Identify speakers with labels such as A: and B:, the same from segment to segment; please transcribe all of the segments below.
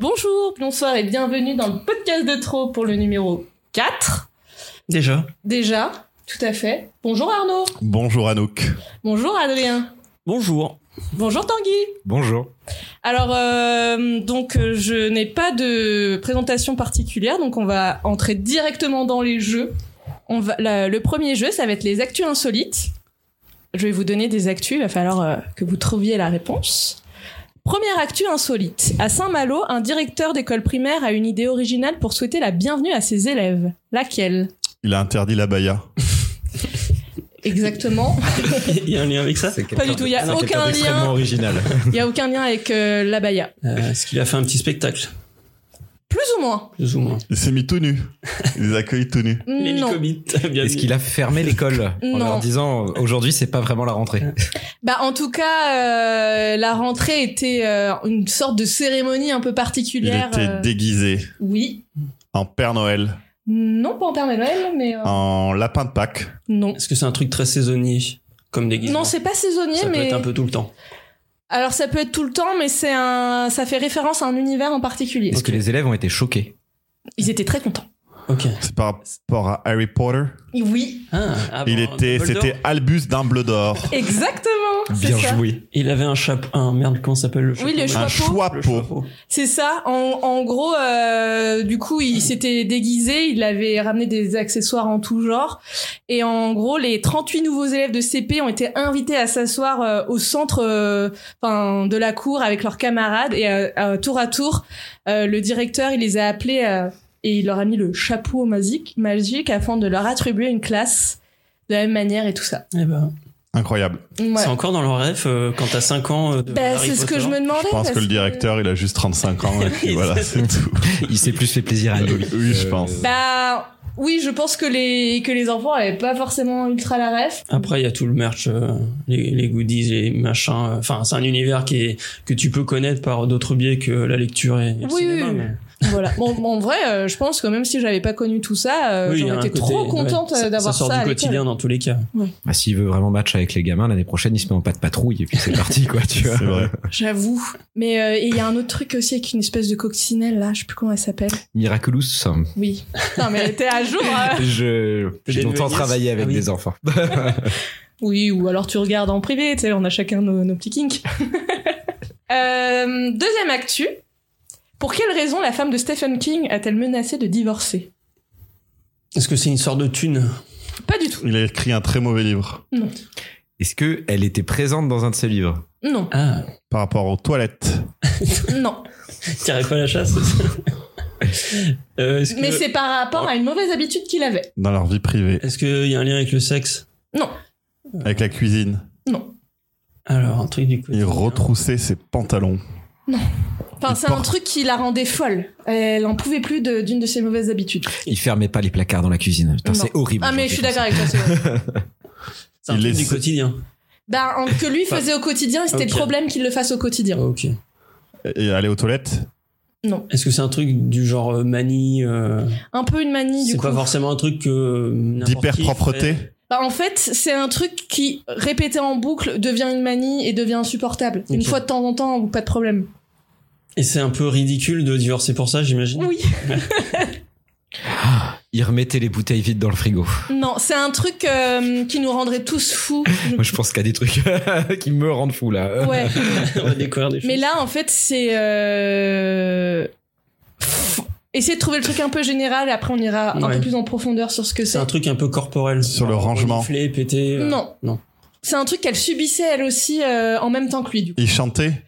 A: Bonjour, bonsoir et bienvenue dans le podcast de trop pour le numéro 4.
B: Déjà.
A: Déjà, tout à fait. Bonjour Arnaud.
C: Bonjour Anouk.
A: Bonjour Adrien.
B: Bonjour.
A: Bonjour Tanguy.
C: Bonjour.
A: Alors, euh, donc, euh, je n'ai pas de présentation particulière, donc on va entrer directement dans les jeux. On va, la- le premier jeu, ça va être les actus insolites. Je vais vous donner des actus, il va falloir euh, que vous trouviez la réponse. Première actu insolite. À Saint-Malo, un directeur d'école primaire a une idée originale pour souhaiter la bienvenue à ses élèves. Laquelle
C: Il a interdit la baya.
A: Exactement.
B: Il y a un lien avec ça
A: Pas du tout, il n'y a aucun lien.
C: original.
A: Il y a aucun lien avec euh, la baya.
B: Euh, Est-ce qu'il a fait un petit spectacle
A: Plus ou moins.
B: Plus ou moins.
C: Il s'est mis tout nu. Il les accueille tout nu.
A: non.
D: Est-ce qu'il a fermé l'école en
A: Non.
D: leur disant euh, aujourd'hui c'est pas vraiment la rentrée
A: Bah en tout cas, euh, la rentrée était euh, une sorte de cérémonie un peu
C: Il
A: particulière.
C: était
A: euh,
C: déguisé
A: Oui.
C: en Père Noël,
A: Non, pas en Père Noël, mais
B: Oh.
A: euh,
C: en lapin de Pâques.
A: non.
B: Est-ce que c'est un truc très saisonnier comme déguisement
A: Non, c'est pas saisonnier,
B: Ça
A: mais
B: peut être un peu tout le temps.
A: alors ça peut être tout le temps, mais c'est un, ça fait référence à un univers en particulier.
D: Est-ce
B: Ok.
D: que les élèves ont été choqués
A: Ils étaient très contents.
B: Ok.
C: C'est par rapport à Harry Potter.
A: Oui,
B: Ah, ah
C: Il
B: bon,
C: était,
B: Dumbledore.
C: c'était Albus Dumbledore.
A: exactement. c'est
D: Bien
A: ça.
D: joué.
B: Il avait un chapeau. Un merde, comment ça s'appelle le chapeau
A: Oui, le
B: Un
C: Un
A: chapeau.
C: choix
B: le
C: pot.
B: chapeau.
A: C'est ça. En, en gros, euh, du coup, il s'était déguisé, il avait ramené des accessoires en tout genre. Et en gros, les 38 nouveaux élèves de CP ont été invités à s'asseoir euh, au centre euh, 'fin, de la cour avec leurs camarades. Et euh, euh, tour à tour, euh, le directeur, il les a appelés euh, et il leur a mis le chapeau magique, magique afin de leur attribuer une classe de la même manière et tout ça.
B: Eh ben,
C: Incroyable.
A: Ouais.
B: C'est encore dans leur rêve euh, quand t'as 5 ans. euh, de
A: Bah,
B: Harry
A: c'est ce que
B: Potter.
A: je me demandais.
C: Je pense que
A: parce
C: le directeur, il a juste 35 ans. Et puis
B: Ah, Oui,
C: voilà, c'est
B: c'est-
C: tout.
D: Il s'est plus fait plaisir à Euh, lui.
C: Oui, je pense.
A: Bah oui, je pense que les que les enfants avaient pas forcément ultra la ref.
B: Après, il y a tout le merch, euh, les, les goodies, les machins. euh, Enfin, c'est un univers qui est, que tu peux connaître par d'autres biais que la lecture et, et le
A: Oui,
B: cinéma.
A: oui, oui.
B: mais-
A: Voilà. Bon, bon, en vrai, euh, je pense que même si j'avais pas connu tout ça, euh,
B: Oui, il y a
A: j'aurais
B: un
A: été
B: côté-
A: trop
B: ouais,
A: contente euh,
B: ça-
A: d'avoir ça.
B: Ça sort
A: à
B: du
A: l'école.
B: quotidien dans tous les cas.
D: Bah, S'il veut vraiment match avec les gamins l'année prochaine, il se met en pas de patrouille et puis c'est parti quoi. Tu vois.
C: C'est vrai.
A: J'avoue. Mais euh, et il y a un autre truc aussi avec une espèce de coccinelle là, je sais plus comment elle s'appelle.
D: Miraculous.
A: Oui. Non mais elle était à jour. hein.
D: Je j'ai
B: J'ai
D: longtemps
B: une
D: travaillé
B: nièce.
D: avec
B: Ah oui.
D: des enfants.
A: Oui, ou alors tu regardes en privé, tu sais, on a chacun nos, nos petits kinks. Euh, deuxième actu. Pour quelle raison la femme de Stephen King a-t-elle menacé de divorcer
B: Est-ce que c'est une sorte de thune
A: Pas du tout.
C: Il a écrit un très mauvais livre
D: Est-ce que elle était présente dans un de ses livres
A: Non,
B: Ah,
C: par rapport aux toilettes.
A: non.
B: tirait pas la chasse Euh, Est-ce
A: Mais
B: que
A: c'est par rapport à une mauvaise habitude qu'il avait.
C: Dans leur vie privée.
B: est-ce qu'il y a un lien avec le sexe Ah.
C: Avec la cuisine.
B: Alors, un truc du coup.
C: Il retroussait ses pantalons.
A: Enfin,
C: Il
A: c'est un
C: porte-
A: truc qui la rendait folle. Elle en pouvait plus de- d'une de, ses mauvaises habitudes.
D: Il fermait pas les placards dans la cuisine. Putain,
A: Non.
D: C'est horrible.
A: Ah, mais je
D: aujourd'hui,
A: suis
D: comme ça.
A: d'accord avec toi. c'est vrai.
B: C'est un
C: Il
B: truc
C: laisse-
B: du quotidien.
A: ben, en- que lui faisait au quotidien, c'était le
B: Ok.
A: problème qu'il le fasse au quotidien.
B: Ah, Ok.
C: Et aller aux toilettes.
B: Est-ce que c'est un truc du genre euh, manie euh,
A: Un peu une manie, du
B: C'est
A: coup.
B: pas forcément un truc que. euh,
C: D'hyper propreté.
A: Bah, en fait, c'est un truc qui, répété en boucle, devient une manie et devient insupportable. Une
B: Ok.
A: fois de temps en temps, ou pas de problème.
B: Et c'est un peu ridicule de divorcer pour ça, j'imagine.
A: Oui.
D: Il remettait les bouteilles vides dans le frigo.
A: Non, c'est un truc euh, qui nous rendrait tous fous.
D: Moi je pense qu'il y a des trucs qui me rendent fou là.
A: Ouais.
B: On va découvrir des choses.
A: Mais là, en fait, c'est. Euh... pff, Essayez de trouver le truc un peu général, et après on ira un
B: Ouais.
A: peu plus en profondeur sur ce que
B: c'est
A: c'est.
B: un truc un peu corporel.
C: Sur le rangement.
B: Gonflé, pété. euh,
A: Non.
B: Non.
A: C'est un truc qu'elle subissait elle aussi euh, en même temps que lui, du coup.
C: Il chantait.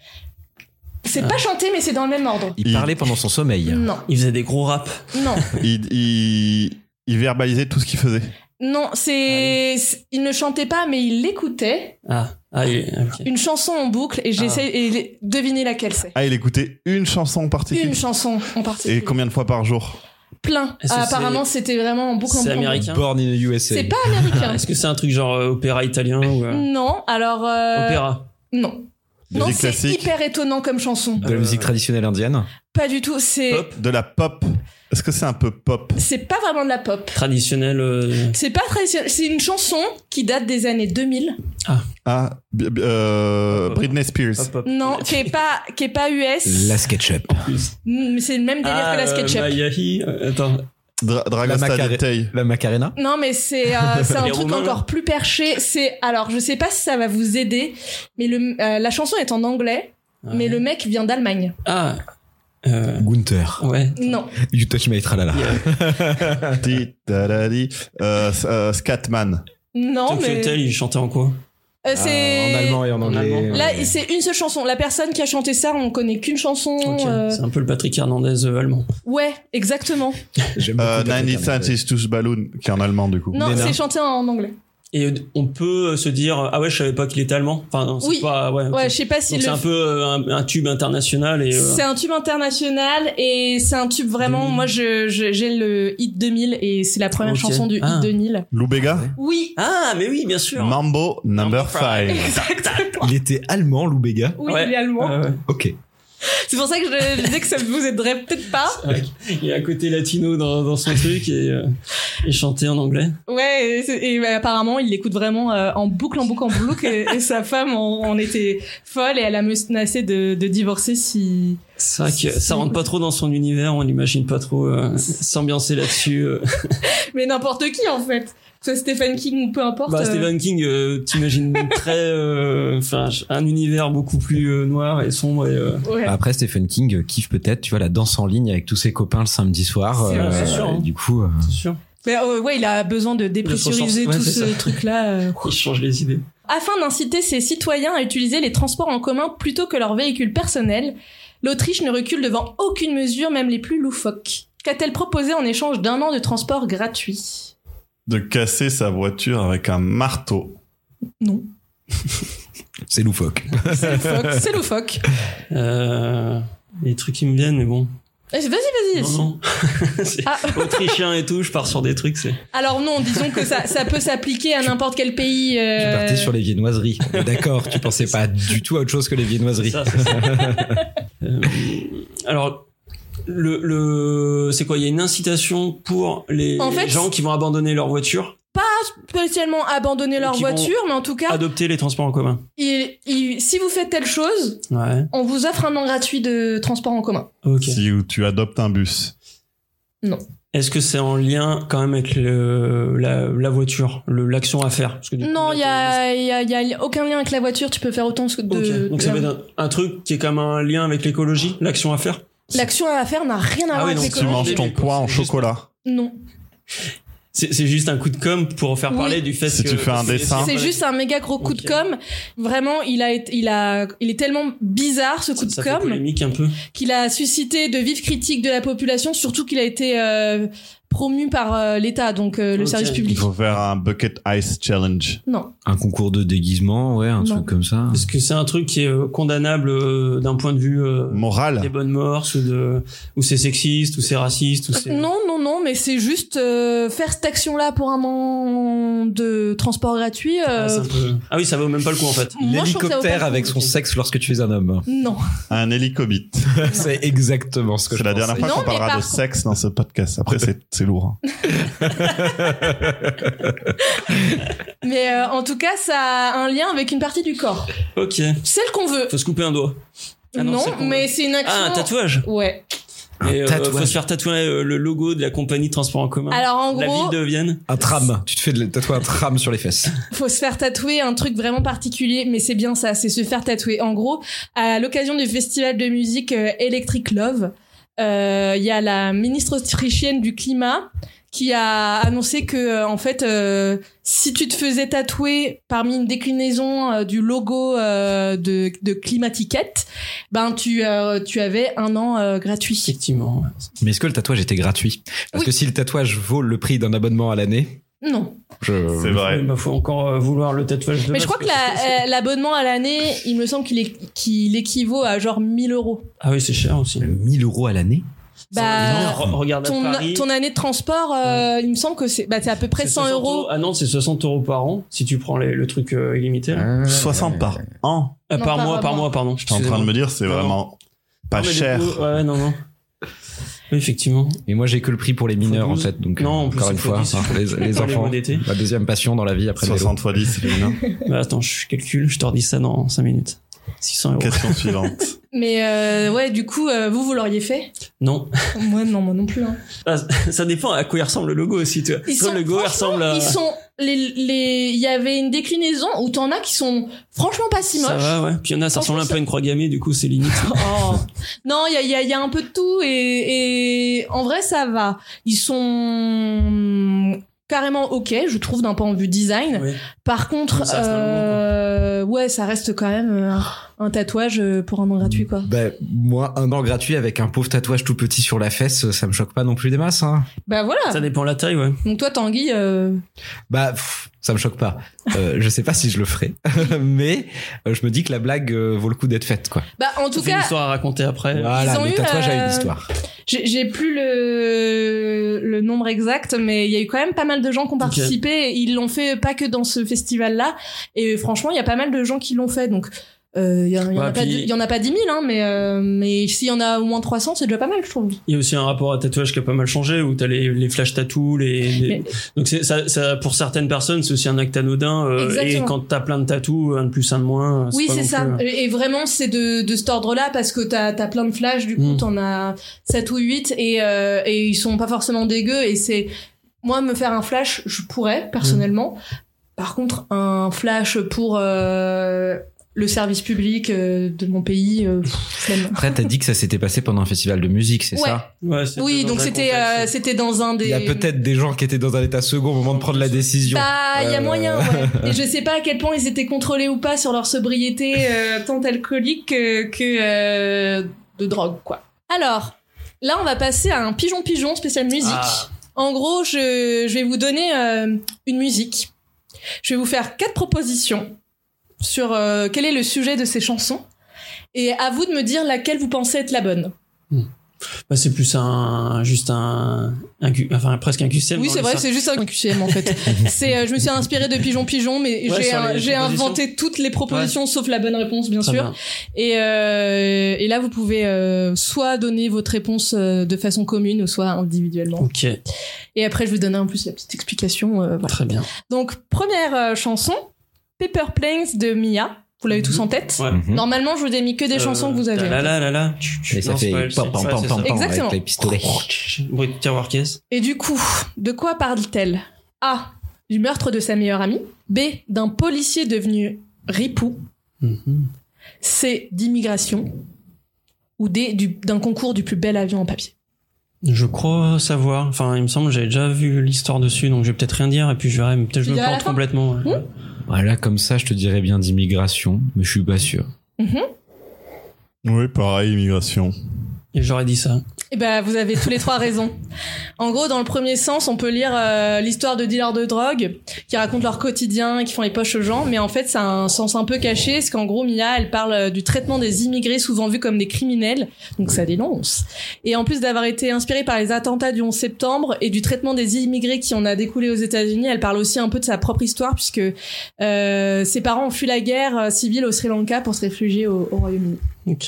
A: C'est
B: Ah.
A: pas chanté, mais c'est dans le même ordre.
D: Il parlait pendant son sommeil.
A: Non,
B: Il faisait des gros raps.
A: non,
C: il, il, il verbalisait tout ce qu'il faisait.
A: non, c'est. c'est- Il ne chantait pas, mais il écoutait
B: Ah, ah, il- ok.
A: une chanson en boucle
B: Ah.
A: et j'essaie et devinez laquelle c'est.
C: Ah, il écoutait une chanson en particulier.
A: Une chanson en
C: Et
A: particulier.
C: combien de fois par jour
A: Plein.
B: Est-ce que
A: Ah, apparemment, c'était vraiment en boucle en
B: C'est
A: boucle. en boucle.
B: américain.
D: Born in the USA.
A: C'est pas
B: Ah,
A: américain.
B: Est-ce que c'est un truc genre euh, opéra italien ou euh,
A: Non, alors. euh,
B: opéra
A: Non.
C: Musique
A: non, c'est
C: classique.
A: hyper étonnant comme chanson.
D: De la
B: Euh,
D: musique traditionnelle indienne.
A: Pas du tout. C'est
B: Pop.
C: De la pop. Est-ce que c'est un peu pop
A: c'est pas vraiment de la pop.
B: Traditionnel. euh,
A: C'est pas traditionnel. C'est une chanson qui date des années 2000.
C: Ah, b- b- euh, Britney Spears.
B: hop, hop.
A: Non, qui est pas qui est pas US.
D: La SketchUp.
A: Mm, Mais c'est le même délire
B: Ah,
A: que la
B: euh,
A: SketchUp.
B: Mayahi, euh, attends.
C: Dra Dragosta
D: Macarena.
C: Detail.
D: La Macarena.
A: Non, mais c'est euh, c'est un
B: Les
A: truc
B: Roumains, là.
A: encore plus perché. C'est alors je sais pas si ça va vous aider, mais le euh, la chanson est en anglais, mais le mec vient d'Allemagne.
B: Ah. Euh,
D: Gunther.
B: ouais.
A: Non,
D: You touch my tralala.
A: Euh,
D: Ah.
C: Di, da, da, di. Euh, s- euh, Scatman.
A: non,
B: Tokyo
A: mais
B: Hotel, il chantait en quoi
A: euh,
D: Ah,
A: c'est
D: En allemand et
B: En
D: en anglais.
B: allemand.
A: Là, c'est une seule chanson. La personne qui a chanté ça, on connaît qu'une chanson.
B: Ok,
A: euh,
B: C'est un peu le Patrick Hernandez euh, allemand.
A: Ouais, exactement.
D: J'aime beaucoup
C: Euh,
D: ta
C: Nine
D: Macarena.
C: Cents is Tous Balloon, qui est en allemand du coup.
A: Non,
D: Nena.
A: c'est chanté en anglais.
B: Et euh, on peut se dire ah ouais je savais pas qu'il était allemand. Enfin non, c'est
A: Oui.
B: pas ouais. ok.
A: Ouais, je sais pas si
B: Donc
A: le.
B: c'est un peu euh, un, un tube international et euh,
A: C'est un tube international et c'est un tube vraiment.
B: 2000.
A: Moi, je je- j'ai le hit 2000 et c'est la première
B: Ok.
A: chanson du
B: Ah.
A: hit 2000.
C: Loubega
A: Oui,
B: ah mais oui bien sûr.
C: Mambo Number
B: Number five.
C: 5.
A: exactement.
D: Il était allemand, Loubega.
A: Oui,
B: Ouais.
A: il est allemand.
B: Ah ouais.
D: Ok.
A: C'est pour ça que je, je disais que ça vous aiderait peut-être pas.
B: Ouais, Il y a un côté latino dans, dans son truc et, euh, et chanté en anglais.
A: Ouais, et, c'est- et, bah, apparemment, il l'écoute vraiment euh, en boucle, en boucle, en boucle. et, et sa femme en, en était folle et elle a menacé de, de divorcer si.
B: C'est vrai que ça rentre pas trop dans son univers, on l'imagine pas trop euh, s'ambiancer là-dessus. euh.
A: Mais n'importe qui en fait. Que ce soit Stephen King ou peu importe.
B: Bah,
A: euh,
B: Stephen King, euh, t'imagines très, euh, enfin, un univers beaucoup plus euh, noir et sombre et euh,
A: ouais.
D: Bah Après, Stephen King euh, kiffe peut-être, tu vois, la danse en ligne avec tous ses copains le samedi soir.
A: C'est vrai,
B: c'est sûr,
D: et
B: hein.
D: Du coup, euh,
B: c'est sûr.
A: Mais, euh, ouais, il a besoin de dépressuriser
B: Ouais,
A: tout
B: c'est
A: ce
B: ça.
A: truc-là. euh.
B: Il change les idées.
A: Afin d'inciter ses citoyens à utiliser les transports en commun plutôt que leurs véhicules personnels, l'Autriche ne recule devant aucune mesure, même les plus loufoques. Qu'a-t-elle proposé en échange d'un an de transport gratuit
C: De casser sa voiture avec un marteau.
A: Non.
D: c'est loufoque.
A: C'est loufoque. C'est loufoque.
B: Euh, les trucs qui me viennent, mais bon.
A: Eh, Vas-y, vas-y.
B: Non, non. C'est
A: Ah.
B: Autrichien et tout, je pars sur des trucs, c'est.
A: Alors non, disons que ça, ça peut s'appliquer à n'importe quel pays.
D: Tu
A: euh,
D: partais sur les viennoiseries. Mais D'accord, tu pensais pas du tout à autre chose que les
B: c'est
D: viennoiseries.
B: ça, c'est ça. Euh, alors. Le, le c'est quoi Il y a une incitation pour les
A: En fait,
B: gens qui vont abandonner leur voiture,
A: Potentiellement abandonner leur
B: Qui vont
A: voiture, mais en tout cas,
B: adopter les transports en commun.
A: il- il- si vous faites telle chose,
B: Ouais.
A: on vous offre un an gratuit de transport en commun.
B: Ok.
C: Si tu adoptes un bus.
B: Est-ce que c'est en lien quand même avec le, la, la voiture, le- l'action à faire Parce que du coup,
A: Non,
B: là,
A: il y a, y a- y a aucun lien avec la voiture. Tu peux faire autant que
B: t'es- Ok.
A: de.
B: Donc ça va être un, un truc qui est comme un lien avec l'écologie, l'action à faire.
A: L'action à faire n'a rien à
B: Ah
A: voir
B: oui,
A: avec
B: donc
C: Tu
B: Comment
A: l'écologie.
C: manges ton
B: c'est-
C: poids en
B: c'est juste-
C: chocolat.
A: Non,
B: C'est c'est juste un coup de com pour faire
A: Oui.
B: parler du fait
C: Si
B: que
C: tu fais un
B: c'est-
C: dessin.
A: c'est juste un méga gros coup
B: Ok.
A: de com. Vraiment, il a, été- il a, il est tellement bizarre ce coup de
B: ça fait
A: com
B: polémique un peu.
A: qu'il a suscité de vives critiques de la population, surtout qu'il a été euh, promu par euh, l'État, donc euh, le
B: Ok.
A: service
C: Il
A: public.
C: faut faire un bucket ice challenge.
A: Non,
D: Un concours de déguisement, ouais, un
A: Non.
D: truc comme ça.
B: Est-ce que c'est un truc qui est euh, condamnable euh, d'un point de vue euh,
C: Mmh.
B: des
C: Morale.
B: bonnes morses ou de ou c'est sexiste ou c'est raciste ou c'est
A: non, non, non, mais c'est juste euh, faire cette action-là pour un an de transport gratuit.
B: Ah, c'est
A: euh,
B: un peu- ah oui, ça vaut même pas le coup en fait.
A: moi, je trouve que ça vaut pas
D: L'hélicoptère
A: le coup.
D: avec son sexe lorsque tu es un homme.
A: Non.
C: Un hélicobite.
D: c'est exactement ce que
C: C'est
D: je
C: la dernière
D: pensais.
C: fois
A: Non,
C: qu'on
A: mais
C: parlera
A: par
C: de
A: contre-
C: sexe dans ce podcast. Après, c'est c'est lourd. hein.
A: Mais euh, en tout cas, ça a un lien avec une partie du corps.
B: Ok.
A: Celle qu'on veut.
B: Faut se couper un doigt. Ah
A: non,
B: c'est con.
A: mais c'est une action.
B: ah un tatouage.
A: Ouais.
D: Un
B: Et, euh, faut se
D: tatouage.
B: faire tatouer euh, le logo de la compagnie de transport en commun.
A: Alors en
B: la ville
A: gros,
B: de Vienne.
D: Un tram. Tu te fais de- tatouer un tram sur les fesses.
A: faut se faire tatouer un truc vraiment particulier, mais c'est bien ça, c'est se faire tatouer. En gros, à l'occasion du festival de musique euh, Electric Love, euh, il y a la ministre autrichienne du climat qui a annoncé que euh, en fait, euh, si tu te faisais tatouer parmi une déclinaison euh, du logo euh, de, de Climatiquette, ben tu euh, tu avais un an euh, gratuit.
B: Effectivement.
D: Mais est-ce que le tatouage était gratuit Parce
A: Oui.
D: que si le tatouage vaut le prix d'un abonnement à l'année,
A: Non.
D: je...
C: C'est vrai.
B: Il faut encore euh, vouloir le tatouage de
A: Mais je
B: base,
A: crois que
B: quoi.
A: la- euh, l'abonnement à l'année, il me semble qu'il est- qu'il équivaut à genre 1000 euros.
B: Ah oui, c'est cher aussi.
D: 1000 euros à l'année
A: Bah,
B: Non, re- regarde à
A: ton,
B: Paris.
A: ton année de transport, euh, il me semble que c'est bah, c'est à peu près
B: c'est
A: 100
B: 60
A: euros.
B: Ah non, c'est 60 euros par an si tu prends les- le truc euh, illimité. là.
E: Ah,
C: 60 par an.
A: Ah. Non,
B: Euh, par
A: par
B: mois,
A: mois.
B: par mois, pardon.
C: J'étais en train de me dire, c'est
B: Non, non.
C: vraiment pas cher.
B: ouais, non, non. Oui, effectivement.
D: Et moi, j'ai que le prix pour les mineurs, en
B: 12.
D: fait. Donc,
B: Non,
D: euh,
B: en plus,
D: encore
B: c'est
D: une fois,
B: focus
D: hein,
B: sur-
D: les, les
B: Dans les
D: enfants.
B: mois d'été.
D: Ma deuxième passion dans la vie après le vélo.
C: 60 fois 10, c'est bien.
B: Bah, attends, je calcule, je te redis ça dans 5 minutes. 600 euros.
C: Question suivante.
A: Mais euh, ouais, du coup, euh, vous, vous l'auriez fait
B: Non.
A: Moi, non, moi non plus. hein.
B: Ah, ça dépend à quoi il ressemble le logo aussi, tu vois.
A: Ils
B: Soit
A: sont-
B: le logo il
A: franchement,
B: ressemble à.
A: Ils sont les les. Il y avait une déclinaison où t'en as qui sont franchement pas si
B: ça
A: moches.
B: va, ouais. Puis il y en a, ça
A: Franchement,
B: ressemble un peu
A: ça-
B: à une croix gammée, du coup, c'est limite.
A: Oh. Non, il y a, il y a- il y a un peu de tout et, et en vrai ça va. Ils sont carrément ok, je trouve d'un point de vue design.
B: Ouais.
A: Par contre,
B: Ça reste dans le monde,
A: euh, ouais, ça reste quand même euh, un tatouage euh, pour un an gratuit quoi.
D: Ben, moi, un an gratuit avec un pauvre tatouage tout petit sur la fesse, ça me choque pas non plus des masses. Hein.
A: Bah voilà.
B: Ça dépend la taille, ouais.
A: Donc toi Tanguy, euh,
D: Bah, pff, ça me choque pas. Euh, je sais pas si je le ferai, mais euh, je me dis que la blague euh, vaut le coup d'être faite, quoi.
A: bah en
B: Ça
A: tout
B: fait une
A: cas,
B: histoire à raconter après.
A: ont
D: Voilà, le
A: eu,
D: tatouage a
A: euh,
D: une histoire.
A: j'ai j'ai plus le le nombre exact, mais il y a eu quand même pas mal de gens qui ont participé. et Ils l'ont fait pas que dans ce festival là, et franchement il y a pas mal de gens qui l'ont fait donc. euh, Il y, en- il y en
B: Ouais,
A: a pas
B: puis-
A: dix- il y en a pas 10 000, hein, mais, euh, mais s'il y en a au moins 300, c'est déjà pas mal, je trouve.
B: Il y a aussi un rapport à tatouage qui a pas mal changé, où t'as les, les flash tattoos, les, les-
A: Mais-
B: donc c'est ça, ça pour certaines personnes c'est aussi un acte anodin. euh, et
A: Exactement.
B: quand t'as plein de tatous, un de plus, un de moins. euh,
A: Oui,
B: pas
A: c'est
B: non
A: ça.
B: plus, euh,
A: Et et vraiment, c'est de, de cet ordre-là parce que t'as as plein de flashs, du coup,
B: Mm.
A: t'en as 7 ou 8 et, euh, et ils sont pas forcément dégueux. Et c'est. Moi, me faire un flash, je pourrais, personnellement. Par contre, un flash pour euh, le service public euh, de mon pays, euh, pff, flemme.
D: Après, t'as dit que ça s'était passé pendant un festival de musique, c'est
A: Ouais.
D: ça
B: ouais, c'était
A: Oui,
B: dans
A: donc
B: un
A: c'était euh,
B: contexte.
A: c'était dans un des.
D: Il y a peut-être des gens qui étaient dans un état second au moment de prendre la décision.
A: Bah, il y a
D: Euh,
A: moyen, ouais. Et je sais pas à quel point ils étaient contrôlés ou pas sur leur sobriété euh, tant alcoolique que, que, euh, de drogue, quoi. Alors, là, on va passer à un pigeon-pigeon spécial musique.
B: Ah.
A: En gros, je, je vais vous donner euh, une musique. Je vais vous faire quatre propositions sur euh, quel est le sujet de ces chansons. Et à vous de me dire laquelle vous pensez être la bonne.
B: Bah, c'est plus un juste un, un Q- enfin presque un QCM.
A: Oui,
B: dans
A: c'est
B: les
A: vrai,
B: cercles.
A: c'est juste un QCM en fait. c'est, euh, je me suis inspirée de Pigeon Pigeon, mais
B: Ouais,
A: j'ai,
B: sur
A: un-
B: les
A: j'ai
B: propositions.
A: inventé toutes les propositions sauf la bonne réponse, bien
B: Très
A: sûr.
B: bien.
A: Et, euh, et là, vous pouvez euh, soit donner votre réponse euh, de façon commune, soit individuellement.
B: Ok,
A: Et après, je vais donner en plus la petite explication. euh, voilà.
B: très bien.
A: Donc, première euh, chanson, Paper Planes de Mia. Vous l'avez tous en tête.
B: Ouais. Euh,
D: Mhm.
A: Normalement, je vous ai mis que des chansons que vous avez.
B: Là là là là.
D: Et ça fait pam pam pam pam pam
A: Exactement.
D: avec les pistolets.
B: Bruit de tiroir caisse.
A: Et du coup, de quoi parle-t-elle A. Du meurtre de sa meilleure amie. B. D'un policier devenu ripou.
B: Mhm.
A: C. D'immigration. Ou D. du- D'un concours du plus bel avion en papier.
B: Je crois savoir. Enfin, il me semble que j'avais déjà vu l'histoire dessus, donc je vais peut-être rien dire et puis je verrai. mais
A: Tu
B: Peut-être je me
A: diras à la
B: plante
A: fin
B: complètement. ouais.
A: Hmm
D: Voilà, comme ça, je te dirais bien d'immigration, mais je suis pas sûr.
C: Oui, pareil, immigration.
B: Et j'aurais dit ça.
A: Eh ben, vous avez tous les trois raison. En gros, dans le premier sens, on peut lire euh, l'histoire de dealers de drogue qui racontent leur quotidien, qui font les poches aux gens, mais en fait, ça a un sens un peu caché, parce qu'en gros, Mia, elle parle euh, du traitement des immigrés souvent vus comme des criminels, donc ça dénonce. Et en plus d'avoir été inspirée par les attentats du 11 septembre et du traitement des immigrés qui en a découlé aux États-Unis, elle parle aussi un peu de sa propre histoire, puisque euh, ses parents ont fui la guerre euh, civile au Sri Lanka pour se réfugier au, au Royaume-Uni.
B: Ok.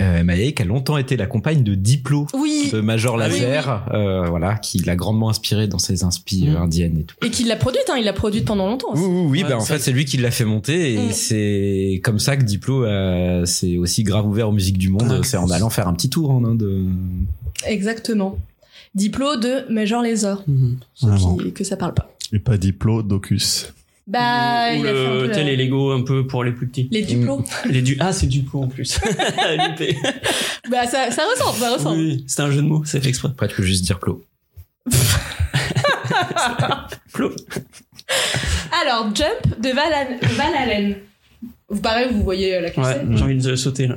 D: Euh, Maïk a longtemps été la compagne de Diplo,
A: Oui,
D: de Major
A: Ah oui,
D: Lazer, euh, voilà, qui l'a grandement inspiré dans ses inspi
B: Mhm.
D: indiennes et tout.
A: et qu'il l'a produite, hein, il l'a produite pendant longtemps.
D: Mm. Oui,
A: aussi.
D: oui, oui,
B: Ouais,
D: bah, en
B: ça-
D: fait, c'est lui qui l'a fait monter et
A: Mm.
D: c'est comme ça que Diplo euh, s'est aussi grave ouvert aux musiques du monde.
B: Ouais.
D: Ah, c'est en allant faire un petit tour en Inde.
A: Exactement. Diplo de Major Lazer,
B: Mhm.
A: ceux qui-
C: Ah
A: que ça parle pas.
C: Et pas diplo, docus.
A: Bah,
B: ou
A: il a fait un
B: le,
A: peu la-
B: tel les Lego un peu pour les plus petits.
A: les Duplo.
B: Les du ah c'est du pot en plus. Loupé.
A: bah, ça, ça ressemble, ça ressemble.
B: Oui, c'est un jeu de mots, c'est fait exprès.
D: Après, tu peux juste dire Plo.
B: Flo.
A: Alors, Jump de Val, Van Halen. Vous pareil, vous voyez euh, la
B: Ouais,
A: c'est.
B: j'ai envie de sauter là.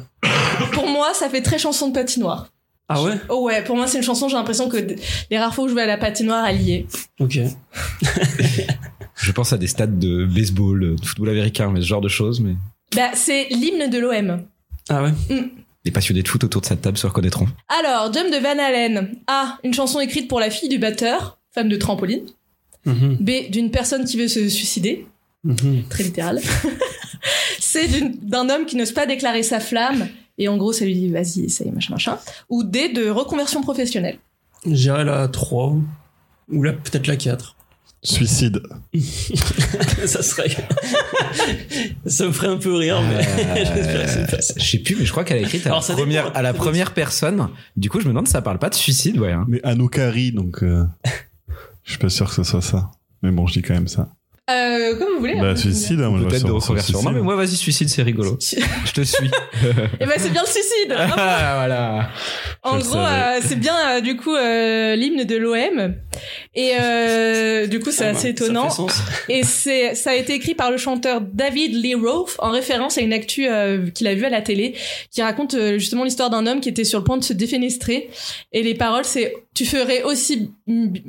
A: Pour moi, ça fait très chanson de patinoire.
B: Ah ouais.
A: Oh ouais, pour moi, c'est une chanson, j'ai l'impression que d- les rares fois où je vais à la patinoire, elle y est.
B: Ok.
D: Je pense à des stades de baseball, de football américain, mais ce genre de choses. Mais
A: Bah, c'est l'hymne de l'OM.
B: Ah ouais.
D: Les passionnés de foot autour de cette table se reconnaîtront.
A: Alors, Jump de Van Halen. A. Une chanson écrite pour la fille du batteur, femme de trampoline.
B: Mhm,
A: B. D'une personne qui veut se suicider.
B: mhm.
A: Très littéral. C. d'une- D'un homme qui n'ose pas déclarer sa flamme. Et en gros, ça lui dit, vas-y, essaye, machin, machin. Ou D. De reconversion professionnelle.
B: J'irai la 3 ou la peut-être la 4.
C: Suicide.
B: ça serait ça me ferait un peu rire mais j'espère que c'est pas ça.
D: Euh, Je sais plus, mais je crois qu'elle a écrit à,
B: Alors,
D: la
B: ça dépend.
D: première, à la première personne. Du coup, je me demande si ça parle pas de suicide, ouais. hein.
C: Mais Anoukari, donc. euh, je suis pas sûr que ce soit ça. Mais bon, je dis quand même ça.
A: Euh, comme vous voulez. hein.
C: Bah, suicide, hein, moi je
D: Peut-être
C: reste
D: de
C: sur- sur
D: reconversion. Non,
C: suicide.
D: mais moi, vas-y, suicide, c'est rigolo.
A: Su-
D: Je te suis.
A: Eh ben, c'est bien le suicide.
D: Ah,
A: hein.
D: voilà.
A: En
D: le
A: gros,
D: savais.
A: euh, c'est bien euh, du coup euh, l'hymne de l'OM. Et euh, du coup, c'est
B: Ah,
A: assez
B: bah,
A: étonnant.
B: ça fait sens.
A: Et c'est ça a été écrit par le chanteur David Lee Roth en référence à une actu euh, qu'il a vue à la télé qui raconte euh, justement l'histoire d'un homme qui était sur le point de se défenestrer et les paroles c'est tu ferais aussi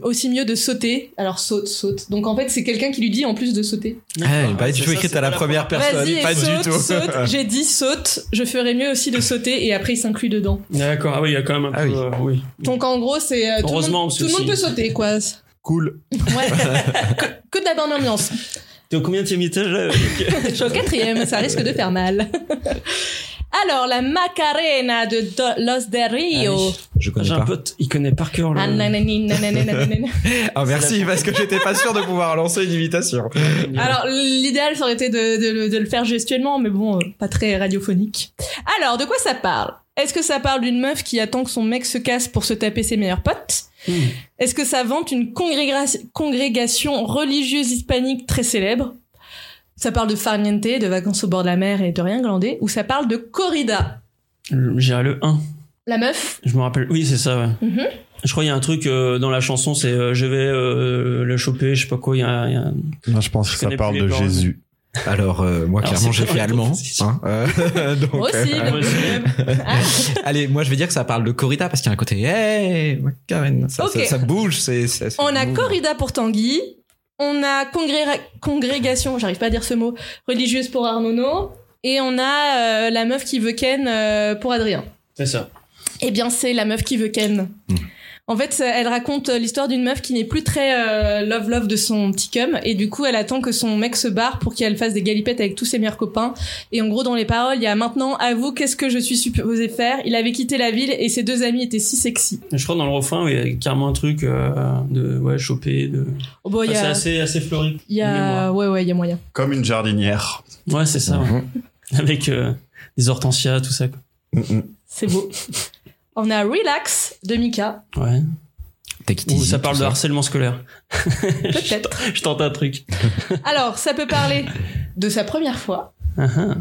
A: aussi mieux de sauter alors saute saute donc en fait c'est quelqu'un qui lui dit en plus de sauter
D: Ah, elle n'est pas du
B: C'est
D: tout
B: ça,
D: écrite
B: c'est
D: à la
B: pas
D: première personne.
A: vas-y et
D: Pas
A: saute
D: du tout.
A: saute j'ai dit saute je ferais mieux aussi de sauter et après il s'inclut dedans
B: D'accord, ah oui, il y a quand même un
D: Ah
B: peu.
D: oui.
B: euh, oui.
A: donc en gros c'est euh, tout le
B: Heureusement,
A: monde,
B: parce
A: tout le
B: que
A: monde
B: si-
A: peut sauter quoi
C: Cool.
A: ouais Que- que de la bonne ambiance
B: T'es au combien de étage là
A: Je suis au quatrième, ça risque de faire mal. Alors, la Macarena de Do- Los de Rio.
B: Ah
D: Je connais
B: J'ai un
D: pas.
B: pote, il connaît par cœur le.
A: Ah, nanani, nanani, nanani.
D: Ah, merci, parce que j'étais pas sûr de pouvoir lancer une invitation.
A: Alors, l'idéal, ça aurait été de, de le- de le faire gestuellement, mais bon, euh, pas très radiophonique. Alors, de quoi ça parle Est-ce que ça parle d'une meuf qui attend que son mec se casse pour se taper ses meilleurs potes
B: Hmm.
A: Est-ce que ça vante une congrégra- congrégation religieuse hispanique très célèbre Ça parle de farniente, de vacances au bord de la mer et de rien glander Ou ça parle de corrida
B: Le- J'irai le 1.
A: La meuf
B: Je me rappelle. Oui, c'est ça, ouais.
A: Mhm.
B: Je crois qu'il y a un truc euh, dans la chanson, c'est euh, je vais euh, le choper, je sais pas quoi. Il y a, il y a un-
C: Non, je pense
B: Je
C: que ça
B: connais
C: parle
B: plus les
C: de
B: paroles.
C: Jésus.
D: Alors, euh, moi,
B: Alors,
D: clairement,
B: c'est
D: j'ai
B: pas
D: fait
B: la
D: allemand.
B: proposition.
D: hein, euh, donc,
A: Moi aussi,
D: euh,
A: bien
B: ouais,
A: Ah,
D: Allez, moi je vais dire que ça parle de corrida parce qu'il y a un côté hey, Karen, ça,
A: Ok.
D: ça, ça bouge, c'est. c'est- c'est-
A: on a
D: move.
A: corrida pour Tanguy. On a congré- congrégation, j'arrive pas à dire ce mot, religieuse pour Arnono. Et on a euh, la meuf qui veut Ken euh, pour Adrien.
B: C'est ça.
A: Eh bien, c'est la meuf qui veut Ken.
D: Hmm.
A: En fait, ça- elle raconte euh, l'histoire d'une meuf qui n'est plus très euh, love love de son petit cum et du coup, elle attend que son mec se barre pour qu'elle fasse des galipettes avec tous ses meilleurs copains. Et en gros, dans les paroles, il y a maintenant à vous qu'est-ce que je suis supposée faire. Il avait quitté la ville et ses deux amis étaient si sexy.
B: Je crois que dans le refrain, oui, il y a carrément un truc euh, de ouais, choper. De...
A: Oh, bon, il y
B: Enfin, C'est
A: a,
B: assez, assez fleuri.
A: il y a-
B: de mémoire.
A: ouais ouais, il y a moyen.
C: Comme une jardinière.
B: Ouais, c'est ça, ouais.
D: Mhm.
B: Avec euh, des hortensias, tout ça. Quoi.
C: Mm-mm.
A: C'est beau. On a Relax de Mika,
B: Ouais.
D: Take it
B: Ou
D: easy,
B: ça
D: tout
B: parle de harcèlement scolaire.
A: peut-être.
B: Je tente un truc.
A: Alors, ça peut parler de sa première fois,
B: Ah, ah,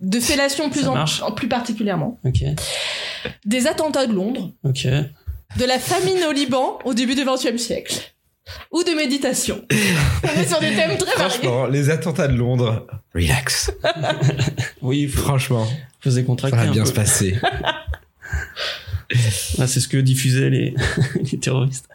A: de fellation plus,
B: Ça
A: en-
B: marche.
A: en- plus particulièrement,
B: ok,
A: des attentats de Londres,
B: ok.
A: de la famine au Liban au début du XXe siècle, ou de méditation. On est sur des thèmes très variés.
D: Franchement, les attentats de Londres, relax.
B: Oui, il faut-
D: Franchement,
B: faisait
D: ça
B: contracter
D: va
B: un
D: bien
B: peu.
D: se passer.
B: Ah, c'est ce que diffusaient les, les terroristes.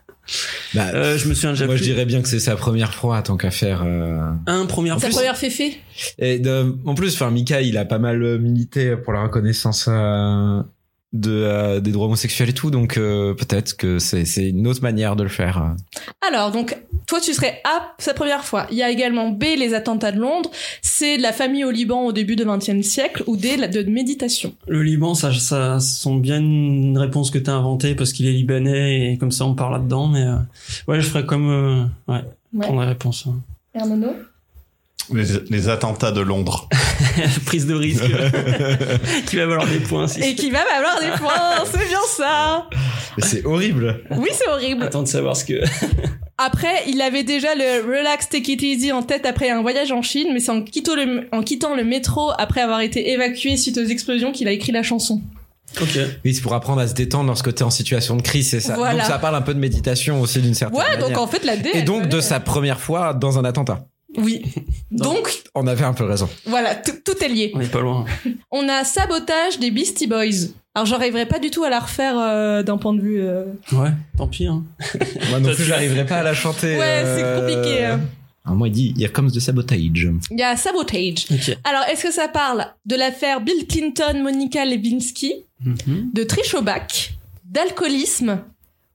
D: Bah,
B: Euh, je me souviens déjà
D: moi, je
B: plus.
D: dirais bien que c'est sa première fois, tant qu'à faire. euh.
B: Un premier
A: Sa
B: plus,
A: première féfé.
D: Et de- en plus, enfin, Mika, il a pas mal euh, milité pour la reconnaissance euh, de, euh, des droits homosexuels et tout, donc euh, peut-être que c'est c'est une autre manière de le faire. euh.
A: Alors, donc, toi, tu serais A, sa première fois. Il y a également B, les attentats de Londres, C, de la famille au Liban au début du XXe siècle, ou D, la- de méditation.
B: Le Liban, ça, ça sent bien une réponse que t'as inventée parce qu'il est libanais et comme ça on parle là-dedans. Mais euh, ouais, je ferais comme euh, ouais,
A: Ouais.
B: prendre la réponse. hein.
A: Hernono
C: Les, les attentats de Londres.
B: Prise de risque. tu vas valoir des points. Si
A: Et qui va m'avoir des points, c'est bien ça
D: Mais c'est horrible.
A: Oui, c'est horrible.
B: Attends de savoir ce que.
A: Après, il avait déjà le Relax Take It Easy en tête après un voyage en Chine, mais c'est en, quittant le- en quittant le métro après avoir été évacué suite aux explosions qu'il a écrit la chanson.
B: ok.
D: Oui, c'est pour apprendre à se détendre lorsque t'es en situation de crise, c'est ça.
A: Voilà.
D: Donc ça parle un peu de méditation aussi d'une certaine
A: Ouais,
D: manière.
A: donc en fait, la D.
D: Et
A: elle
D: donc de
A: valait.
D: sa première fois dans un attentat.
A: Oui. donc,
D: On avait un peu raison.
A: voilà, tout, tout est lié.
B: On est pas loin.
A: On a Sabotage des Beastie Boys. Alors, j'arriverai pas du tout à la refaire euh, d'un point de vue. euh.
B: Ouais. Tant pis. Hein.
D: Moi non
B: Ça,
D: plus,
B: tu-
D: j'arriverai pas à la chanter.
A: Ouais, c'est
D: euh,
A: compliqué. hein.
D: À un moment, il dit, il comes de sabotage.
A: Il y a Sabotage.
B: Ok.
A: Alors, est-ce que ça parle de l'affaire Bill Clinton, Monica Lewinsky,
B: Mhm.
A: de triche au bac, d'alcoolisme,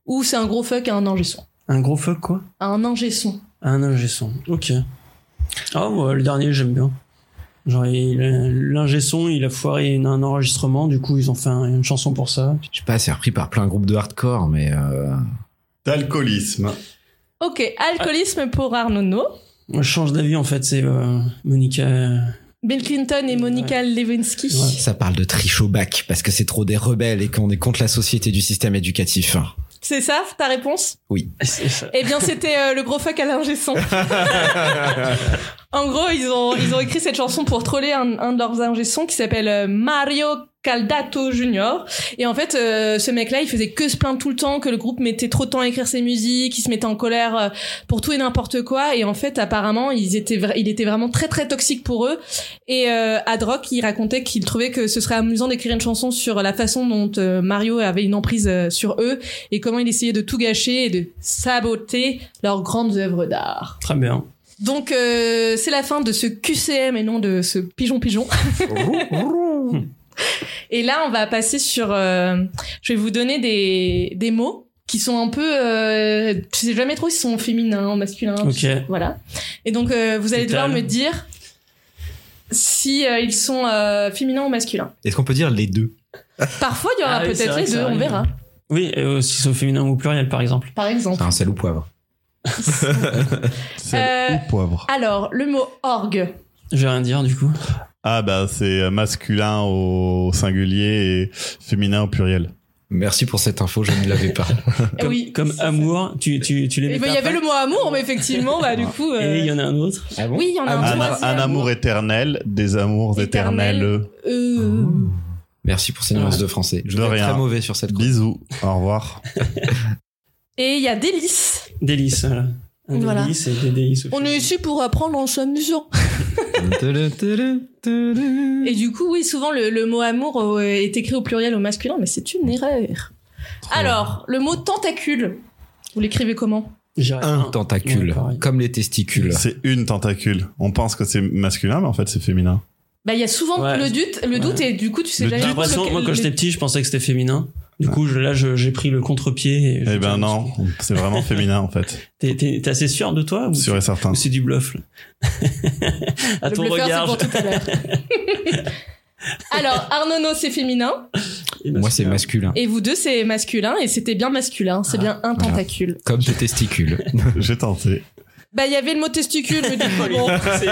A: ou c'est un gros fuck à un ingé son
B: Un gros fuck, quoi
A: À un ingé son.
B: Un ingé Ah son. Ok. Ah, moi, le dernier, j'aime bien. Genre, il a- l'ingé son, il a foiré une- un enregistrement, du coup, ils ont fait un- une chanson pour ça.
D: Je sais pas, c'est repris par plein de groupes de hardcore, mais euh,
C: D'alcoolisme.
A: Ok, alcoolisme pour Arnono.
B: Moi, je change d'avis, en fait, c'est euh, Monica. euh,
A: Bill Clinton et Monica Lewinsky.
B: Ouais.
D: ça parle de triche au bac parce que c'est trop des rebelles et qu'on est contre la société du système éducatif.
A: C'est ça ta réponse
B: c'est ça.
A: Eh bien, c'était euh, le gros fuck à l'ingé son. en gros, ils ont, ils ont écrit cette chanson pour troller un, un de leurs ingé sons qui s'appelle euh, Mario Caldato Junior. Et en fait, euh, ce mec-là, il faisait que se plaindre tout le temps, que le groupe mettait trop de temps à écrire ses musiques, il se mettait en colère euh, pour tout et n'importe quoi. Et en fait, apparemment, ils étaient vra- il était vraiment très très toxique pour eux. Et euh, Ad Rock, il racontait qu'il trouvait que ce serait amusant d'écrire une chanson sur la façon dont euh, Mario avait une emprise euh, sur eux et comment il essayait de tout gâcher et de saboter leurs grandes œuvres d'art.
B: Très bien.
A: Donc euh, c'est la fin de ce QCM et non de ce pigeon pigeon. et là on va passer sur, euh, je vais vous donner des, des mots qui sont un peu, euh, tu sais jamais trop s'ils sont féminins, masculins. tu
B: Ok.
A: voilà. Et donc, euh, vous allez devoir
B: Total.
A: me dire si euh, ils sont euh, féminins ou masculins.
D: Est-ce qu'on peut dire les deux
A: Parfois, il y aura
B: Ah oui, c'est
A: peut-être
B: vrai
A: les
B: que ça
A: deux, on
B: arrive.
A: verra.
B: Oui, et aussi au féminin ou au pluriel, par exemple.
A: Par exemple.
D: Un sel ou poivre.
C: C'est
A: Euh,
C: ou poivre.
A: Alors, le mot orgue.
B: J'ai rien à dire, du coup.
C: Ah bah c'est masculin au singulier et féminin au pluriel.
D: Merci pour cette info, je ne l'avais pas.
A: Eh
B: Comme,
A: oui.
B: comme amour, tu, tu, tu les
A: Eh ben,
B: mets
A: Il
B: pas
A: y avait
B: après.
A: le mot amour, mais effectivement, bah, du coup. euh,
B: Et il y en a un autre.
A: Oui, il y en a
C: Un,
A: un
C: un
A: troisième.
C: amour éternel, des amours
A: Éternel.
C: éternels.
A: euh,
D: Merci pour ces nuances de français. Je
C: De
D: suis
C: rien.
D: très mauvais sur cette chronique.
C: Bisous, au revoir.
A: Et il y a délice.
B: Délice. voilà. Un
A: Voilà.
B: délice et des délices. au
A: On est
B: féminin.
A: ici pour apprendre en s'amusant. Et du coup, oui, souvent le, le mot amour euh, est écrit au pluriel au masculin, mais c'est une erreur. Alors, le mot tentacule, vous l'écrivez comment
B: J'ai rien.
D: Un tentacule,
B: Ouais, pareil.
D: comme les testicules.
C: C'est une tentacule. On pense que c'est masculin, mais en fait c'est féminin.
A: Bah, il y a souvent
B: Ouais.
A: le doute, le doute, et du coup, tu sais
C: Le
A: jamais.
B: J'ai
A: trop
B: l'impression,
A: lequel-
B: moi, quand
A: le-
B: j'étais petit, je pensais que c'était féminin. Du coup, je, là, je- j'ai pris le contre-pied. et je-
C: Eh ben non, c'est vraiment féminin en fait,
B: T'es, t'es- t'es assez sûr de toi ou,
C: sûr et certain.
B: ou c'est du bluff là À
A: le
B: ton
A: bluffeur,
B: regard.
A: c'est pour tout à l'heure. Alors, Arnono, c'est féminin,
B: je-
D: Moi, c'est masculin,
A: et vous deux, c'est masculin, et c'était bien masculin, c'est
B: Ah,
A: bien un
D: voilà.
A: tentacule.
D: comme tes testicules.
C: J'ai tenté.
A: Bah, il y avait le mot testicule, mais du
B: Oh,
A: coup,
B: les-
A: bon.
B: c'est- T'en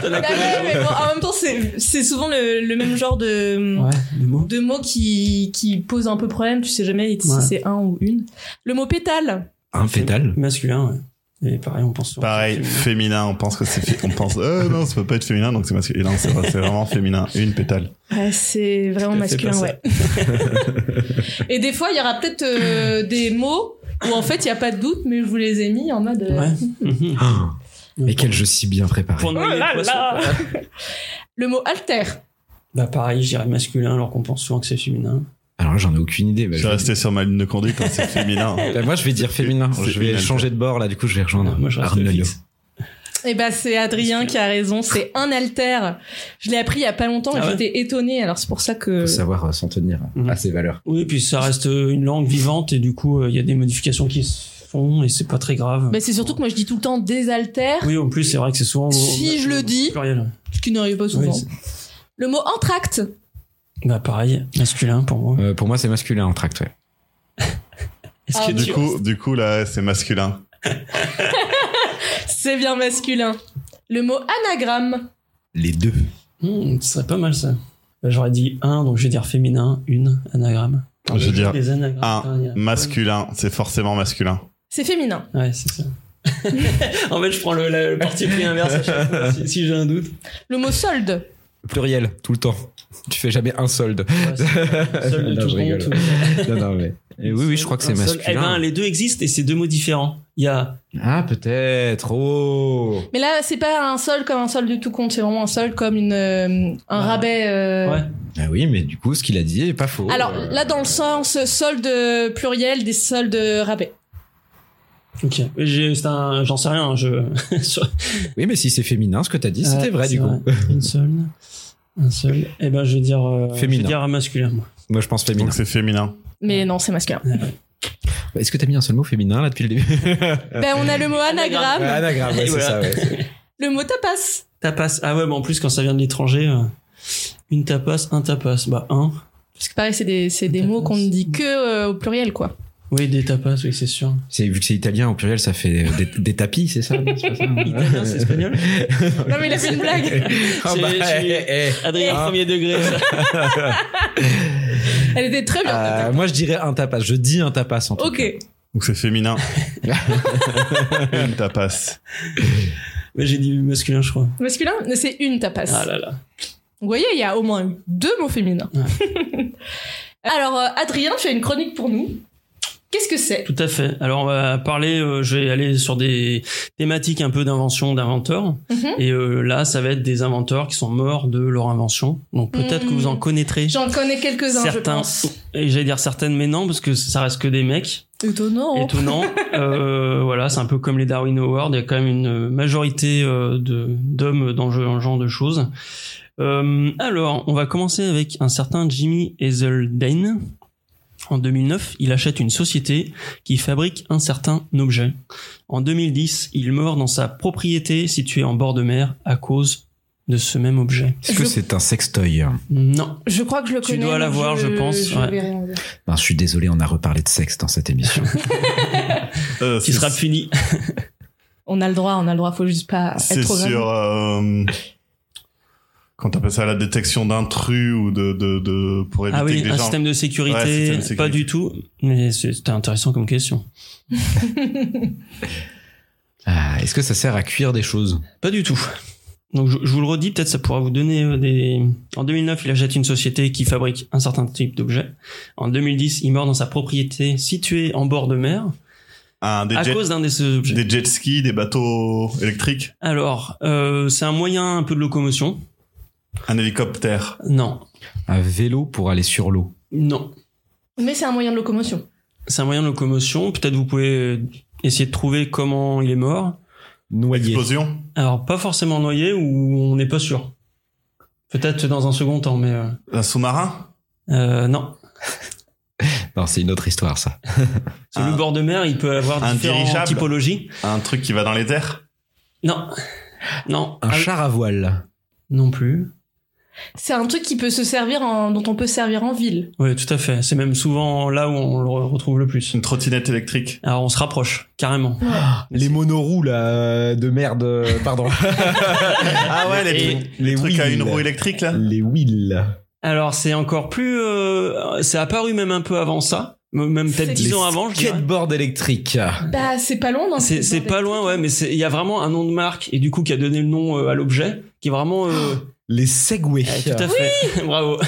A: Bah
B: connu,
A: ouais,
B: hein.
A: mais bon, en même temps, c'est c'est souvent le, le même genre de.
B: Ouais, le mot.
A: deux mots qui, qui posent un peu problème, tu sais jamais si
B: Ouais.
A: c'est un ou une. Le mot pétale.
D: Un pétale
B: Masculin, ouais. Et pareil, on pense. souvent
C: Pareil,
B: que c'est
C: féminin, on pense que c'est fé- on pense euh, non, ça peut pas être féminin donc c'est masculin, Non, c'est vrai, c'est vraiment féminin, une pétale.
A: Ouais, c'est vraiment
B: Je te fais
A: masculin, ouais.
B: pas
A: Et des fois, il y aura peut-être euh, des mots où en fait, il n'y a pas de doute, mais je vous les ai mis en mode. euh,
B: féminin. Ouais. Mhm.
D: Ah, Mais quel jeu si bien préparé.
B: Pour noyer
A: Oh là
B: le poisson.
A: là Le mot alter.
B: Bah pareil, je dirais masculin alors qu'on pense souvent que c'est féminin.
D: Alors là, j'en ai aucune idée.
C: Je
D: Bah, je
C: suis
D: vais-
C: resté sur ma ligne de conduite, hein, c'est féminin.
D: Bah, moi, je vais dire féminin.
C: C'est
D: Je vais
C: une
D: changer de bord là. Du coup, je vais rejoindre
B: Moi, je reste
D: Arnaud.
B: fixe.
A: Et ben, c'est Adrien qui a raison. C'est un alter. Je l'ai appris il y a pas longtemps et
B: Ah ouais
A: j'étais étonnée. Alors, c'est pour ça que.
D: Faut savoir euh, s'en tenir
B: Mhm.
D: à ses valeurs.
B: Oui, puis ça reste euh, une langue vivante et du coup, euh, il y a des modifications qui se font et c'est pas très grave.
A: Bah, c'est surtout que moi, je dis tout le temps des alters,
B: Oui, en plus, c'est vrai que c'est souvent. au-
A: Si
B: au-
A: je le
B: au
A: dis.
B: Pluriel.
A: ce qui n'arrive pas souvent.
B: Oui, c'est-
A: le mot entracte.
B: bah pareil, masculin pour moi.
D: Euh, pour moi, c'est masculin en tract. ouais.
B: Est-ce
A: Ah,
B: que
C: Du
B: tu-
C: coup, du coup là, c'est masculin.
A: C'est bien masculin. Le mot anagramme.
D: Les deux.
B: Hmm, ce serait pas mal ça. Bah, J'aurais dit un, donc je vais dire féminin, une, anagramme.
D: Ah,
C: Je veux dire
B: Les anagrammes,
C: un,
B: putain, il y a-
C: Masculin, c'est forcément masculin.
A: C'est féminin.
B: Ouais, c'est ça. en fait, je prends le, la- le parti pris inverse à chaque fois, si, si j'ai un doute.
A: Le mot solde.
D: Pluriel, tout le temps. Tu fais jamais un solde.
B: Ouais, c'est- seul de
D: Non,
B: tout
D: je rigole.
B: compte, ou-
D: non, non, mais. Et oui, oui, je crois que c'est
B: Un seul-
D: masculin.
B: Eh ben, les deux existent et c'est deux mots différents. Il y a.
D: Ah, peut-être. Oh.
A: Mais là, c'est pas un solde comme un solde de tout compte. C'est vraiment un solde comme une, euh, un
B: Ouais.
A: rabais. euh.
B: Bah, Ouais.
D: Ah oui, mais du coup, ce qu'il a dit est pas
B: Oh.
D: faux.
A: Alors
D: Euh,
A: là, dans le sens solde pluriel des soldes rabais.
B: Ok. Et j'ai- c'est un- J'en sais rien. hein, Je... sur-
D: Oui, mais si c'est féminin, ce que t'as dit, c'était
B: Ouais,
D: vrai
B: c'est
D: du coup.
B: Une seule. Un seul. Eh ben, je vais dire. euh,
D: Féminin.
B: Je vais dire masculin, moi.
D: Moi, je pense féminin.
C: Donc c'est féminin.
A: Mais non, c'est masculin.
D: Est-ce que t'as mis un seul mot féminin là depuis le début
A: Ben, on a le mot anagramme,
B: Anagramme.
D: Anagramme, ouais,
B: Et
D: c'est
B: voilà.
D: ça. Ouais.
A: le mot tapas.
B: Tapas. Ah ouais, mais en plus, quand ça vient de l'étranger, euh, une tapas, un tapas. Bah, un.
A: Parce que pareil, c'est des, c'est des
B: Tapas.
A: mots qu'on ne dit que euh, au pluriel, quoi.
B: Oui, des tapas, oui, c'est sûr.
D: C'est vu que c'est italien au pluriel, ça fait euh, des, des tapis, c'est ça, non, c'est pas ça hein.
B: Italien, c'est espagnol
A: Non, mais il a fait une blague.
D: Ah bah,
B: C'est- c'est-
D: eh, eh.
B: Adrien,
D: Ah.
B: premier degré. ça.
A: Elle était très bien.
B: Ah.
D: Euh, moi, je dirais un tapas. Je dis un tapas en tout
A: Ok.
D: cas.
C: Donc c'est féminin. Une tapas.
B: Mais j'ai dit masculin, je crois.
A: Masculin, c'est une tapas.
B: Ah là là.
A: Vous voyez, il y a au moins eu deux mots féminins. Alors, euh, Adrien, tu as une chronique pour nous. Qu'est-ce que c'est
B: Tout à fait. Alors, on va parler, euh, je vais aller sur des thématiques un peu d'invention d'inventeurs.
A: Mhm.
B: Et euh, là, ça va être des inventeurs qui sont morts de leur invention. Donc, peut-être
A: Mhm.
B: que vous en connaîtrez.
A: J'en connais quelques-uns, je
B: certains.
A: pense.
B: Et j'allais dire certaines, mais non, parce que ça reste que des mecs.
A: Étonnant.
B: Étonnant. Euh, voilà, c'est un peu comme les Darwin Awards. Il y a quand même une majorité euh, de d'hommes dans ce genre de choses. Euh, alors, on va commencer avec un certain Jimmy Hazeldine. En 2009, il achète une société qui fabrique un certain objet. En 2010, il meurt dans sa propriété située en bord de mer à cause de ce même objet.
D: Est-ce que
A: Je-
D: c'est un sextoy
B: Non.
A: Je crois que je le
B: Tu
A: connais.
B: dois
A: mais
B: l'avoir, je pense,
A: Je
B: ouais.
A: vais rien dire.
D: Ben, Je suis désolé, on a reparlé de sexe dans cette émission.
C: Euh,
B: Qui
C: c'est-
B: sera puni.
A: On a le droit, on a le droit, faut juste pas être
C: C'est
A: trop vague.
C: sur. euh, Quand t'appelles ça la détection d'intrus ou de, de, de pour éviter
B: Ah oui,
C: que
B: un
C: les gens.
B: système de sécurité,
C: Ouais, système de
B: pas
C: sécurité.
B: du tout. Mais c'est- c'était intéressant comme question.
D: Ah, Est-ce que ça sert à cuire des choses
B: Pas du tout. Donc je, je vous le redis, peut-être ça pourra vous donner euh, des... En 2009, il achète une société qui fabrique un certain type d'objet. En 2010, il meurt dans sa propriété située en bord de mer
C: Ah, des,
B: à
C: jet,
B: cause d'un de ces objets.
C: des jet skis, des bateaux électriques,
B: Alors, euh, c'est un moyen un peu de locomotion
C: un hélicoptère.
B: Non,
D: Un vélo pour aller sur l'eau.
B: non.
A: Mais c'est un moyen de locomotion.
B: C'est un moyen de locomotion. Peut-être vous pouvez euh, essayer de trouver comment il est mort.
D: Noyer.
C: Explosion.
B: Alors, pas forcément noyé ou on n'est pas sûr. Peut-être dans un second temps, mais... euh,
C: Un sous-marin.
B: Euh, non.
D: Non, c'est une autre histoire, ça.
B: Sur le
C: Un-
B: bord de mer, il peut avoir
C: un
B: différentes
C: dirigeable.
B: typologies.
C: Un truc qui va dans les airs.
B: Non. Non.
D: Un
B: Ah,
D: char à voile.
B: Non plus.
A: C'est un truc qui peut se servir, en, dont on peut servir en ville.
B: Oui, tout à fait. C'est même souvent là où on le re- retrouve le plus.
C: Une trottinette électrique.
B: Alors on se rapproche, carrément.
D: Les monoroues, là, de merde, euh, pardon.
C: Ah ouais, les
B: Et-
C: trucs, les trucs à une roue électrique là.
D: Les wheels.
B: Alors c'est encore plus... euh, c'est apparu même un peu avant ça. M- Même peut-être
A: C'est-
B: dix
D: Les
B: ans avant, je dirais.
D: Skateboard électrique.
A: Bah, c'est pas loin. dans
B: C'est,
A: ce
B: c'est
A: genre
B: pas loin, ouais, mais c'est- il y a vraiment un nom de marque et du coup qui a donné le nom euh, à l'objet, qui est vraiment... euh,
D: Les Segway.
C: Ah,
B: euh, tout à fait. Bravo.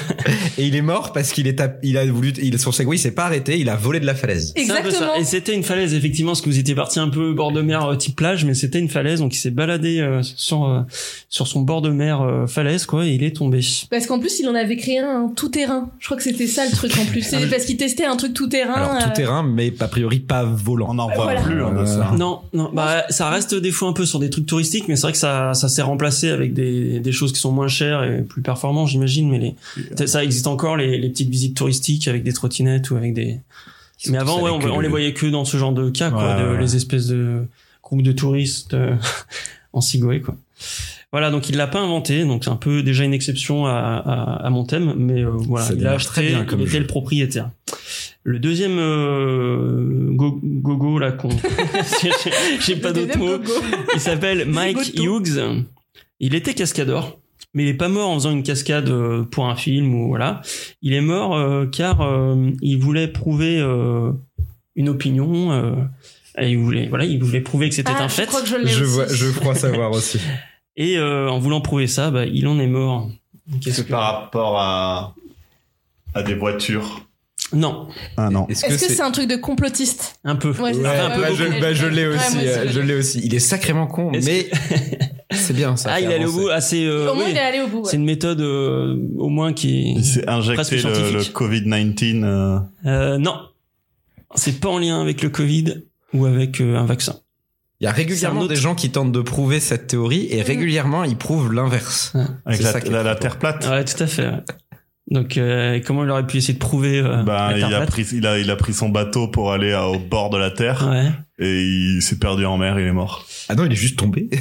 D: Et il est mort parce qu'il est, tap- il a voulu, il, son Segway il s'est pas arrêté, il a volé de la falaise.
A: d'activité.
B: C'est un peu ça.
A: Exactement.
B: Et c'était une falaise, effectivement, parce que vous étiez parti un peu bord de mer euh, type plage, mais c'était une falaise, donc il s'est baladé euh, sur, euh, sur son bord de mer euh, falaise, quoi, et il est tombé.
A: Parce qu'en plus, il en avait créé un tout terrain. Je crois que c'était ça le truc en plus.
B: Ah
A: C'est parce qu'il testait un truc tout terrain. euh,
D: Alors tout terrain, mais a priori pas
C: On
D: volant.
C: n'en voit
A: Voilà.
C: plus hein, de ça.
B: Non, non, bah, ça reste des fois un peu sur des trucs touristiques, mais c'est vrai que ça, ça s'est remplacé avec des, des choses qui sont moins chères et plus performantes, j'imagine, mais les, ça- ça existe encore, les, les petites visites touristiques avec des trottinettes ou avec des... Mais avant, ouais, on, on
D: euh,
C: euh,
B: les voyait que dans ce genre de cas, quoi,
C: Ouais,
B: de-
C: ouais, ouais.
B: les espèces de groupes de touristes euh, en cigouet, quoi. Voilà, donc il l'a pas inventé, donc c'est un peu déjà une exception à, à, à mon thème, mais euh, voilà,
D: Ça
B: il l'a
D: démarre
B: acheté,
D: très bien comme
B: il était
D: jeu.
B: le propriétaire. Le deuxième euh, go- gogo là qu'on, j'ai- j'ai pas
A: Le
B: d'autres
A: deuxième
B: mots.
A: gogo.
B: Il s'appelle Mike
A: Goto.
B: Hughes. Il était cascadeur, mais il est pas mort en faisant une cascade euh, pour un film ou voilà. Il est mort euh, car euh, il voulait prouver euh, une opinion. euh, et il voulait, voilà, il voulait prouver que c'était
A: Ah,
B: un
A: je
B: fait.
A: crois que je l'ai
D: Je,
A: aussi.
D: vois, je crois savoir aussi.
B: Et euh, en voulant prouver ça, bah, il en est mort. Qu'est-ce
C: C'est par rapport à à des voitures.
B: Non,
C: Ah non.
A: Est-ce que c'est un truc de complotiste
B: un peu.
A: Ouais, c'est
D: Ouais,
A: ça.
B: Enfin, un peu
D: bah,
A: Ouais,
B: beaucoup.
D: je,
A: beaucoup.
D: bah, je l'ai
A: Ouais,
D: aussi,
A: moi aussi,
D: euh,
A: je
D: je
A: l'ai.
D: l'ai aussi. Il est sacrément con,
B: Est-ce
D: mais c'est bien ça.
B: ah,
D: fait
B: il est allé au
D: avancer.
B: bout. assez euh,
A: Au moins,
B: oui.
A: il est allé au bout. ouais.
B: C'est une méthode euh, au moins qui.
C: Il s'est
B: Presque
C: injecté le, le
B: scientifique.
C: Covid-19. euh,
B: Euh, non, c'est pas en lien avec le Covid, ou avec euh, un vaccin.
D: Il y a régulièrement
B: autre-
D: des gens qui tentent de prouver cette théorie et
A: Mm.
D: régulièrement ils prouvent l'inverse.
C: Avec
D: C'est
C: la,
D: ça qui est
C: la- la
D: trop
C: terre plate.
B: Ouais, tout à fait. ouais. Donc, euh, comment il aurait pu essayer de prouver euh, la
C: Ben, il, a
B: tartare
C: pris, il, a, il a pris son bateau pour aller à- au bord de la terre
B: Ouais.
C: et il s'est perdu en mer, il est mort.
D: Ah non, il est juste tombé.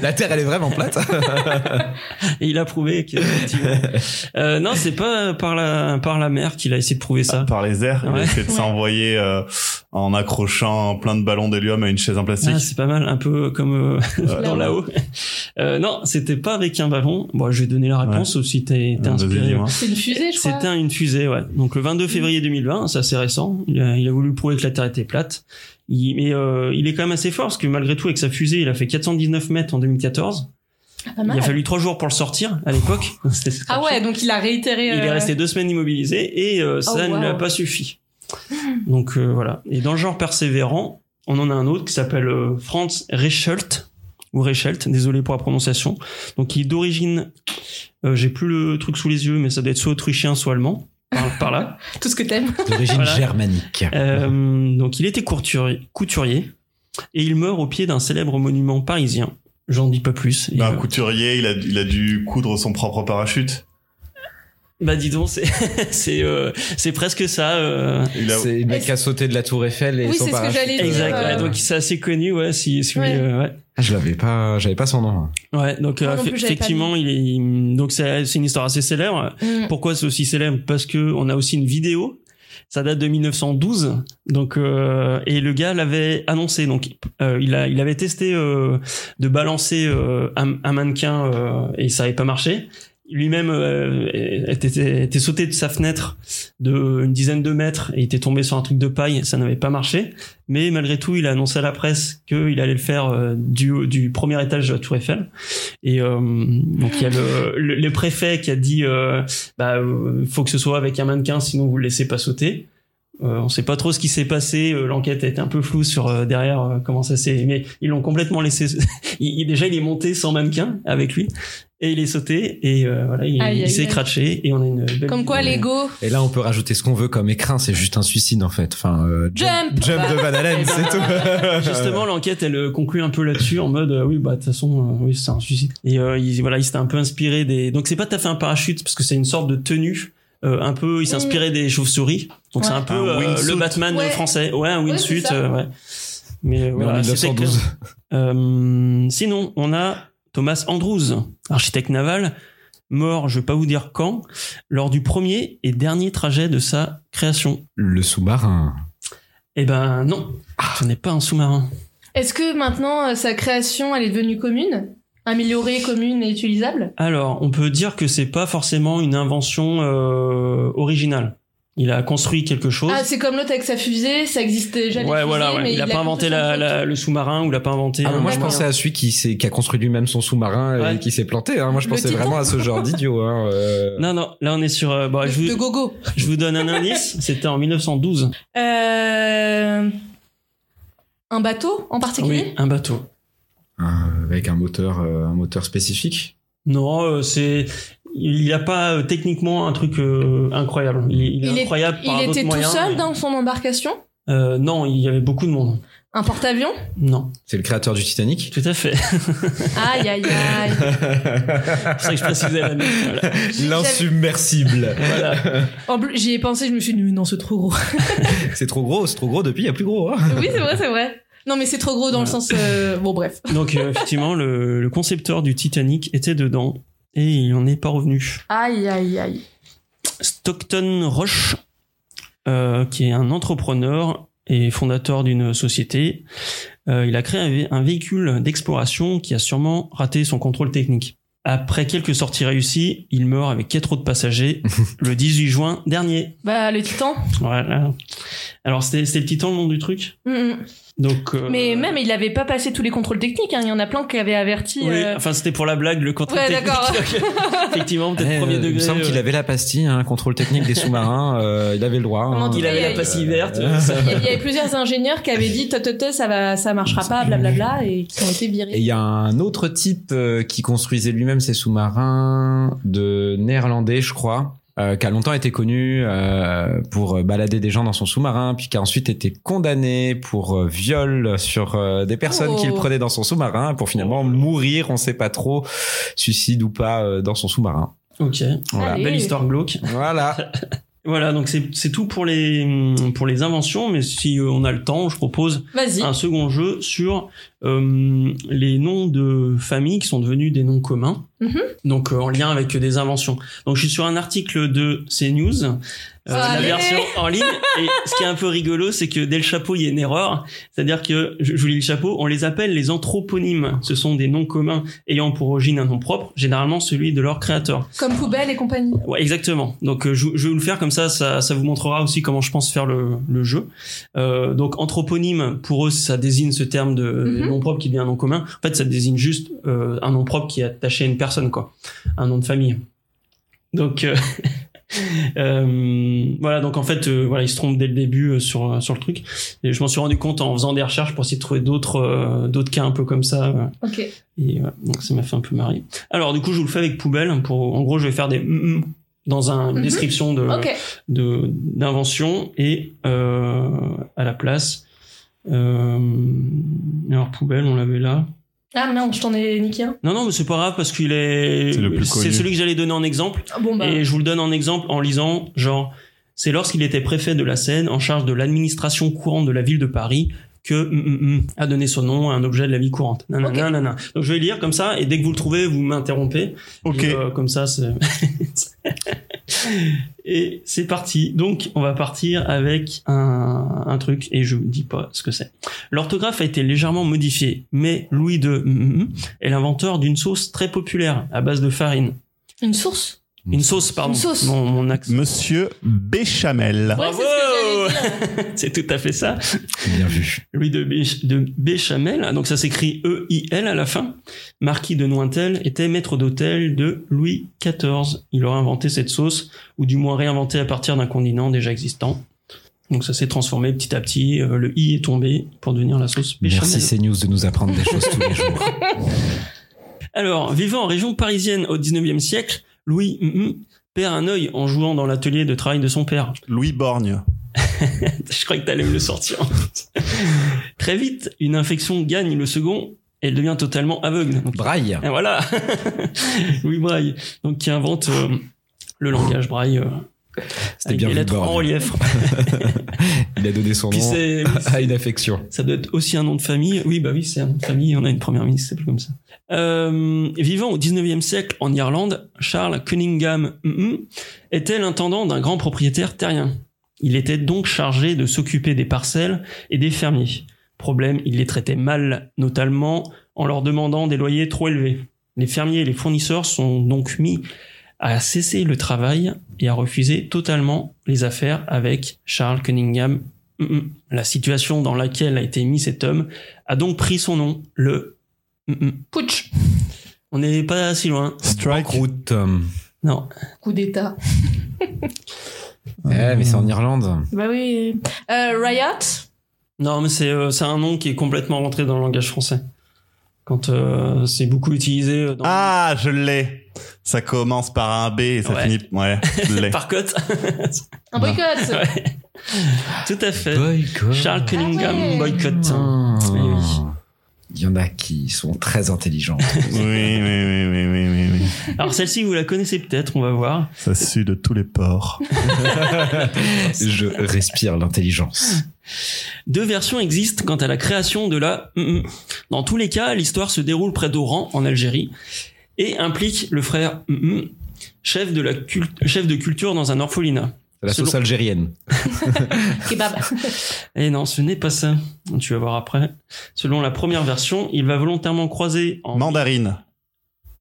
D: la Terre, elle est vraiment plate.
B: Et il a prouvé que. Euh, non, c'est pas par la par la mer qu'il a essayé de prouver ça.
C: Par les airs, il
B: Ouais.
C: a essayé de
A: Ouais.
C: s'envoyer euh, en accrochant plein de ballons d'hélium à une chaise en plastique.
B: Ah, c'est pas mal, un peu comme euh, dans
A: Là-haut.
B: là-haut. Euh, non, c'était pas avec un ballon. Bon, je vais donner la réponse aussi. T'es t'es
C: Euh, Vas-y,
B: inspiré.
C: dis-moi.
A: C'est une fusée, je crois. Mm.
B: C'était une fusée, ouais. Donc le 22 février 2020, ça c'est récent. Il a, il a voulu prouver que la Terre était plate. Il, mais euh, il est quand même assez fort parce que malgré tout, avec sa fusée, il a fait 419 mètres en 2014.
A: Ah, pas
B: Il
A: mal.
B: a fallu trois jours pour le sortir à l'époque. C'était- c'était
A: Ah ouais, donc il a réitéré.
B: il est
A: euh,
B: resté deux semaines immobilisé et euh, ça
A: Oh,
B: ne
A: wow.
B: lui a pas suffi. Donc euh, voilà. Et dans le genre persévérant, on en a un autre qui s'appelle euh, Franz Reichelt ou Reichelt, désolé pour la prononciation. Donc il est d'origine, euh, j'ai plus le truc sous les yeux, mais ça doit être soit autrichien, soit allemand. Par, par là.
A: Tout ce que t'aimes.
D: D'origine
B: Voilà.
D: germanique.
B: Euh, donc il était courturier, couturier et il meurt au pied d'un célèbre monument parisien. J'en dis pas plus. Et,
C: Ben,
B: euh,
C: un couturier, il a, il a dû coudre son propre parachute.
B: bah dis donc, c'est c'est euh, c'est presque ça. euh,
C: Il a-
D: C'est le mec
A: Est-ce-
D: qui a sauté de la tour Eiffel et
A: Oui,
D: son
A: c'est ce que
D: parachute,
A: j'allais dire.
B: Exact.
A: Euh,
B: ouais, donc c'est assez connu, ouais. Si, si vous
A: Ouais.
B: voulez, euh, ouais.
D: Ah, je l'avais pas, j'avais pas son nom. hein.
B: Ouais, donc
A: Moi
B: euh,
A: non plus, j'avais pas
B: effectivement, il est il- donc c'est c'est une histoire assez célèbre.
A: Mm.
B: Pourquoi c'est aussi célèbre Parce que on a aussi une vidéo. Ça date de 1912. Donc euh, et le gars l'avait annoncé. Donc euh, il a il avait testé euh, de balancer euh, un, un mannequin euh, et ça avait pas marché. Lui-même euh, était, était- était sauté de sa fenêtre de une dizaine de mètres et était tombé sur un truc de paille. Ça n'avait pas marché. Mais malgré tout, il a annoncé à la presse qu'il allait le faire euh, du, du premier étage de la Tour Eiffel. Et euh, donc il y a le, le, le préfet qui a dit euh, bah euh, faut que ce soit avec un mannequin sinon vous le laissez pas sauter. Euh, on sait pas trop ce qui s'est passé. euh, L'enquête a été un peu floue sur euh, derrière euh, comment ça s'est. Mais ils l'ont complètement laissé. il, il- déjà il est monté sans mannequin avec lui et il est sauté et euh, voilà il,
A: Aïe,
B: il
A: aïe,
B: s'est
A: aïe.
B: craché et on a une belle
A: Comme quoi,
B: vidéo.
A: l'ego.
D: Et là, on peut rajouter ce qu'on veut comme écrin, c'est juste un suicide en fait. Enfin, euh,
A: Jump
D: Jump de Van Halen, c'est tout.
B: Eh ben, Justement, l'enquête, elle euh, conclut un peu là-dessus en mode, euh, oui, bah de toute façon, euh, oui, c'est un suicide. Et euh, il, voilà, il s'était un peu inspiré des. Donc c'est pas tout à fait un parachute parce que c'est une sorte de tenue. euh, un peu, il s'inspirait des chauves-souris. Donc c'est
A: Ouais.
B: un peu
C: Un
B: euh,
C: wingsuit.
B: le Batman
A: Ouais.
B: français. Ouais, un
A: Ouais,
B: wingsuit.
A: c'est ça.
B: euh, ouais. Mais, euh,
D: Mais en
B: voilà, c'était
D: 1912.
B: clair. Euh, sinon, on a Thomas Andrews, architecte naval, mort, je vais pas vous dire quand, lors du premier et dernier trajet de sa création.
D: Le sous-marin.
B: Eh ben non, ce n'est pas un sous-marin.
A: Est-ce que maintenant, euh, sa création, elle est devenue commune Améliorée, commune et utilisable
B: Alors, on peut dire que c'est pas forcément une invention euh, originale. Il a construit quelque chose.
A: Ah, c'est comme l'autre avec sa fusée, ça existait déjà. les
B: Oh. ouais,
A: fusées,
B: voilà. ouais.
A: mais
B: Il, a pas inventé
A: construit
B: la-
A: son truc.
B: la- le sous-marin ou il a pas inventé. euh,
D: Ah,
B: un-
D: mais moi, je
A: moyen.
D: pensais à celui qui, s'est- qui a construit lui-même son sous-marin
B: Ouais.
D: et qui s'est planté. Hein. Moi, je
A: Le
D: pensais
A: Titan.
D: vraiment à ce genre d'idiot. Hein. euh.
B: Non, non. Là, on est sur. euh, bon, je,
A: De
B: vous,
A: gogo.
B: je vous donne un indice. C'était en 1912.
A: Euh, Un bateau en particulier
B: Oui, un bateau.
D: Euh, avec un moteur, euh, un moteur spécifique.
B: Non, euh, c'est. Il n'y a pas euh, techniquement un truc euh, incroyable. Il, il est
A: Il est-
B: incroyable par
A: Il
B: d'autres
A: était tout
B: moyens,
A: seul
B: mais-
A: dans son embarcation
B: Euh, non, il y avait beaucoup de monde.
A: Un porte-avions
B: Non,
D: C'est le créateur du Titanic.
B: tout à fait.
A: Aïe, aïe, aïe.
B: c'est vrai que je précisais la note, voilà.
D: L'insubmersible.
B: Voilà.
A: En plus, j'y ai pensé, je me suis dit, mais non, c'est trop gros.
D: c'est trop gros, c'est trop gros depuis, il y a plus gros. hein.
A: oui, c'est vrai, c'est vrai. Non, mais c'est trop gros dans le sens. euh, Bon, bref.
B: Donc euh, effectivement, le, le concepteur du Titanic était dedans et il n'en est pas revenu.
A: Aïe, aïe, aïe.
B: Stockton Roche, euh, qui est un entrepreneur et fondateur d'une société, euh, il a créé un, vé- un véhicule d'exploration qui a sûrement raté son contrôle technique. Après quelques sorties réussies, il meurt avec quatre autres passagers le 18 juin dernier.
A: Bah, le titan.
B: Voilà. Alors c'était c'était le titan le nom du truc.
A: Mm, mm.
B: Donc euh,
A: Mais même, il avait pas passé tous les contrôles techniques. hein. Il y en a plein qui avaient averti.
B: oui,
A: euh,
B: enfin c'était pour la blague le contrôle
A: Ouais,
B: technique.
A: d'accord.
B: Donc, effectivement peut-être
D: Eh,
B: premier
D: euh,
B: degré.
D: Il me semble
B: euh,
D: qu'il avait la pastille, hein, contrôle technique des sous-marins. euh, il avait le droit.
A: Comment
D: hein.
A: dire,
B: Il avait la pastille verte. ça-
A: Il y avait- il y avait plusieurs ingénieurs qui avaient dit, tototé, ça va, ça marchera pas, blablabla, et qui ont été
D: Et il
A: virés.
D: y a un autre type euh, qui construisait lui-même ses sous-marins de néerlandais, je crois. euh, qui a longtemps été connu euh, pour balader des gens dans son sous-marin, puis qui a ensuite été condamné pour euh, viol sur euh, des personnes
A: Oh.
D: qu'il prenait dans son sous-marin, pour
B: Oh.
D: finalement mourir, on sait pas trop, suicide ou pas, euh, dans son sous-marin.
B: Ok.
D: Voilà.
A: Allez.
B: Belle histoire glauque.
D: Voilà.
B: Voilà, donc c'est c'est tout pour les pour les inventions, mais si euh, on a le temps, je propose
A: Vas-y.
B: un second jeu sur euh, les noms de familles qui sont devenus des noms communs,
A: Mhm.
B: donc euh, en lien avec des inventions. Donc je suis sur un article de CNews, euh, la
A: Oh, Allez.
B: version en ligne, et ce qui est un peu rigolo, c'est que dès le chapeau, il y a une erreur, c'est-à-dire que, je, je vous lis le chapeau, on les appelle les anthroponymes, ce sont des noms communs ayant pour origine un nom propre, généralement celui de leur créateur.
A: Comme poubelle et compagnie.
B: Ouais, exactement. Donc euh, je, je vais vous le faire comme ça, ça, ça vous montrera aussi comment je pense faire le, le jeu. Euh, donc anthroponyme, pour eux, ça désigne ce terme de
A: Mhm.
B: nom propre qui devient un nom commun. En fait, ça désigne juste euh, un nom propre qui est attaché à une personne, quoi, un nom de famille. Donc euh, euh, voilà, donc en fait, euh, voilà, ils se trompent dès le début euh, sur euh, sur le truc. Et je m'en suis rendu compte en faisant des recherches pour essayer de trouver d'autres euh, d'autres cas un peu comme ça. euh,
A: Ok.
B: et voilà, donc ça m'a fait un peu marrer. Alors du coup, je vous le fais avec poubelle. Pour, en gros, je vais faire des mm, mm dans un- une
A: Mhm.
B: description de
A: Ok.
B: de- d'invention et euh, à la place. euh, alors poubelle, on l'avait là.
A: Ah merde, je t'en ai niqué un.
B: Non, non, mais c'est pas grave parce qu'il est.
C: C'est le plus
B: C'est
C: connu.
B: celui que j'allais donner en exemple.
A: Ah, bon bah.
B: Et je vous le donne en exemple en lisant, genre, c'est lorsqu'il était préfet de la Seine, en charge de l'administration courante de la ville de Paris, que mm, mm, mm, a donné son nom à un objet de la vie courante. Nanana,
A: Ok.
B: nanana. Donc je vais lire comme ça, et dès que vous le trouvez, vous m'interrompez.
C: Ok.
B: Puis, euh, comme ça, c'est... et c'est parti. Donc on va partir avec un, un truc, et je vous dis pas ce que c'est. L'orthographe a été légèrement modifiée, mais Louis II mm, mm, est l'inventeur d'une sauce très populaire à base de farine.
A: Une source.
B: Une sauce, pardon.
A: Une sauce.
B: Mon, mon accent.
C: Monsieur Béchamel.
A: Ouais, c'est ce que j'allais dire.
B: C'est tout à fait ça.
D: Bien vu.
B: Louis de, Bé- de Béchamel, donc ça s'écrit E-I-L à la fin, marquis de Nointel, était maître d'hôtel de Louis XIV. Il aurait inventé cette sauce, ou du moins réinventé à partir d'un continent déjà existant. Donc ça s'est transformé petit à petit, euh, le I est tombé pour devenir la sauce Béchamel.
D: Merci CNews de nous apprendre des choses tous les jours.
B: Alors, vivant en région parisienne au 19e siècle, Louis mm, mm, perd un œil en jouant dans l'atelier de travail de son père.
C: Louis Borgne.
B: Je croyais que t'allais me le sortir. Très vite, une infection gagne le second et elle devient totalement aveugle. Donc,
D: Braille.
B: et voilà Louis Braille, donc qui invente euh, le langage Braille euh,
D: C'était
B: avec
D: bien
B: des
D: vu.
B: lettres
D: Borgne.
B: en relief.
D: Il a donné son
B: Puis
D: nom
B: c'est
D: à une affection.
B: ça doit être aussi un nom de famille. Oui, bah oui, c'est un nom de famille. On a une première ministre, c'est plus comme ça. Euh, vivant au 19e siècle en Irlande, Charles Cunningham mm, était l'intendant d'un grand propriétaire terrien. Il était donc chargé de s'occuper des parcelles et des fermiers. Problème, il les traitait mal, notamment en leur demandant des loyers trop élevés. Les fermiers et les fournisseurs sont donc mis à cesser le travail et à refuser totalement les affaires avec Charles Cunningham mm-hmm. Mm-mm. La situation dans laquelle a été mis cet homme a donc pris son nom, le Mm-mm.
A: Putsch.
B: On n'est pas si loin.
C: Strike.
D: Croûte. Euh,
B: Non.
A: Coup d'état.
D: Eh, mais c'est en Irlande.
A: Bah oui. Euh, Riot.
B: Non, mais c'est euh, c'est un nom qui est complètement rentré dans le langage français. Quand euh, c'est beaucoup utilisé euh, dans
C: Ah, je l'ai. Ça commence par un B et ça
B: Ouais.
C: finit. Ouais, je l'ai.
B: par cote.
A: Un
D: Bah.
A: boycott.
B: Ouais. Tout à fait.
D: Boycott.
B: Charles Cunningham
A: Ah ouais.
B: boycott. Eh oui.
D: Ah. Il y en a qui sont très intelligents.
C: Oui, oui, oui, oui, oui, oui, oui.
B: Alors celle-ci vous la connaissez peut-être, on va voir.
C: Ça sue de tous les ports.
D: Je respire l'intelligence.
B: Deux versions existent quant à la création de la Mm-mm. Dans tous les cas, l'histoire se déroule près d'Oran, en Algérie, et implique le frère Mm-mm, chef de la cul- chef de culture dans un orphelinat.
D: La
B: Selon-
D: sauce algérienne.
B: Ah.
A: Kebab.
B: Eh non, ce n'est pas ça. Tu vas voir après. Selon la première version, il va volontairement croiser en...
C: Mandarine.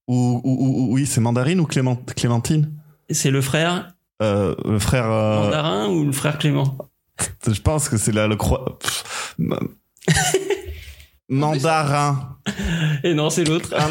C: Ou, ou- ou- ou- oui, c'est mandarine ou Clément- clémentine
B: C'est le frère
C: euh, Le frère. euh,
B: mandarin ou le frère Clément
C: je pense que c'est la le croix. Pff, ma- Mandarin.
B: Eh non, c'est l'autre.
C: Ah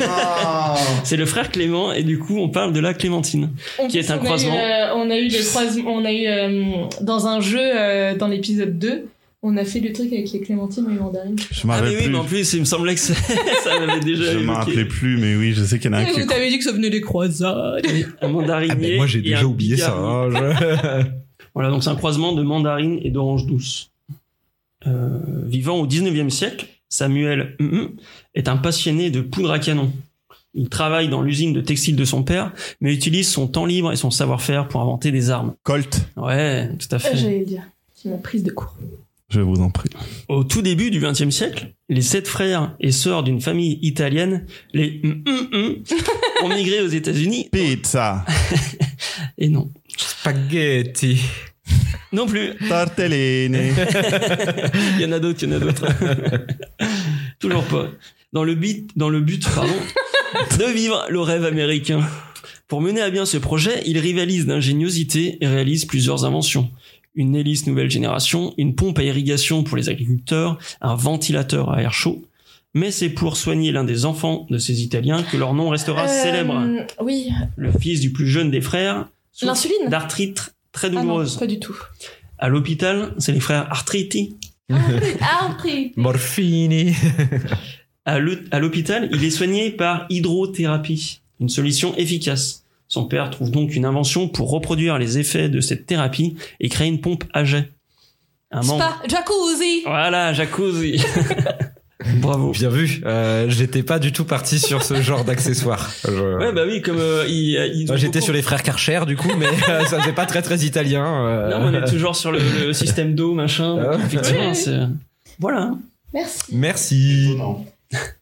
C: non
B: C'est le frère Clément et du coup, on parle de la Clémentine.
A: On
B: Qui est
A: pense
B: un
A: qu'on a
B: croisement.
A: eu, euh, on a eu des croisements. On a eu euh, dans un jeu euh, dans l'épisode 2. On a fait le truc avec les clémentines et les mandarines.
C: Je m'en
B: Ah, mais
C: rappelle
B: oui,
C: plus.
B: mais en plus, il me semblait que c'est- ça m'avait déjà
C: je m'en
B: évoqué.
C: rappelais plus, mais oui, je sais
B: Ah,
C: qu'il y en a un
A: Et
C: qui.
A: Vous t'avez dit que ça venait des croisades.
B: Euh, Un mandarinier.
D: Ah, mais moi j'ai
B: et
D: déjà
B: un
D: oublié ça.
B: picard.
D: hein, je-
B: Voilà, donc c'est un croisement de mandarine et d'orange douce. Euh, vivant au 19e siècle, Samuel mm, est un passionné de poudre à canon. Il travaille dans l'usine de textile de son père, mais utilise son temps libre et son savoir-faire pour inventer des armes.
C: Colt,
B: Ouais, tout à fait.
A: Euh, J'allais le dire. C'est ma prise de cours.
C: je vous en prie.
B: Au tout début du XXe siècle, les sept frères et sœurs d'une famille italienne, les mm, mm, mm, ont migré aux États-Unis.
C: Pizza,
B: Et non,
D: Spaghetti.
B: non plus.
C: tortellini.
B: Il y en a d'autres, il y en a d'autres. Toujours pas. Dans le but, dans le but, pardon, de vivre le rêve américain. Pour mener à bien ce projet, il rivalise d'ingéniosité et réalise plusieurs inventions. Une hélice nouvelle génération, une pompe à irrigation pour les agriculteurs, un ventilateur à air chaud. Mais c'est pour soigner l'un des enfants de ces Italiens que leur nom restera
A: Euh,
B: célèbre.
A: Oui.
B: Le fils du plus jeune des frères souffre
A: L'insuline
B: d'arthrite très
A: Ah non,
B: douloureuse.
A: pas du tout.
B: à l'hôpital, c'est les frères Artriti
A: Ah, après.
D: Morfini.
B: À l'hô- à l'hôpital, il est soigné par hydrothérapie, une solution efficace. Son père trouve donc une invention pour reproduire les effets de cette thérapie et crée une pompe à jet. Un membre. Ah.
A: Spa, jacuzzi.
B: Voilà, jacuzzi. Bravo.
D: Bien vu. Euh, j'étais pas du tout parti sur ce genre d'accessoire. Je-
B: Ouais, bah oui, comme euh, il- euh, ils ont
D: Ouais, J'étais
B: beaucoup-
D: sur les frères Karcher du coup, mais euh, ça faisait pas très très italien. euh.
B: Non, mais on est toujours sur le, le système d'eau, machin.
D: Ah.
B: Effectivement,
A: Oui.
B: c'est. Voilà.
A: Merci.
D: Merci.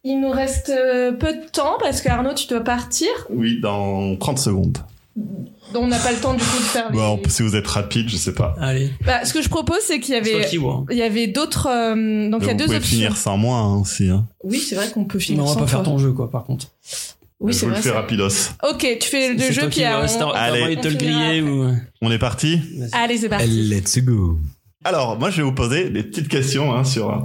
A: Il nous reste euh, peu de temps parce que Arnaud, tu dois partir.
C: Oui, dans 30 secondes.
A: On n'a pas le temps du coup de faire.
B: Bah,
A: les-
C: Bon, si vous êtes rapide, je sais pas.
B: Allez.
A: Bah, ce que je propose, c'est qu'il y
B: C'est toi
A: avait.
B: qui vois.
A: Il y avait d'autres. euh, donc il y a
C: vous
A: deux
C: pouvez
A: options.
C: finir sans moi hein, aussi. Hein.
A: Oui, c'est vrai qu'on peut finir.
B: Non, on va
A: sans
B: pas faire
A: toi.
B: ton jeu, quoi, par contre.
A: Oui,
C: je
A: c'est
C: vous
A: vrai.
C: le fais
A: ça.
C: rapidos.
A: Ok, tu fais le
B: C'est
A: jeu
B: toi
A: puis
B: qui va
A: euh,
B: rester
A: on-
C: Allez.
B: Allez, Ah. te le
A: On finira
B: griller ou. euh,
C: On est parti
A: Allez, c'est parti.
D: Let's go.
C: Alors, moi, je vais vous poser des petites questions hein, sur euh,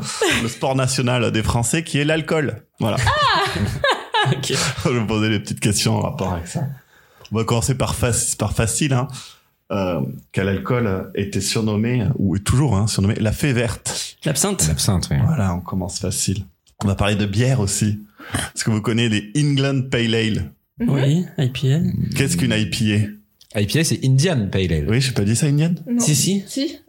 C: le sport national des Français qui est l'alcool. Voilà.
A: Ah
B: Ok.
C: je vais vous poser des petites questions en rapport avec ça. On va commencer par, fac- par facile. Hein. Euh, quel alcool était surnommé, ou est toujours hein, surnommé, la fée verte
B: L'absinthe.
D: L'absinthe, oui.
C: Voilà, on commence facile. On va parler de bière aussi. Est-ce que vous connaissez les England Pale Ale
A: Mhm.
B: Oui, IPL.
C: Qu'est-ce qu'une IPA
D: IPA, c'est Indian Pale Ale.
C: Oui, j'ai pas dit ça, Indian
A: Non.
B: Si, si.
A: Si. Ah,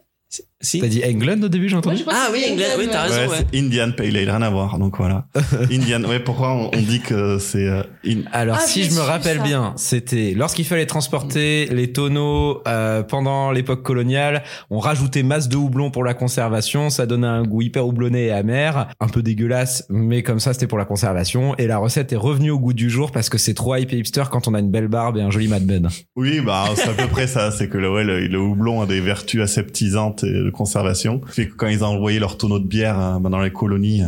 B: Si.
D: T'as dit England au début, j'ai
A: Moi,
D: entendu
A: je crois
B: Ah
A: que
B: oui,
A: c'est
B: England, oui, t'as
A: ouais.
B: raison.
C: Ouais,
B: ouais.
C: c'est Indian Pale Ale, rien à voir, donc voilà. Indian, ouais, pourquoi on, on dit que c'est euh, in-
D: Alors
A: Ah,
D: si
A: j'ai
D: je me
A: su
D: rappelle
A: ça.
D: bien, c'était lorsqu'il fallait transporter les tonneaux euh, pendant l'époque coloniale, on rajoutait masse de houblon pour la conservation, ça donnait un goût hyper houblonné et amer, un peu dégueulasse, mais comme ça c'était pour la conservation, et la recette est revenue au goût du jour parce que c'est trop hype et hipster quand on a une belle barbe et un joli Mad Ben.
C: Oui, bah c'est à peu près ça. C'est que le, ouais, le, le houblon a des vertus aseptisantes et de conservation. Fait que quand ils envoyaient leurs tonneaux de bière euh, bah, dans les colonies, euh,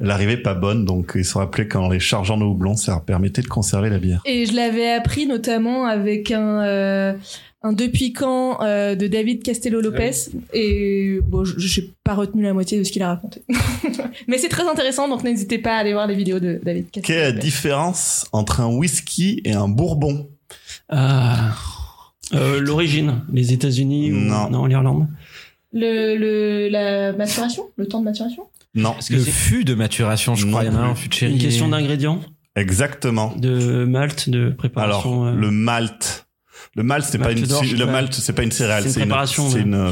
C: elle arrivait pas bonne, donc ils se rappelaient qu'en les chargeant de houblon, ça leur permettait de conserver la bière.
A: Et je l'avais appris notamment avec un, euh, un Depuis quand euh, de David Castello Lopez.
B: Ah
A: Et bon, je- je n'ai pas retenu la moitié de ce qu'il a raconté. Mais c'est très intéressant, donc n'hésitez pas à aller voir les vidéos de David
C: Quelle est la
A: Castello. Lopez.
C: différence entre un whisky et un bourbon
B: Ah. Euh, L'origine, les États-Unis ou
C: Non.
B: l'Irlande.
A: Le, le, la maturation Le temps de maturation
C: Non,
B: Est-ce que
D: Le
B: c'est
D: fût de maturation, je
C: Non
D: crois, il y en a
C: plus.
D: un fût de
B: une
D: chéri.
B: question d'ingrédients,
C: exactement.
B: de malt, de
C: Alors
B: préparation euh,
C: le malt. Le malt, c'est pas
B: Malt
C: une
B: d'orge,
C: le
B: ouais.
C: malt, c'est pas une céréale,
B: C'est une
C: c'est une,
B: préparation,
C: c'est
B: ouais.
C: une, euh,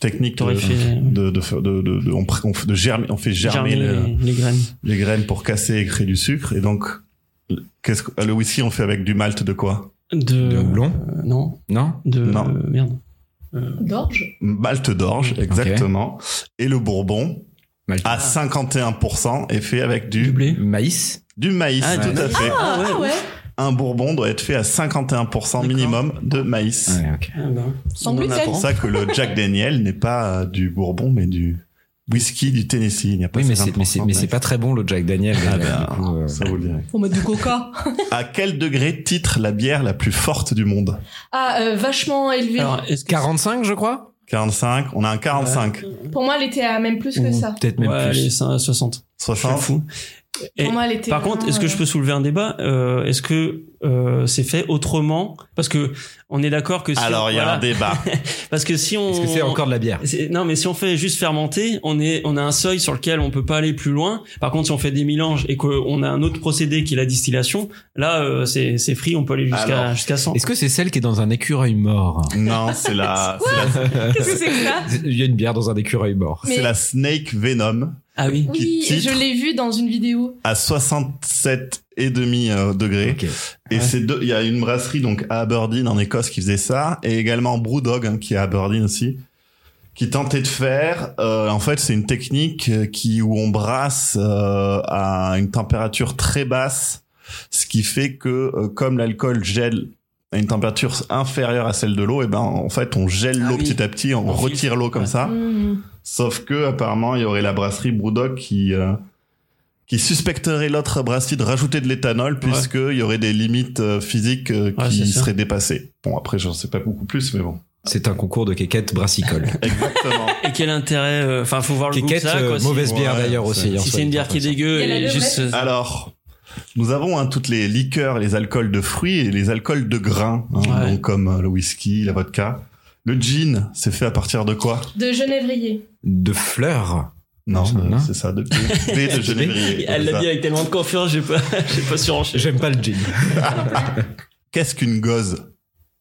C: technique de,
B: torréfiée,
C: de, de, de, de- de- on, pr- on f- de germer, on fait germer,
B: germer
C: le-
B: les, les graines.
C: les graines pour casser et créer du sucre. Et donc, qu'est-ce que, le whisky, on fait avec du malt de quoi
B: De,
D: De houblon
B: euh, Non,
D: Non
B: de
C: Non.
B: euh, merde.
A: D'orge
C: Malt d'orge, exactement. Et le bourbon,
D: Mal-
C: à 51%, est fait avec
B: Ah. Du
C: du,
B: blé.
D: Maïs
C: du maïs.
B: Ah, du
C: tout à
B: maïs.
C: fait.
A: Ah,
B: Ah ouais.
A: ouais,
C: Un bourbon doit être fait à 51% minimum de maïs.
D: Ouais, ok.
B: Ah ben,
A: Sans
B: on en
A: gluten.
B: apprend.
C: C'est pour ça que le Jack Daniel n'est pas euh, du bourbon, mais du whisky du Tennessee. Il n'y a pas
D: Oui, mais
C: 50%
D: c'est- mais c'est mais c'est
C: de
D: pas très bon le Jack Daniel.
C: maïs. Ah
D: mais,
C: ben,
D: du coup, euh,
C: ça vous le direz.
A: On met du coca.
C: À quel degré titre la bière la plus forte du monde
A: Ah, euh, vachement élevé.
B: Alors, est-ce que
D: 45 je crois
C: 45, on a un 45.
A: Pour moi, elle était à même plus que
B: Ou
A: ça.
D: Peut-être
B: Ouais,
D: même plus.
B: allez, c'est à 60. C'est
C: 60.
B: fou. Et
A: Pour moi, elle était
B: par contre,
A: vraiment,
B: est-ce que je
A: euh,
B: peux soulever un débat Euh, Est-ce que euh, c'est fait autrement Parce que on est d'accord que si
C: Alors, il y a
B: voilà.
C: un débat.
B: parce que si on
D: Est-ce que c'est encore de la bière
B: C'est- Non, mais si on fait juste fermenter, on est, on a un seuil sur lequel on peut pas aller plus loin. Par contre, si on fait des mélanges et qu'on a un autre procédé qui est la distillation, là, euh, c'est, c'est free, on peut aller jusqu'à,
C: Alors.
B: jusqu'à 100.
D: Est-ce que c'est celle qui est dans un écureuil mort
C: non, c'est la, c'est la-
A: Qu'est-ce que c'est que ça
D: Il y a une bière dans un écureuil mort.
A: Mais-
C: c'est la Snake Venom
B: Ah oui.
A: Oui,
C: Qui-
A: je l'ai vu dans une vidéo.
C: à 67 et demi euh, degrés.
D: Ok.
C: Et
B: Ouais.
C: c'est deux, il y a une brasserie donc à Aberdeen en Écosse qui faisait ça, et également Brewdog hein, qui est à Aberdeen aussi, qui tentait de faire. euh, en fait, c'est une technique euh, qui où on brasse euh, à une température très basse, ce qui fait que euh, comme l'alcool gèle à une température inférieure à celle de l'eau, et ben en fait on gèle
B: Ah
C: l'eau
B: oui.
C: petit à petit, on,
B: On
C: retire
B: filtre.
C: l'eau comme
B: Ouais.
C: ça.
A: Hmm.
C: Sauf que apparemment, il y aurait la brasserie Brewdog qui euh, qui suspecterait l'autre brasserie de rajouter de l'éthanol puisque il y aurait des limites euh, physiques euh,
B: Ouais,
C: qui
B: c'est ça.
C: seraient dépassées. Bon, après, je sais pas beaucoup plus, mais bon.
D: C'est un concours de quéquette brassicole.
C: Exactement.
B: Et quel intérêt euh, Enfin, faut voir le goût que
D: quéquette,
B: ça. a,
D: euh,
B: Quoi, si-
D: mauvaise
C: ouais,
D: bière d'ailleurs
C: c'est- Ah,
D: aussi. hein, en
B: si,
D: soi,
B: c'est une bière qui est dégueu,
A: Il y a la
B: et
A: levure.
B: juste. euh,
C: Alors, nous avons hein, toutes les liqueurs, les alcools de fruits et les alcools de grains, hein,
B: Ouais.
C: donc comme euh, le whisky, la vodka. Le gin, c'est fait à partir de quoi
A: De Genévrier.
D: De fleurs.
C: Non,
D: Ça,
C: de-
D: non.
C: c'est ça, de B de genévrier.
B: Elle l'a
C: C'est ça.
B: dit avec tellement de confiance, j'ai pas, j'ai pas surenché.
D: J'aime pas le gin.
C: Qu'est-ce qu'une gauze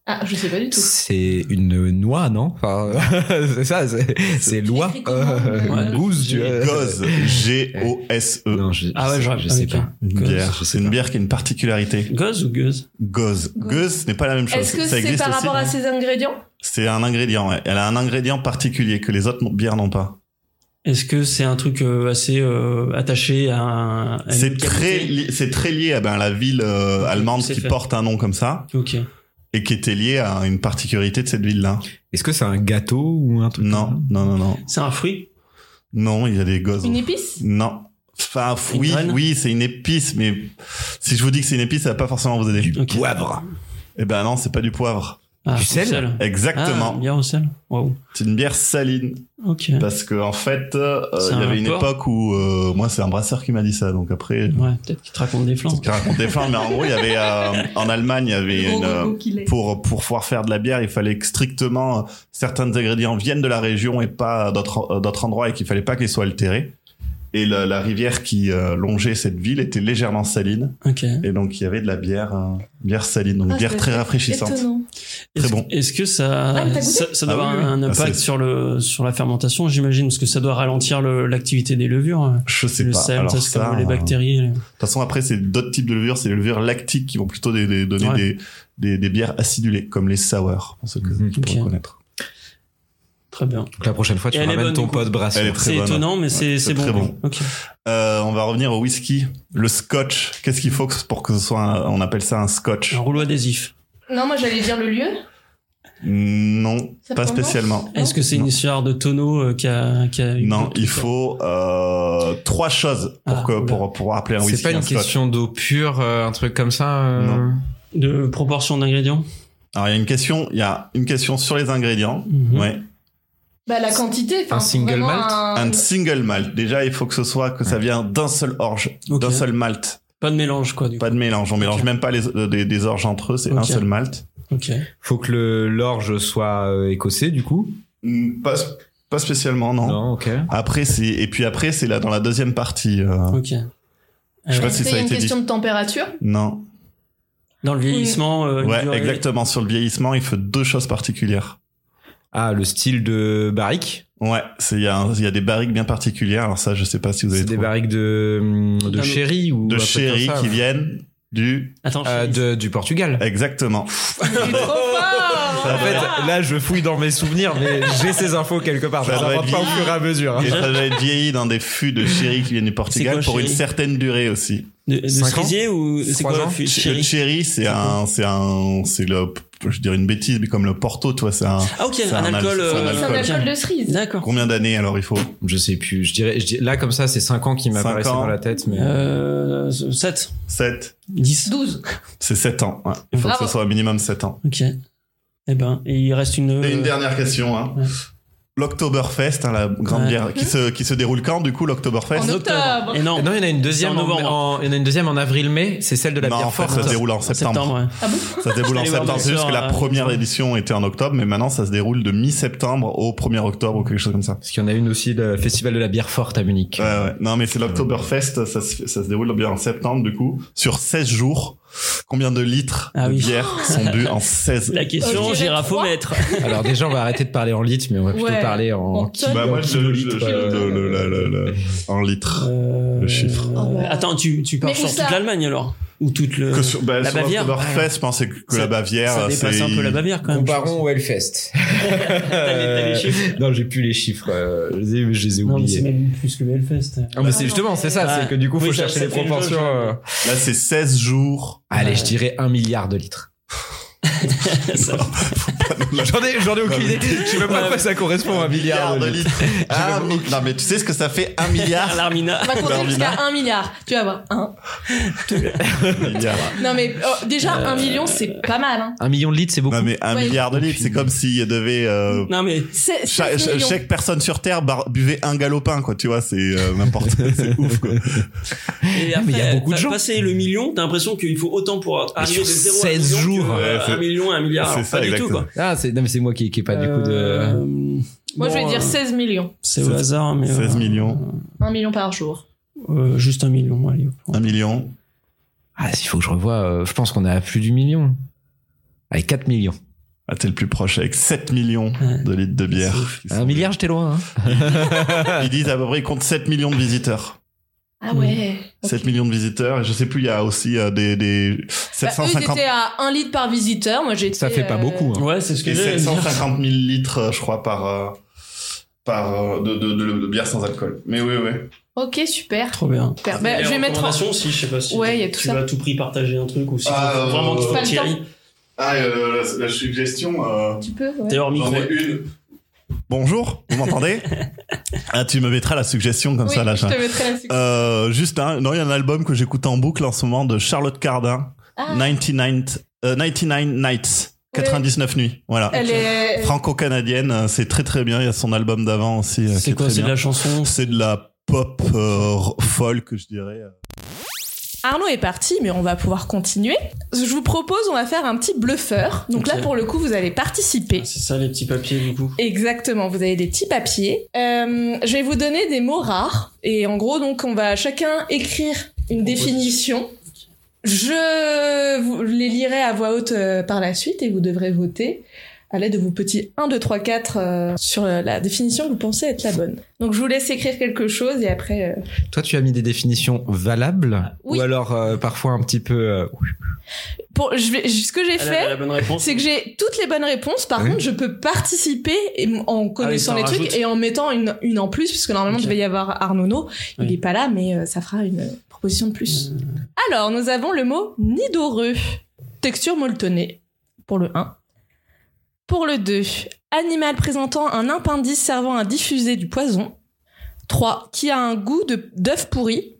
A: Ah, je sais pas du tout.
D: C'est une noix, non Enfin, euh, c'est ça, c'est- c'est loi.
A: écrit comment,
B: euh,
D: Gouze, tu vois.
C: Gauze, G-O-S-E.
D: Non, je,
B: Ah ouais, j'aurais-
D: je sais
B: ok.
D: pas.
C: Une
B: Gauze,
C: bière.
D: je sais
C: C'est une
D: pas.
C: bière qui a une particularité.
B: Gosse ou gueuse
C: Gauze.
A: Gauze.
C: Gauze, ce n'est pas la même chose.
A: Est-ce que c'est par rapport à ses ingrédients
C: C'est un ingrédient, ouais. Elle a un ingrédient particulier que les autres bières n'ont pas.
B: Est-ce que c'est un truc euh, assez euh, attaché à un. à une
C: C'est très,
B: qualité
C: li- c'est très lié à ben, la ville euh, allemande
B: C'est
C: qui
B: fait.
C: porte un nom comme ça
B: Ok.
C: et qui était lié à une particularité de cette ville-là.
D: Est-ce que c'est un gâteau ou un truc
C: Non, non, non, non.
B: C'est un fruit
C: Non, il y a des gauzes.
A: Une épice
C: Non. Enfin,
B: Une
C: oui,
B: graine
C: oui, c'est une épice, mais si je vous dis que c'est une épice, ça va pas forcément vous aider.
D: Du
B: Ok.
D: poivre.
C: Eh ben non, c'est pas du poivre.
B: Ah,
D: Du
B: au
D: sel
B: Ah,
C: Exactement. Bah,
B: bière au sel. Waouh.
C: c'est une bière saline.
B: Ok.
C: Parce que en fait, euh,
B: C'est
C: il y
B: un
C: avait une
B: rapport.
C: époque où euh, moi c'est un brasseur qui m'a dit ça. Donc après,
B: Ouais, peut-être qu'il te raconte des flancs.
C: peut-être qu'il raconte des flammes, mais en gros, il y avait euh, en Allemagne, il y
A: Le
C: avait
A: gros
C: une
A: gogo
C: euh,
A: qu'il est.
C: pour pour pouvoir faire de la bière, il fallait que strictement euh, certains ingrédients viennent de la région et pas d'autres euh, d'autres endroits et qu'il fallait pas qu'ils soient altérés. Et la, la rivière qui euh, longeait cette ville était légèrement saline
B: Ok.
C: et donc il y avait de la bière euh, bière saline, donc
A: Ah,
C: bière
A: c'est
C: très rafraîchissante.
A: Étonnant.
C: Très
B: Est-ce-
C: bon.
B: Est-ce que ça,
A: Ah, mais t'as goûté
B: ça, ça
C: Ah
B: doit avoir
C: oui, oui.
B: un
C: Ah,
B: impact
C: c'est-
B: sur le sur la fermentation, j'imagine, parce que ça doit ralentir le- l'activité des levures.
C: Je sais
B: Le
C: pas.
B: sel,
C: Alors
B: ça, c'est
C: ça,
B: comme les
C: euh,
B: bactéries. les-
C: De toute façon, après, c'est d'autres types de levures. C'est les levures lactiques qui vont plutôt des- des- donner
B: Ouais.
C: des, des, des bières acidulées, comme les sour, pour ceux que
D: Mhm.
C: qui pourraient
B: Ok.
C: connaître.
B: Très bien.
D: Donc la prochaine fois, tu
B: Et elle est
D: ramènes
B: bonne,
D: ton
B: du coup.
D: pote
C: Elle
D: brasseur.
C: est- très
B: C'est
C: bonne.
B: étonnant, mais c'est
C: c'est
B: c'est bon.
C: très bon.
B: Ok.
C: Euh, on va revenir au whisky. Le scotch. Qu'est-ce qu'il faut que- pour que ce soit un- on appelle ça un scotch?
B: Un rouleau adhésif.
A: Non, moi j'allais dire le lieu.
C: Non,
A: Ça
C: pas
A: prend moins
C: spécialement.
A: Non.
B: Est-ce que c'est
C: Non.
B: une histoire de tonneau euh, qui a qui a une
C: Non,
B: coque,
C: il
B: quoi
C: faut, euh, trois choses pour
B: Ah,
C: que,
B: oula.
C: pour pouvoir appeler un
D: C'est
C: whisky
D: pas
C: un
D: une
C: scotch.
D: question d'eau pure, euh, un truc comme ça euh,
C: Non.
B: de proportion d'ingrédients.
C: Alors, il y a une question, il y a une question sur les ingrédients.
B: Mhm.
C: Ouais.
A: Bah la quantité. enfin,
D: Un single
A: vraiment
D: malt
C: Un single malt. Déjà, il faut que ce soit, que ça vient d'un seul orge,
B: Ok.
C: d'un seul malt.
B: Pas de mélange quoi. Du coup.
C: Pas de mélange. On mélange même pas les, euh, des, des orges entre eux. C'est un
B: Ok.
C: seul malt.
B: Ok.
D: Faut que le l'orge soit euh, écossais, du coup
C: Hmm, Pas, pas spécialement, non.
D: Non, ok.
C: Après, c'est, et puis après, c'est là, dans la deuxième partie. euh,
B: Ok.
C: je sais
B: Euh,
C: pas si ça a
A: C'était une
C: été dit.
A: question de température.
C: Non.
B: Dans le vieillissement. euh, une
C: Ouais,
B: durée-
C: exactement. Sur le vieillissement, il faut deux choses particulières.
D: Ah, le style de barrique
C: Ouais, c'est, il y a, un- il y a des barriques bien particulières. Alors ça, je sais pas si vous avez
D: C'est des
C: trouvé.
D: barriques de, mm, de
B: Ah,
D: sherry ou un
C: de
D: truc
C: sherry
D: comme ça. hein.
C: qui viennent du,
B: Attends.
D: Euh,
B: je-
D: de- du Portugal.
C: exactement.
A: Je suis trop fort
D: En fait,
B: Ah.
D: là, je fouille dans mes souvenirs, mais j'ai ces infos quelque part. Je
C: Ça
D: les
C: doit
D: invente
C: être
D: pas au
C: vieilli.
D: fur et à mesure. hein.
C: Et ça doit être vieilli dans des fûts de sherry qui viennent du Portugal
B: quoi,
C: pour une
B: sherry
C: certaine durée aussi.
B: De, de
D: Cinq
B: cerisier ou c'est
D: Trois
B: quoi
D: ans
B: fu-
C: Le
B: chéri
C: cherry, c'est un, c'est un, c'est le, je dirais une bêtise, mais comme le porto, tu vois, c'est un,
B: Ah ok,
C: C'est
B: un,
C: un al-
B: alcool.
C: c'est un
B: euh,
A: C'est un alcool de cerise.
B: D'accord.
C: combien d'années alors il faut?
D: Je sais plus. Je dirais, je dis- là, comme ça, c'est 5 ans qui
C: Cinq
D: m'apparaissaient
C: ans.
D: dans la tête, mais.
B: Euh, 7,
C: 7.
B: 10.
A: 12.
C: C'est 7 ans. ouais. Il faut
A: Bravo.
C: que ce soit au minimum 7 ans.
B: Ok. Eh ben, et il reste une.
C: Et une dernière question. Hein.
B: Ouais.
C: l'Oktoberfest, hein, la grande
B: Ouais.
C: bière qui se, qui se déroule quand du coup l'Oktoberfest
A: En octobre.
B: Et non,
D: Non, il y en a une deuxième
B: C'est en
D: en
B: novembre.
D: en- il y en a une deuxième en avril-mai, c'est celle de la
C: Non, en
D: bière
C: fait
D: forte.
C: ça se déroule en septembre.
B: septembre, ouais.
A: Ah bon
C: Ça se déroule en
B: J'allais voir
C: septembre.
B: ma
C: C'est juste
B: sœur,
C: que la
B: euh,
C: première
B: septembre.
C: édition était en octobre, mais maintenant ça se déroule de mi-septembre au 1er octobre ou quelque chose comme ça.
D: Parce qu'il y en a une aussi, le festival de la bière forte à Munich.
C: Ouais, ouais. Non, mais c'est l'Oktoberfest, ça se, ça se déroule bien en septembre, du coup, sur 16 jours. Combien de litres
B: Ah
C: de
B: oui.
C: bière sont dus en 16
B: La question,
A: Euh, je dirais
B: girafomètre.
D: Alors déjà, on va arrêter de parler en litres, mais on va plutôt
A: Ouais.
D: parler
A: En
D: en
A: tonnes.
C: Bah, moi, je, je, je,
D: kilolitres, euh,
C: le- le- le- le- le- en litres.
B: Euh,
C: Le chiffre.
A: Oh.
B: Attends, tu, tu pars
A: Mais où
B: sur
A: ça
B: toute l'Allemagne alors Ou toute le.
C: Que sur, bah,
B: Euh, la
C: sur
B: Bavière,
C: l'Oktoberfest, je pense que que
B: Ça-
C: la Bavière,
B: ça dépasse
C: c'est-
B: un peu la Bavière quand même.
D: Comparons au Hellfest.
B: T'as les- t'as les chiffres
D: Non, j'ai plus les chiffres. euh, je les ai, je les ai
B: Non, mais c'est
D: oubliés.
B: même plus que le Hellfest.
D: Ah, mais c'est justement,
A: Ouais.
D: c'est ça, c'est que du coup, faut
B: Oui, ça-
D: chercher
B: ça
D: les
B: fait une jauge,
D: proportions.
B: hein.
D: euh.
C: Là, c'est 16 jours.
D: Allez, je dirais un milliard de litres.
B: Ça-
D: Bah, J'en ai, j'en ai aucune idée. Je sais même pas à quoi ça correspond, un milliard de litres.
C: Un mi- non, mais tu sais ce que ça fait un milliard,
B: À l'Armina.
A: On va compter
C: hein.
A: jusqu'à 1 milliard. Tu vas voir. Un.
C: Un milliard.
A: Non mais oh, déjà 1
C: Euh.
A: million c'est pas mal. Hein.
D: Un million de litres, c'est beaucoup.
C: Non, mais un
A: Ouais.
C: milliard de litres, c'est comme s'il devait, euh,
B: Non, mais
A: C'est c'est
C: Cha- cha-
A: mignon.
C: chaque personne sur Terre bar- buvait un galopin, quoi. Tu vois, c'est euh, n'importe quoi. C'est ouf, quoi.
B: Et
D: Ah, mais il y a
B: après,
D: beaucoup de
B: pa-
D: gens.
B: Passer le million, t'as l'impression qu'il faut autant pour arriver
D: sur
B: de 0 à
D: 16
B: million
D: jours.
B: que, euh,
C: Ouais, c'est-
B: un million à un milliard.
C: c'est
B: Alors,
C: ça,
B: pas du tout,
C: exactement.
B: quoi.
D: Ah, c'est, non, mais c'est moi qui, qui ai pas du coup
B: Euh.
D: de.
A: Euh, Moi je vais dire
C: euh.
A: 16 millions.
B: C'est au hasard, mais.
C: 16 millions.
A: 1 million par jour.
B: Euh, juste un million, allez. hop.
C: Un million.
D: Ah, s'il faut que je revoie, euh, je pense qu'on est à plus du million. Allez, 4 millions.
C: Ah, t'es le plus proche avec 7 millions de litres de bière. Ils
D: Un
C: sont-
D: milliard, j'étais loin. hein.
C: Ils disent à peu près, ils comptent 7 millions de visiteurs.
A: Ah ouais.
C: 7 millions de visiteurs. Et je sais plus, il y a aussi euh, des, des
A: Bah, eux ils
C: 750,
A: étaient à 1 litre par visiteur. Moi j'étais.
D: Ça fait pas
A: euh,
D: beaucoup. hein.
B: Ouais, c'est ce que
C: et
B: j'ai.
C: 750 000 litres, euh, je crois, par, euh, par, euh, de, de, de- de bière sans alcool. Mais oui, oui.
A: Ok super.
B: Trop bien.
A: super. Bah, je
B: Et les
A: vais mettre. en-
B: recommandations aussi, je sais pas si
A: Ouais, il y a tout
B: tu
A: ça.
B: vas à tout prix partager un truc ou si
C: Ah,
B: faut
C: euh,
B: vraiment qu'il
A: Pas
B: faut
A: le
B: Thierry.
C: Ah, euh, la, la suggestion, euh,
A: Tu peux. ouais.
B: T'es hors
C: J'en
B: micro.
C: ai une. Bonjour, vous m'entendez Ah, tu me mettras la suggestion comme
A: Oui,
C: ça, là.
A: je
C: ça.
A: te mettrai la suite.
C: Euh, juste, un, non, il y a un album que j'écoute en boucle en ce moment de Charlotte Cardin,
A: Ah,
C: 99, euh, 99 Nights, 99 nuits, voilà.
A: elle est.
C: Franco-canadienne, euh, c'est très très bien. Il y a son album d'avant aussi. euh, qui est
B: C'est quoi
C: très
B: C'est de
C: bien.
B: la chanson
C: C'est de la pop euh, r- folk, je dirais.
A: Arnaud est parti, mais on va pouvoir continuer. Je vous propose, on va faire un petit bluffeur. Donc
B: Ok.
A: là, pour le coup, vous allez participer.
B: Ah, C'est ça les petits papiers du coup.
A: Exactement, vous avez des petits papiers. Euh, je vais vous donner des mots rares. Et en gros, donc, on va chacun écrire une définition. Je vous les lirai à voix haute euh, par la suite et vous devrez voter à l'aide de vos petits 1, 2, 3, 4 euh, sur euh, la définition que vous pensez être la bonne. Donc, je vous laisse écrire quelque chose et après... euh,
D: Toi, tu as mis des définitions
B: Ah,
D: valables
A: Oui.
D: ou alors euh, parfois un petit peu. euh,
A: Pour, je vais, ce que j'ai
B: Elle
A: fait...
B: a la bonne réponse.
A: C'est que j'ai toutes les bonnes réponses. Par
D: Oui.
A: contre, je peux participer et m- en connaissant
B: Ah ça
A: les trucs
B: rajoute.
A: et en mettant une, une en plus, puisque normalement,
B: Ok.
A: il devait y avoir Arnono. Il
B: Oui. Euh.
A: est pas là, mais euh, ça fera une euh, proposition de plus. Alors, nous avons le mot nidoreux. Texture molletonnée pour le 1. Pour le 2, animal présentant un impendice servant à diffuser du poison. 3. Qui a un goût de- d'œuf pourri.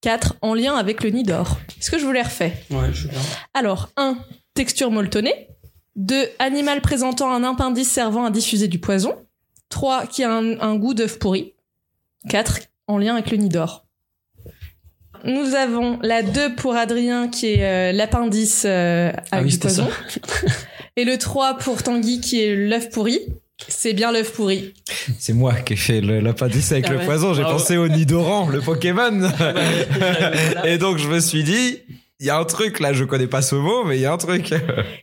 A: 4. En lien avec le nid d'or. Est-ce que je vous les refais
B: Ouais, je sais pas.
A: alors, 1. Texture molletonnée. 2. Animal présentant un impendice servant à diffuser du poison. 3. Qui a un, un goût d'œuf pourri. 4. En lien avec le nid d'or. Nous avons la 2 pour Adrien qui est euh, l'appendice euh, avec
B: Ah oui,
A: du
B: c'était
A: poison. Et le 3 pour Tanguy qui est l'œuf pourri. C'est bien l'œuf pourri.
D: C'est moi qui ai fait le lapin d'essai avec
A: Ah
D: le
A: ouais.
D: poison. J'ai
B: Bravo.
D: pensé au Nidoran, le Pokémon.
B: Voilà.
D: Et donc, je me suis dit, il y a un truc là, je connais pas ce mot, mais il y a un truc.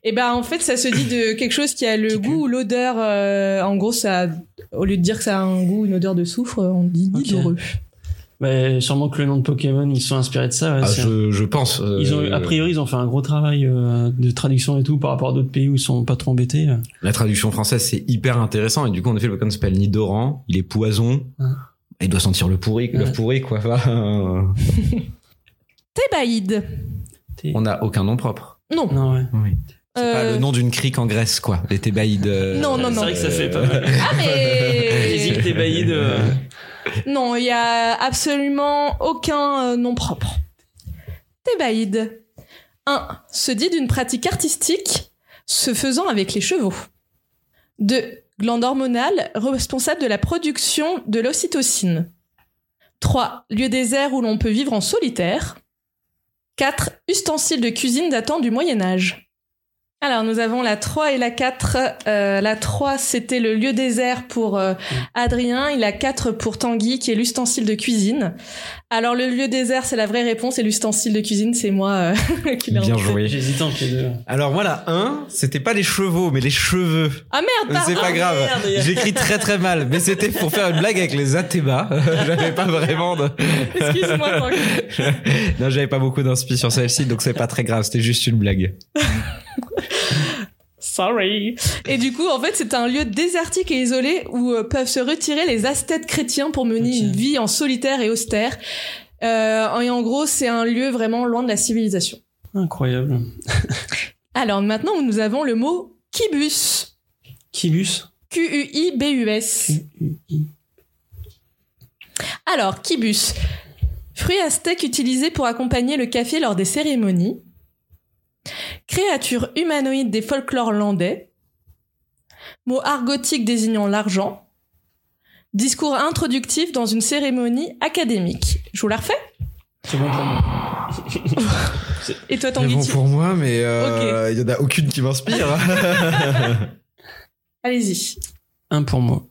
A: Et ben en fait ça se dit de quelque chose qui a le goût ou l'odeur. euh, en gros ça, au lieu de dire que ça a un goût, une odeur de soufre, on dit nid
B: Ok.
A: d'oreux.
B: Bah, sûrement que le nom de Pokémon, ils se sont inspirés de ça. ouais,
C: Ah,
B: c'est-
D: Ah, pense. euh,
B: Ils ont, a priori, ils ont fait un gros travail euh, de traduction et tout par rapport à d'autres pays où ils sont pas trop embêtés. là.
D: La traduction française, c'est hyper intéressant. Et du coup, en effet, le Pokémon s'appelle Nidoran. Il est poison.
B: Hein.
D: Il doit sentir le pourri, le
B: Ouais.
D: pourri, quoi. Enfin, euh,
A: Thébaïde.
B: T'es-
D: on n'a aucun nom propre.
A: Non.
B: Non, ouais.
D: C'est pas
A: Euh,
D: le nom d'une crique en Grèce, quoi. Les Thébaïdes. euh,
A: Non, non,
B: C'est
A: non.
B: vrai que ça fait pas mal.
A: Ah
B: Les îles
A: mais
B: Thébaïdes. euh,
A: non, il y a absolument aucun euh, nom propre. Thébaïde. 1. Se dit d'une pratique artistique se faisant avec les chevaux. 2. glande hormonale responsable de la production de l'ocytocine. 3. Lieu désert où l'on peut vivre en solitaire. 4. Ustensiles de cuisine datant du Moyen Âge. Alors nous avons la 3 et la 4. Euh, la 3 c'était le lieu désert pour euh,
D: Mm.
A: Adrien et la 4 pour Tanguy qui est l'ustensile de cuisine. Alors le lieu désert c'est la vraie réponse et l'ustensile de cuisine c'est moi euh, qui l'ai
D: Bien
A: inventé.
D: joué.
B: J'hésite entre les deux.
D: Alors moi la 1, c'était pas les chevaux mais les cheveux.
A: Ah merde,
D: C'est
A: pardon.
D: pas grave.
B: merde.
D: J'écris très très mal, mais c'était pour faire une blague avec les athébas. J'avais pas vraiment de.
A: Excuse-moi Tanguy.
D: non, j'avais pas beaucoup d'inspi sur celle-ci, donc c'est pas très grave. C'était juste une blague.
A: Sorry. Et du coup, en fait, c'est un lieu désertique et isolé où euh, peuvent se retirer les ascètes chrétiens pour mener
B: Ok.
A: une vie en solitaire et austère. Euh, et en gros, c'est un lieu vraiment loin de la civilisation.
B: Incroyable.
A: Alors maintenant, nous avons le mot kibus.
B: Kibus.
A: Q-U-I-B-U-S. Alors, kibus. Fruit aztèque utilisé pour accompagner le café lors des cérémonies. Créature humanoïde des folklores landais. Mot argotique désignant l'argent. Discours introductif dans une cérémonie académique. Je vous la refais
B: C'est bon pour moi.
A: Et toi, Tanguy tu-
D: pour moi, mais
A: euh,
D: il y en a aucune qui m'inspire.
A: Allez-y.
B: Un pour moi.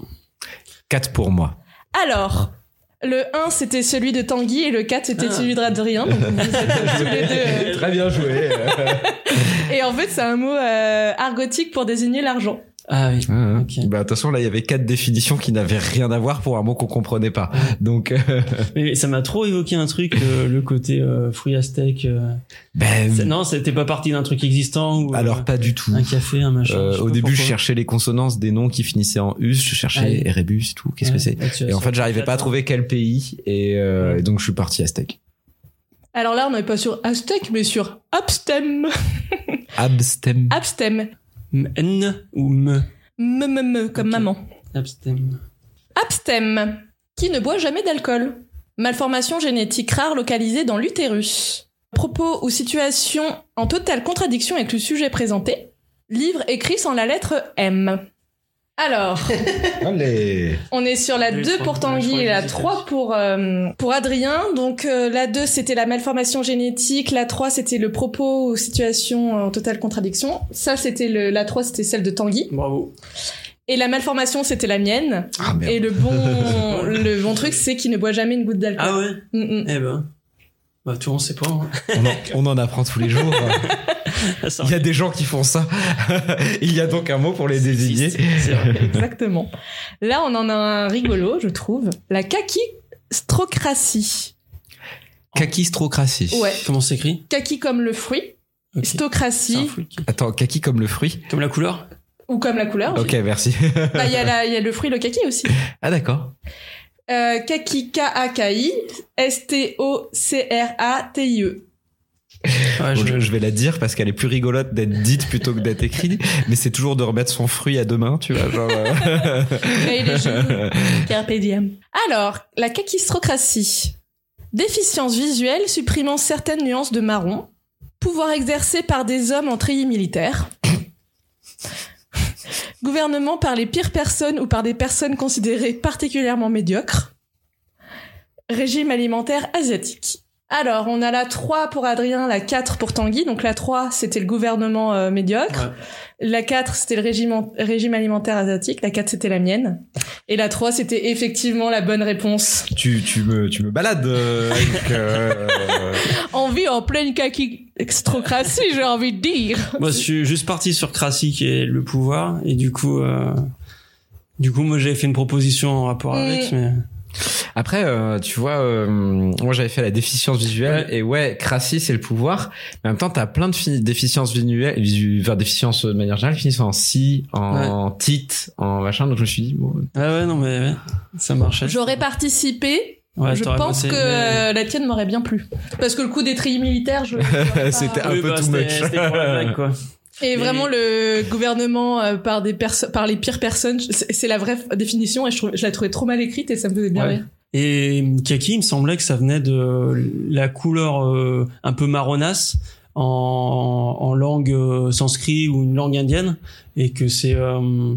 D: 4 pour moi.
A: Alors, le 1, c'était celui de Tanguy et le 4, c'était
B: Ah.
A: celui de Radrien. Donc, vous êtes tous Ah, les deux, euh,
D: Très bien joué.
A: Et en fait, c'est un mot euh, argotique pour désigner l'argent.
B: Ah oui. Ok.
D: Bah de toute façon là il y avait quatre définitions qui n'avaient rien à voir pour un mot qu'on comprenait pas. Donc euh,
B: Mais ça m'a trop évoqué un truc, euh, le côté euh, fruit aztèque. euh.
D: ben,
B: C'est- Non, c'était pas parti d'un truc existant ou euh,
D: alors pas du tout.
B: un café, un machin.
D: Euh,
B: je sais
D: au
B: pas
D: début je
B: pourquoi.
D: cherchais les consonances des noms qui finissaient en us, je cherchais
B: Ah oui.
D: Erebus et tout, qu'est-ce
B: Ouais,
D: que c'est
B: là, tu
D: Et
B: as
D: en fait
B: sorti
D: j'arrivais pas à
B: Platon.
D: trouver quel pays et, euh,
B: Ouais.
D: et donc je suis parti aztèque.
A: Alors là, on n'est pas sur Aztec, mais sur Abstem.
D: Abstem.
A: Abstem.
B: N ou me.
A: Me, me, me, comme
B: Ok.
A: maman.
B: Abstem.
A: Abstem. Qui ne boit jamais d'alcool. Malformation génétique rare localisée dans l'utérus. Propos ou situation en totale contradiction avec le sujet présenté. Livre écrit sans la lettre M. Alors,
B: Ah.
D: Allez.
A: On est sur la
B: Il y a eu
A: 2
B: trois
A: pour
B: pour moi,
A: Tanguy
B: je crois
A: et
B: que
A: la
B: j'ai
A: 3
B: fait.
A: pour, euh, pour Adrien. Donc euh, la 2 c'était la malformation génétique, la 3 c'était le propos ou situation en totale contradiction. Ça c'était le, la 3 c'était celle de Tanguy.
B: Bravo.
A: Et la malformation c'était la mienne.
D: Ah merde.
A: Et le bon, le bon truc c'est qu'il ne boit jamais une goutte d'alcool.
B: Ah ouais
A: Mm, mm.
B: Eh ben. Bah, tout on sait pas. hein.
D: On en, on en apprend tous les jours.
B: Ça
D: il y a des gens qui font ça. il y a donc un mot pour les désigner.
B: existe, c'est vrai.
A: Exactement. Là on en a un rigolo je trouve. La kakistocratie.
D: Kakistrocratie.
A: Ouais.
B: Comment s'écrit
A: Kaki comme le fruit,
B: Ok. C'est un
A: stocratie
B: fruit qui-
D: Attends, kaki comme le fruit.
B: Comme la couleur
A: ou comme la
B: Ah,
A: couleur.
D: Ok, merci.
A: Bah, Il y, a la- il y a le fruit, le kaki aussi.
D: ah d'accord.
A: Euh, Kaki K-A-K-I S-T-O-C-R-A-T-I-E.
B: Ouais,
D: Bon,
B: je-
D: je, je vais la dire parce qu'elle est plus rigolote d'être dite plutôt que d'être écrite, mais c'est toujours de remettre son fruit à demain, tu vois. Genre, euh,
A: Et il est joli. Carpe diem. Alors, la caquistrocratie. Déficience visuelle supprimant certaines nuances de marron. Pouvoir exercé par des hommes en treillis militaire. Gouvernement par les pires personnes ou par des personnes considérées particulièrement médiocres. Régime alimentaire asiatique. Alors, on a la 3 pour Adrien, la 4 pour Tanguy. Donc la 3, c'était le gouvernement euh, médiocre. La 4, c'était le régime, an- régime alimentaire asiatique. La 4, c'était la mienne. Et la 3, c'était effectivement la bonne réponse.
D: tu, tu me, tu me balades. euh, avec, euh,
A: On vit en pleine caquistrocratie, j'ai envie de dire.
B: Moi, je suis juste parti sur Crassi qui est le pouvoir, et du coup, euh, du coup, moi, j'avais fait une proposition en rapport
A: Mm.
B: avec, mais
D: Après, euh, tu vois, euh, moi j'avais fait la déficience visuelle et ouais, crassi c'est le pouvoir. Mais en même temps, t'as plein de fi- déficiences visuelles, visu- enfin déficiences euh, de manière générale, qui finissent en si, en tite, en machin. Donc je me suis dit, bon,
B: ouais, ah ouais, non, mais ouais, ça marchait.
A: J'aurais participé.
B: Ouais,
A: je
B: t'aurais
A: pense
B: bossé,
A: que
B: mais-
A: euh, la tienne m'aurait bien plu. Parce que le coup des treillis militaires, je. j'aurais pas-
D: C'était un
B: Oui,
D: peu
B: bah,
D: too
B: c'était-
D: much.
B: C'était pour la blague, quoi.
A: Et vraiment le gouvernement euh, par des perso- par les pires personnes, je- c'est c'est la vraie f- définition et je, trou- je la trouvais trop mal écrite et ça me faisait bien
B: Ouais.
A: rire.
B: Et Kaki, il me semblait que ça venait de la couleur euh, un peu marronasse en, en langue euh, sanskrit ou une langue indienne, et que c'est euh,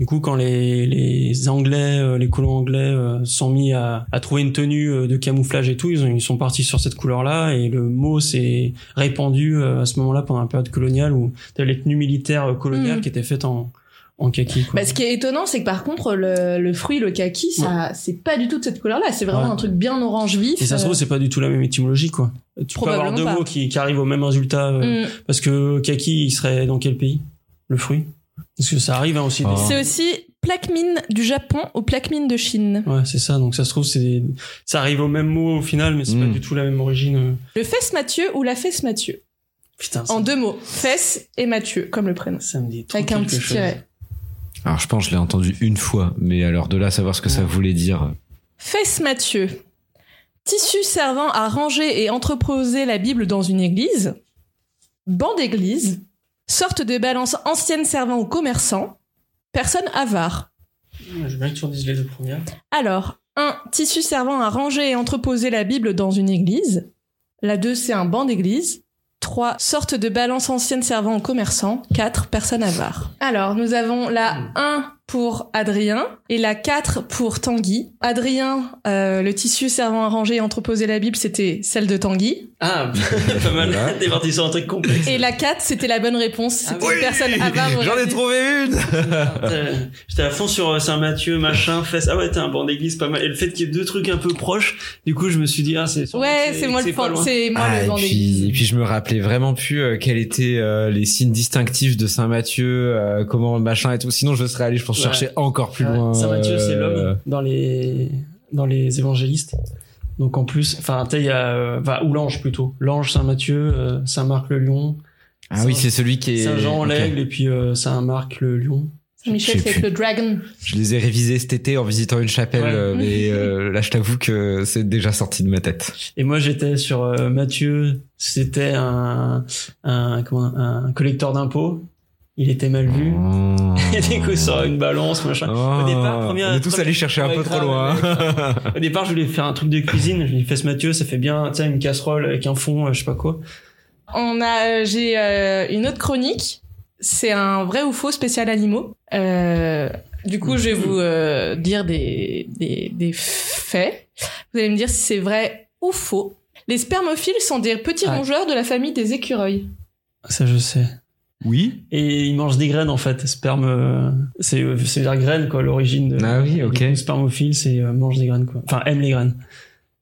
B: Du coup, quand les, les Anglais, euh, les colons anglais euh, sont mis à, à trouver une tenue euh, de camouflage et tout, ils, ont- ils sont partis sur cette couleur-là et le mot s'est répandu euh, à ce moment-là pendant la période coloniale où t'avais les tenues militaires euh, coloniales
A: Mhm.
B: qui étaient faites en, en kaki. quoi.
A: Bah, ce qui est étonnant, c'est que par contre, le, le fruit, le kaki, ça, c'est pas du tout de cette couleur-là. C'est vraiment
B: Ouais.
A: un truc bien orange vif.
B: Et ça se trouve,
A: euh,
B: c'est pas du tout la même étymologie, quoi. Tu peux avoir
A: Probablement
B: deux
A: pas.
B: mots qui, qui arrivent au même résultat. euh,
A: hum.
B: Parce que kaki, il serait dans quel pays Le fruit Parce que ça arrive hein, aussi. des-
C: Ah.
A: C'est aussi plaque mine du Japon ou plaque mine de Chine.
B: Ouais, c'est ça. Donc ça se trouve, c'est des- ça arrive au même mot au final, mais c'est
D: Mm.
B: pas du tout la même origine. euh.
A: Le fesse Mathieu ou la fesse Mathieu.
B: Putain, ça,
A: En deux mots, fesse et Mathieu, comme le prénom.
B: ça me dit trop
A: Avec un
B: quelque
A: petit
B: chose.
A: tiret.
D: Alors je pense que je l'ai entendu une fois, mais alors de là à savoir ce que ça voulait dire.
A: Fesse Mathieu. Tissu servant à ranger et entreposer la Bible dans une église. Banc d'église. Sorte de balance ancienne servant aux commerçants. Personne avare.
B: Ouais, Je veux bien que tu redises les deux premières.
A: Alors, un tissu servant à ranger et entreposer la Bible dans une église. La deux, c'est un banc d'église. 3. Sorte de balance ancienne servant aux commerçants. 4. Personne avare. Alors, nous avons la 1 pour Adrien et la 4 pour Tanguy. Adrien, euh, le tissu servant à ranger et entreposer la Bible, c'était celle de Tanguy.
B: Ah, pas mal.
D: Voilà.
B: T'es parti sur un truc complexe.
A: Et la 4, c'était la bonne réponse.
B: Ah
A: C'était
B: oui
A: personne avare.
D: J'en ai trouvé une
B: Euh, J'étais à fond sur euh, Saint-Mathieu, machin, fesse. Ah ouais, t'es un banc d'église, pas mal. Et le fait qu'il y ait deux trucs un peu proches, du coup, je me suis dit, ah, c'est
A: Ouais, c'est moi le
B: pas
A: fan-
B: loin.
A: c'est moi
D: Ah,
A: le
D: et,
A: banc
D: puis, et
A: d'église.
D: puis je me rappelais vraiment plus euh, quels étaient euh, les signes distinctifs de Saint Matthieu, euh, comment machin et tout. Sinon je serais allé, je pense,
B: Ouais.
D: chercher encore plus
B: Ouais,
D: loin.
B: Saint Matthieu, c'est
D: euh,
B: l'homme dans les dans les évangélistes. Donc en plus, enfin, tu sais, il y a, euh, enfin, ou l'ange plutôt, l'ange Saint Matthieu, euh, Saint Marc le lion,
D: Ah
B: Saint-
D: oui, c'est celui qui est.
B: Saint Jean
D: Ok.
B: l'aigle et puis euh, Saint Marc le lion.
A: Michel,
D: Je sais
A: c'est avec le
D: plus.
A: dragon.
D: Je les ai révisés cet été en visitant une chapelle,
B: Ouais.
D: euh, mais euh, là je t'avoue que c'est déjà sorti de ma tête.
B: Et moi j'étais sur euh, Matthieu, c'était un un comment un collecteur d'impôts. Il était mal vu. Et du coup, sur une balance, machin. Au départ, première-
D: Oh. on est tous allés chercher un
B: Ouais,
D: peu trop
B: grave,
D: loin.
B: Au départ, je voulais faire un truc de cuisine. Je lui ai dit, fesse Mathieu, ça fait bien, tu sais, une casserole avec un fond, euh, je sais pas quoi.
A: On a, euh, j'ai euh, une autre chronique. C'est un vrai ou faux spécial animaux. Euh, du coup, je vais vous euh, dire des, des, des faits. Vous allez me dire si c'est vrai ou faux. Les spermophiles sont des petits
B: Ah.
A: rongeurs de la famille des écureuils.
B: Ça, je sais.
D: oui.
B: Et ils mangent des graines en fait. Sperme, euh, c'est euh, c'est la graine quoi, l'origine de.
D: Ah oui, ok.
B: Le spermophile, c'est euh, mange des graines quoi. Enfin, aime les graines.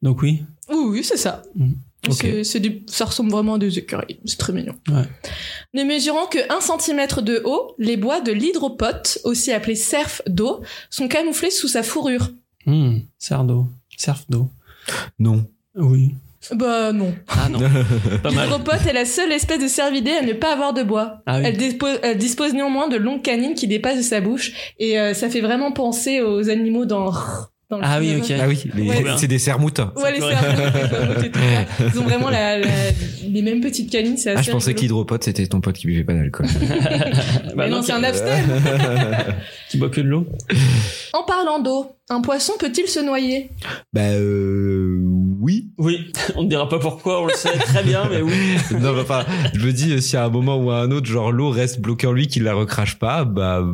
B: Donc oui.
A: Oui, oui, c'est ça.
B: Mm.
D: Ok.
A: C'est- c'est du- ça ressemble vraiment à des écureuils. C'est très mignon.
B: Ouais.
A: Ne mesurant que 1 cm de haut, les bois de l'hydropote, aussi appelé cerf d'eau, sont camouflés sous sa fourrure.
B: Hmm, cerf d'eau. Cerf d'eau.
D: Non.
B: Oui.
A: Bah non.
B: Ah non. Pas mal.
A: L'hydropote est la seule espèce de cervidés à ne pas avoir de bois.
B: Ah oui.
A: Elle, dispose, elle dispose néanmoins de longues canines qui dépassent de sa bouche et euh, ça fait vraiment penser aux animaux dans. dans le
B: Ah oui,
A: film.
B: ok.
D: Ah oui, les-
A: Ouais.
D: c'est des sermoutins.
A: Ouais, les
B: Ça pourrait-
A: cerfs, et tout ça. Ils ont vraiment la- la- les mêmes petites canines, c'est assez.
D: Ah, je pensais que
A: rigolo.
D: l'hydropote, c'était ton pote qui buvait pas d'alcool.
B: Bah
A: Mais non,
B: non,
A: c'est
B: qui,
D: Euh.
A: un abstain.
B: qui boit que de l'eau.
A: En parlant d'eau, un poisson peut-il se noyer
D: bah, euh, oui.
B: Oui. On ne dira pas pourquoi, on le sait très bien, mais oui.
D: non, mais enfin, je me dis, euh, s'il y a un moment ou à un autre, genre l'eau reste bloquée en lui, qu'il la recrache pas, bah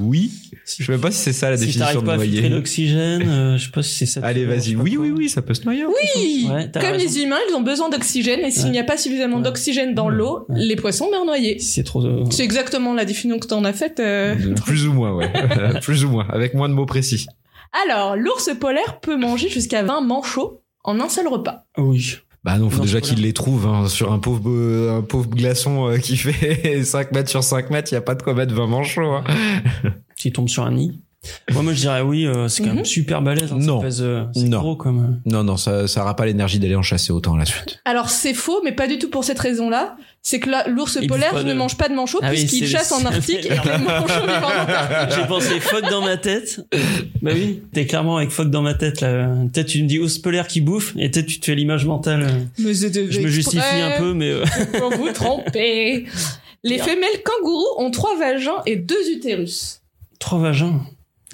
D: oui.
B: Si,
D: Je sais même pas si c'est ça la
B: si t'arrives
D: définition de
B: pas à filtrer
D: noyer.
B: l'oxygène, euh, je sais pas si c'est ça.
D: Allez,
B: Je sais
D: vas-y.
B: pas
D: Oui,
B: quoi.
D: oui, oui, ça peut se noyer. hein.
A: Oui
B: Ouais, t'as
A: Comme
B: raison.
A: les humains, ils ont besoin d'oxygène et s'il
B: Ouais.
A: n'y a pas suffisamment
B: Ouais.
A: d'oxygène dans
B: Ouais.
A: l'eau,
B: Ouais.
A: les poissons meurent noyés.
B: C'est trop. euh,
A: C'est exactement la définition que t'en as faite. euh.
D: Plus ou moins, ouais. Euh, Plus ou moins, avec moins de mots précis.
A: Alors, l'ours polaire peut manger jusqu'à 20 manchots en un seul repas.
B: ah Oui.
D: Bah non, faut
B: Non,
D: déjà
B: c'est pas
D: qu'il les trouve hein, sur un pauvre euh, un pauvre glaçon euh, qui fait 5 mètres sur 5 mètres, il y a pas de quoi mettre 20 manchots. hein.
B: S'il tombe sur un nid. Moi, moi, je dirais oui, euh, c'est quand même
A: Mhm.
B: super balèze. hein, ça
D: Non.
B: pèse, euh, c'est
D: Non.
B: gros comme. euh,
D: Non non, ça ça aura pas l'énergie d'aller en chasser autant à la suite.
A: Alors c'est faux, mais pas du tout pour cette raison-là. C'est que la- l'ours
B: Il bouffe
A: polaire
B: pas
A: ne
B: de-
A: mange pas de manchots
B: Ah oui,
A: puisqu'il
B: c'est-
A: chasse en
B: c'est-
A: Arctique et que les manchots vivent en Antarctique.
B: J'ai pensé phoque dans ma tête. Bah oui, t'es clairement avec phoque dans ma tête là. Peut-être tu me dis oh, ours polaire qui bouffe et peut-être tu te fais l'image mentale.
A: Mais je
B: Je me justifie un peu, mais euh,
A: Pour vous tromper. Les
B: Bien.
A: femelles kangourous ont trois vagins et deux utérus.
B: trois vagins.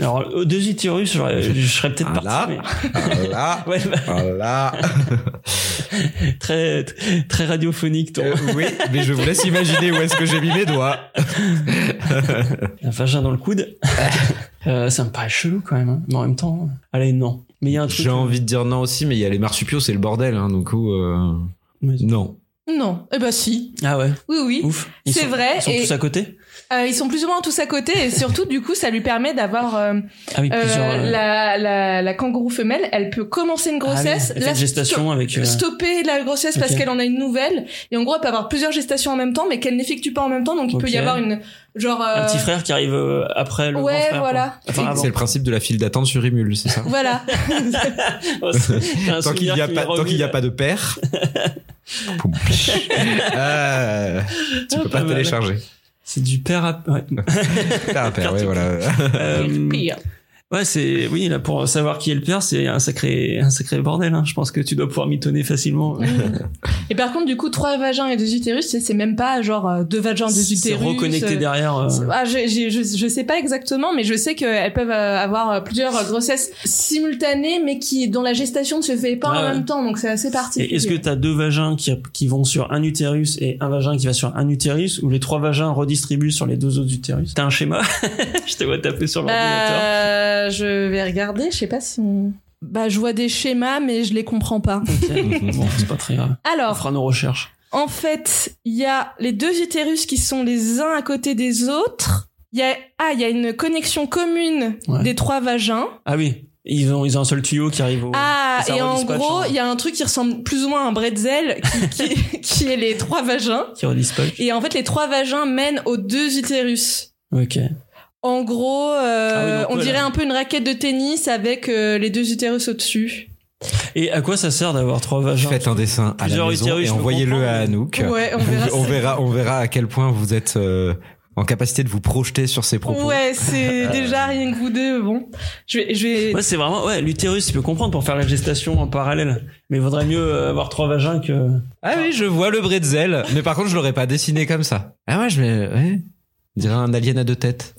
B: Alors euh, deux utérus, j'aurais- je serais peut-être
D: Ah là.
B: parti. mais-
D: Voilà.
B: Ouais, bah,
D: Voilà.
B: très très radiophonique. Ton...
D: Euh, oui, mais je vous laisse imaginer où est-ce que j'ai mis mes doigts.
B: un vagin dans le coude. Euh, ça me paraît chelou quand même. hein. Mais en même temps, allez, non. Mais il y a un truc.
D: J'ai envie de dire non aussi, mais il y a les marsupiaux, c'est le bordel, hein, donc euh,
B: Ouais.
D: non.
A: Non. Eh ben si.
B: Ah ouais,
A: Oui, oui.
B: ouf.
A: C'est
B: sont-
A: vrai,
B: Ils sont
A: et-
B: tous à côté
A: Euh, ils sont plus ou moins tous à côté et surtout, du coup, ça lui permet d'avoir euh,
B: Ah oui,
A: euh,
B: plusieurs. euh,
A: la, la, la kangourou femelle. Elle peut commencer une
B: ah oui,
A: grossesse,
B: effet de
A: la
B: gestation avec. euh,
A: stopper la grossesse parce
B: Ok.
A: qu'elle en a une nouvelle et en gros elle peut avoir plusieurs gestations en même temps mais qu'elle n'effectue pas en même temps donc il peut
B: Ok.
A: y avoir une genre
B: un
A: euh,
B: petit frère qui arrive euh, après le
A: ouais
B: grand frère,
A: voilà
B: quoi. Enfin, avant.
D: C'est le principe de la file d'attente sur Emule, c'est ça
A: voilà
B: Oh, c'est- j'ai un
D: Tant qu'il
B: souvenir
D: n'y a,
B: qui
D: pas-
B: m'est
D: tant qu'il y a
B: revenu.
D: pas de père, Poum. Euh, tu peux
B: Pas
D: pas
B: mal.
D: télécharger.
B: C'est du père à. Ouais,
D: T'as un père, ouais, voilà.
B: Euh,
A: Pire.
B: ouais, c'est. Oui, là, pour savoir qui est le père, c'est un sacré, un sacré bordel. hein. Je pense que tu dois pouvoir mitonner facilement.
A: Mm. et par contre du coup trois vagins et deux utérus c'est- c'est même pas genre euh, deux vagins deux utérus
B: C'est reconnecté
A: euh,
B: derrière. euh,
A: c'est- ah, je, je, je, je sais pas exactement, mais je sais qu'elles peuvent euh, avoir euh, plusieurs grossesses simultanées, mais qui dont la gestation ne se fait pas
B: Ouais,
A: en
B: Ah ouais.
A: même temps, donc c'est assez particulier.
B: Et est-ce que tu as deux vagins qui, qui vont sur un utérus et un vagin qui va sur un utérus ou les trois vagins redistribuent sur les deux autres utérus T'as un schéma Je te vois taper sur l'ordinateur.
A: Bah, je vais regarder. Je sais pas si on. Bah, je vois des schémas, mais je les comprends pas.
B: Ok. bon, c'est pas très grave. On
A: Alors,
B: fera nos recherches.
A: en fait, il y a les deux utérus qui sont les uns à côté des autres. Il y a ah, il y a une connexion commune
B: Ouais.
A: des trois vagins.
B: Ah oui, ils ont, ils ont un seul tuyau qui arrive au.
A: ah,
B: ça
A: et en
B: redispatche,
A: gros,
B: hein.
A: il y a un truc qui ressemble plus ou moins à un bretzel qui, qui, qui est les trois vagins.
B: Qui redispatche.
A: Et en fait, les trois vagins mènent aux deux utérus.
B: Ok.
A: En gros, euh,
B: Ah oui, donc,
A: on
B: ouais,
A: dirait
B: là.
A: un peu une raquette de tennis avec euh, les deux utérus au-dessus.
B: Et à quoi ça sert d'avoir trois vagins
D: Faites un dessin à la
B: Plusieurs
D: maison
B: utérus,
D: et
B: je me
D: envoyez-le
B: comprends.
D: à Anouk.
A: Ouais, on verra.
D: on verra, on verra à quel point vous êtes euh, en capacité de vous projeter sur ces propos.
A: Ouais, c'est déjà rien que vous deux. Bon, je vais, je vais.
B: Ouais, c'est vraiment. Ouais, l'utérus, tu peux comprendre pour faire la gestation en parallèle. Mais il vaudrait mieux euh, avoir trois vagins que.
D: Ah oui, je vois le bretzel, mais par contre, je l'aurais pas dessiné comme ça. Ah ouais, je vais, ouais. On dirait un alien à deux têtes.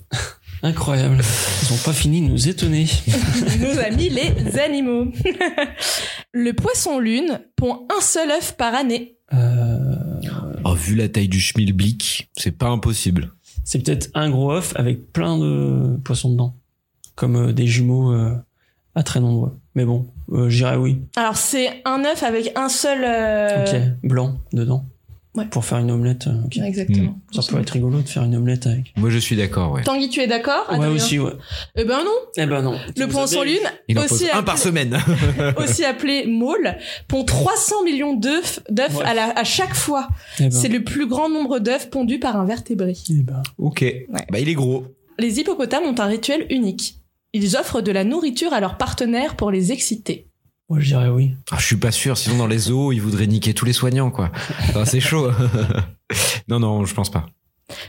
B: Incroyable. Ils ont pas fini de nous étonner.
A: nos amis les animaux. le poisson lune pond un seul œuf par année.
B: Euh,
D: Oh, vu la taille du schmilblick, c'est pas impossible.
B: c'est peut-être un gros œuf avec plein de poissons dedans, comme euh, des jumeaux euh, à très nombreux. Mais bon, euh, j'irais oui.
A: Alors c'est un œuf avec un seul. euh,
B: Ok, blanc dedans
A: Ouais.
B: pour faire une omelette. euh, ok.
A: Exactement.
B: Ça peut être rigolo de faire une omelette avec.
D: Moi, je suis d'accord, ouais.
A: Tanguy, tu es d'accord
B: ouais
A: Adrien
B: aussi ouais.
A: Eh ben non.
B: Eh ben non.
A: Le
B: Vous
A: poisson
B: avez-
A: lune,
D: Il en pose
A: aussi,
D: un
A: appelé,
D: par semaine.
A: aussi appelé môle, pond 300 millions d'œufs d'œufs
B: Ouais.
A: à, la- à chaque fois.
B: Eh ben.
A: C'est le plus grand nombre d'œufs pondus par un vertébré.
B: Eh ben.
D: ok. Bah, il est gros.
A: Les hippopotames ont un rituel unique. Ils offrent de la nourriture à leurs partenaires pour les exciter.
B: Moi je dirais oui.
D: Ah, je suis pas sûr, sinon dans les zoos, ils voudraient niquer tous les soignants, quoi. Enfin, c'est chaud. non, non, je pense pas.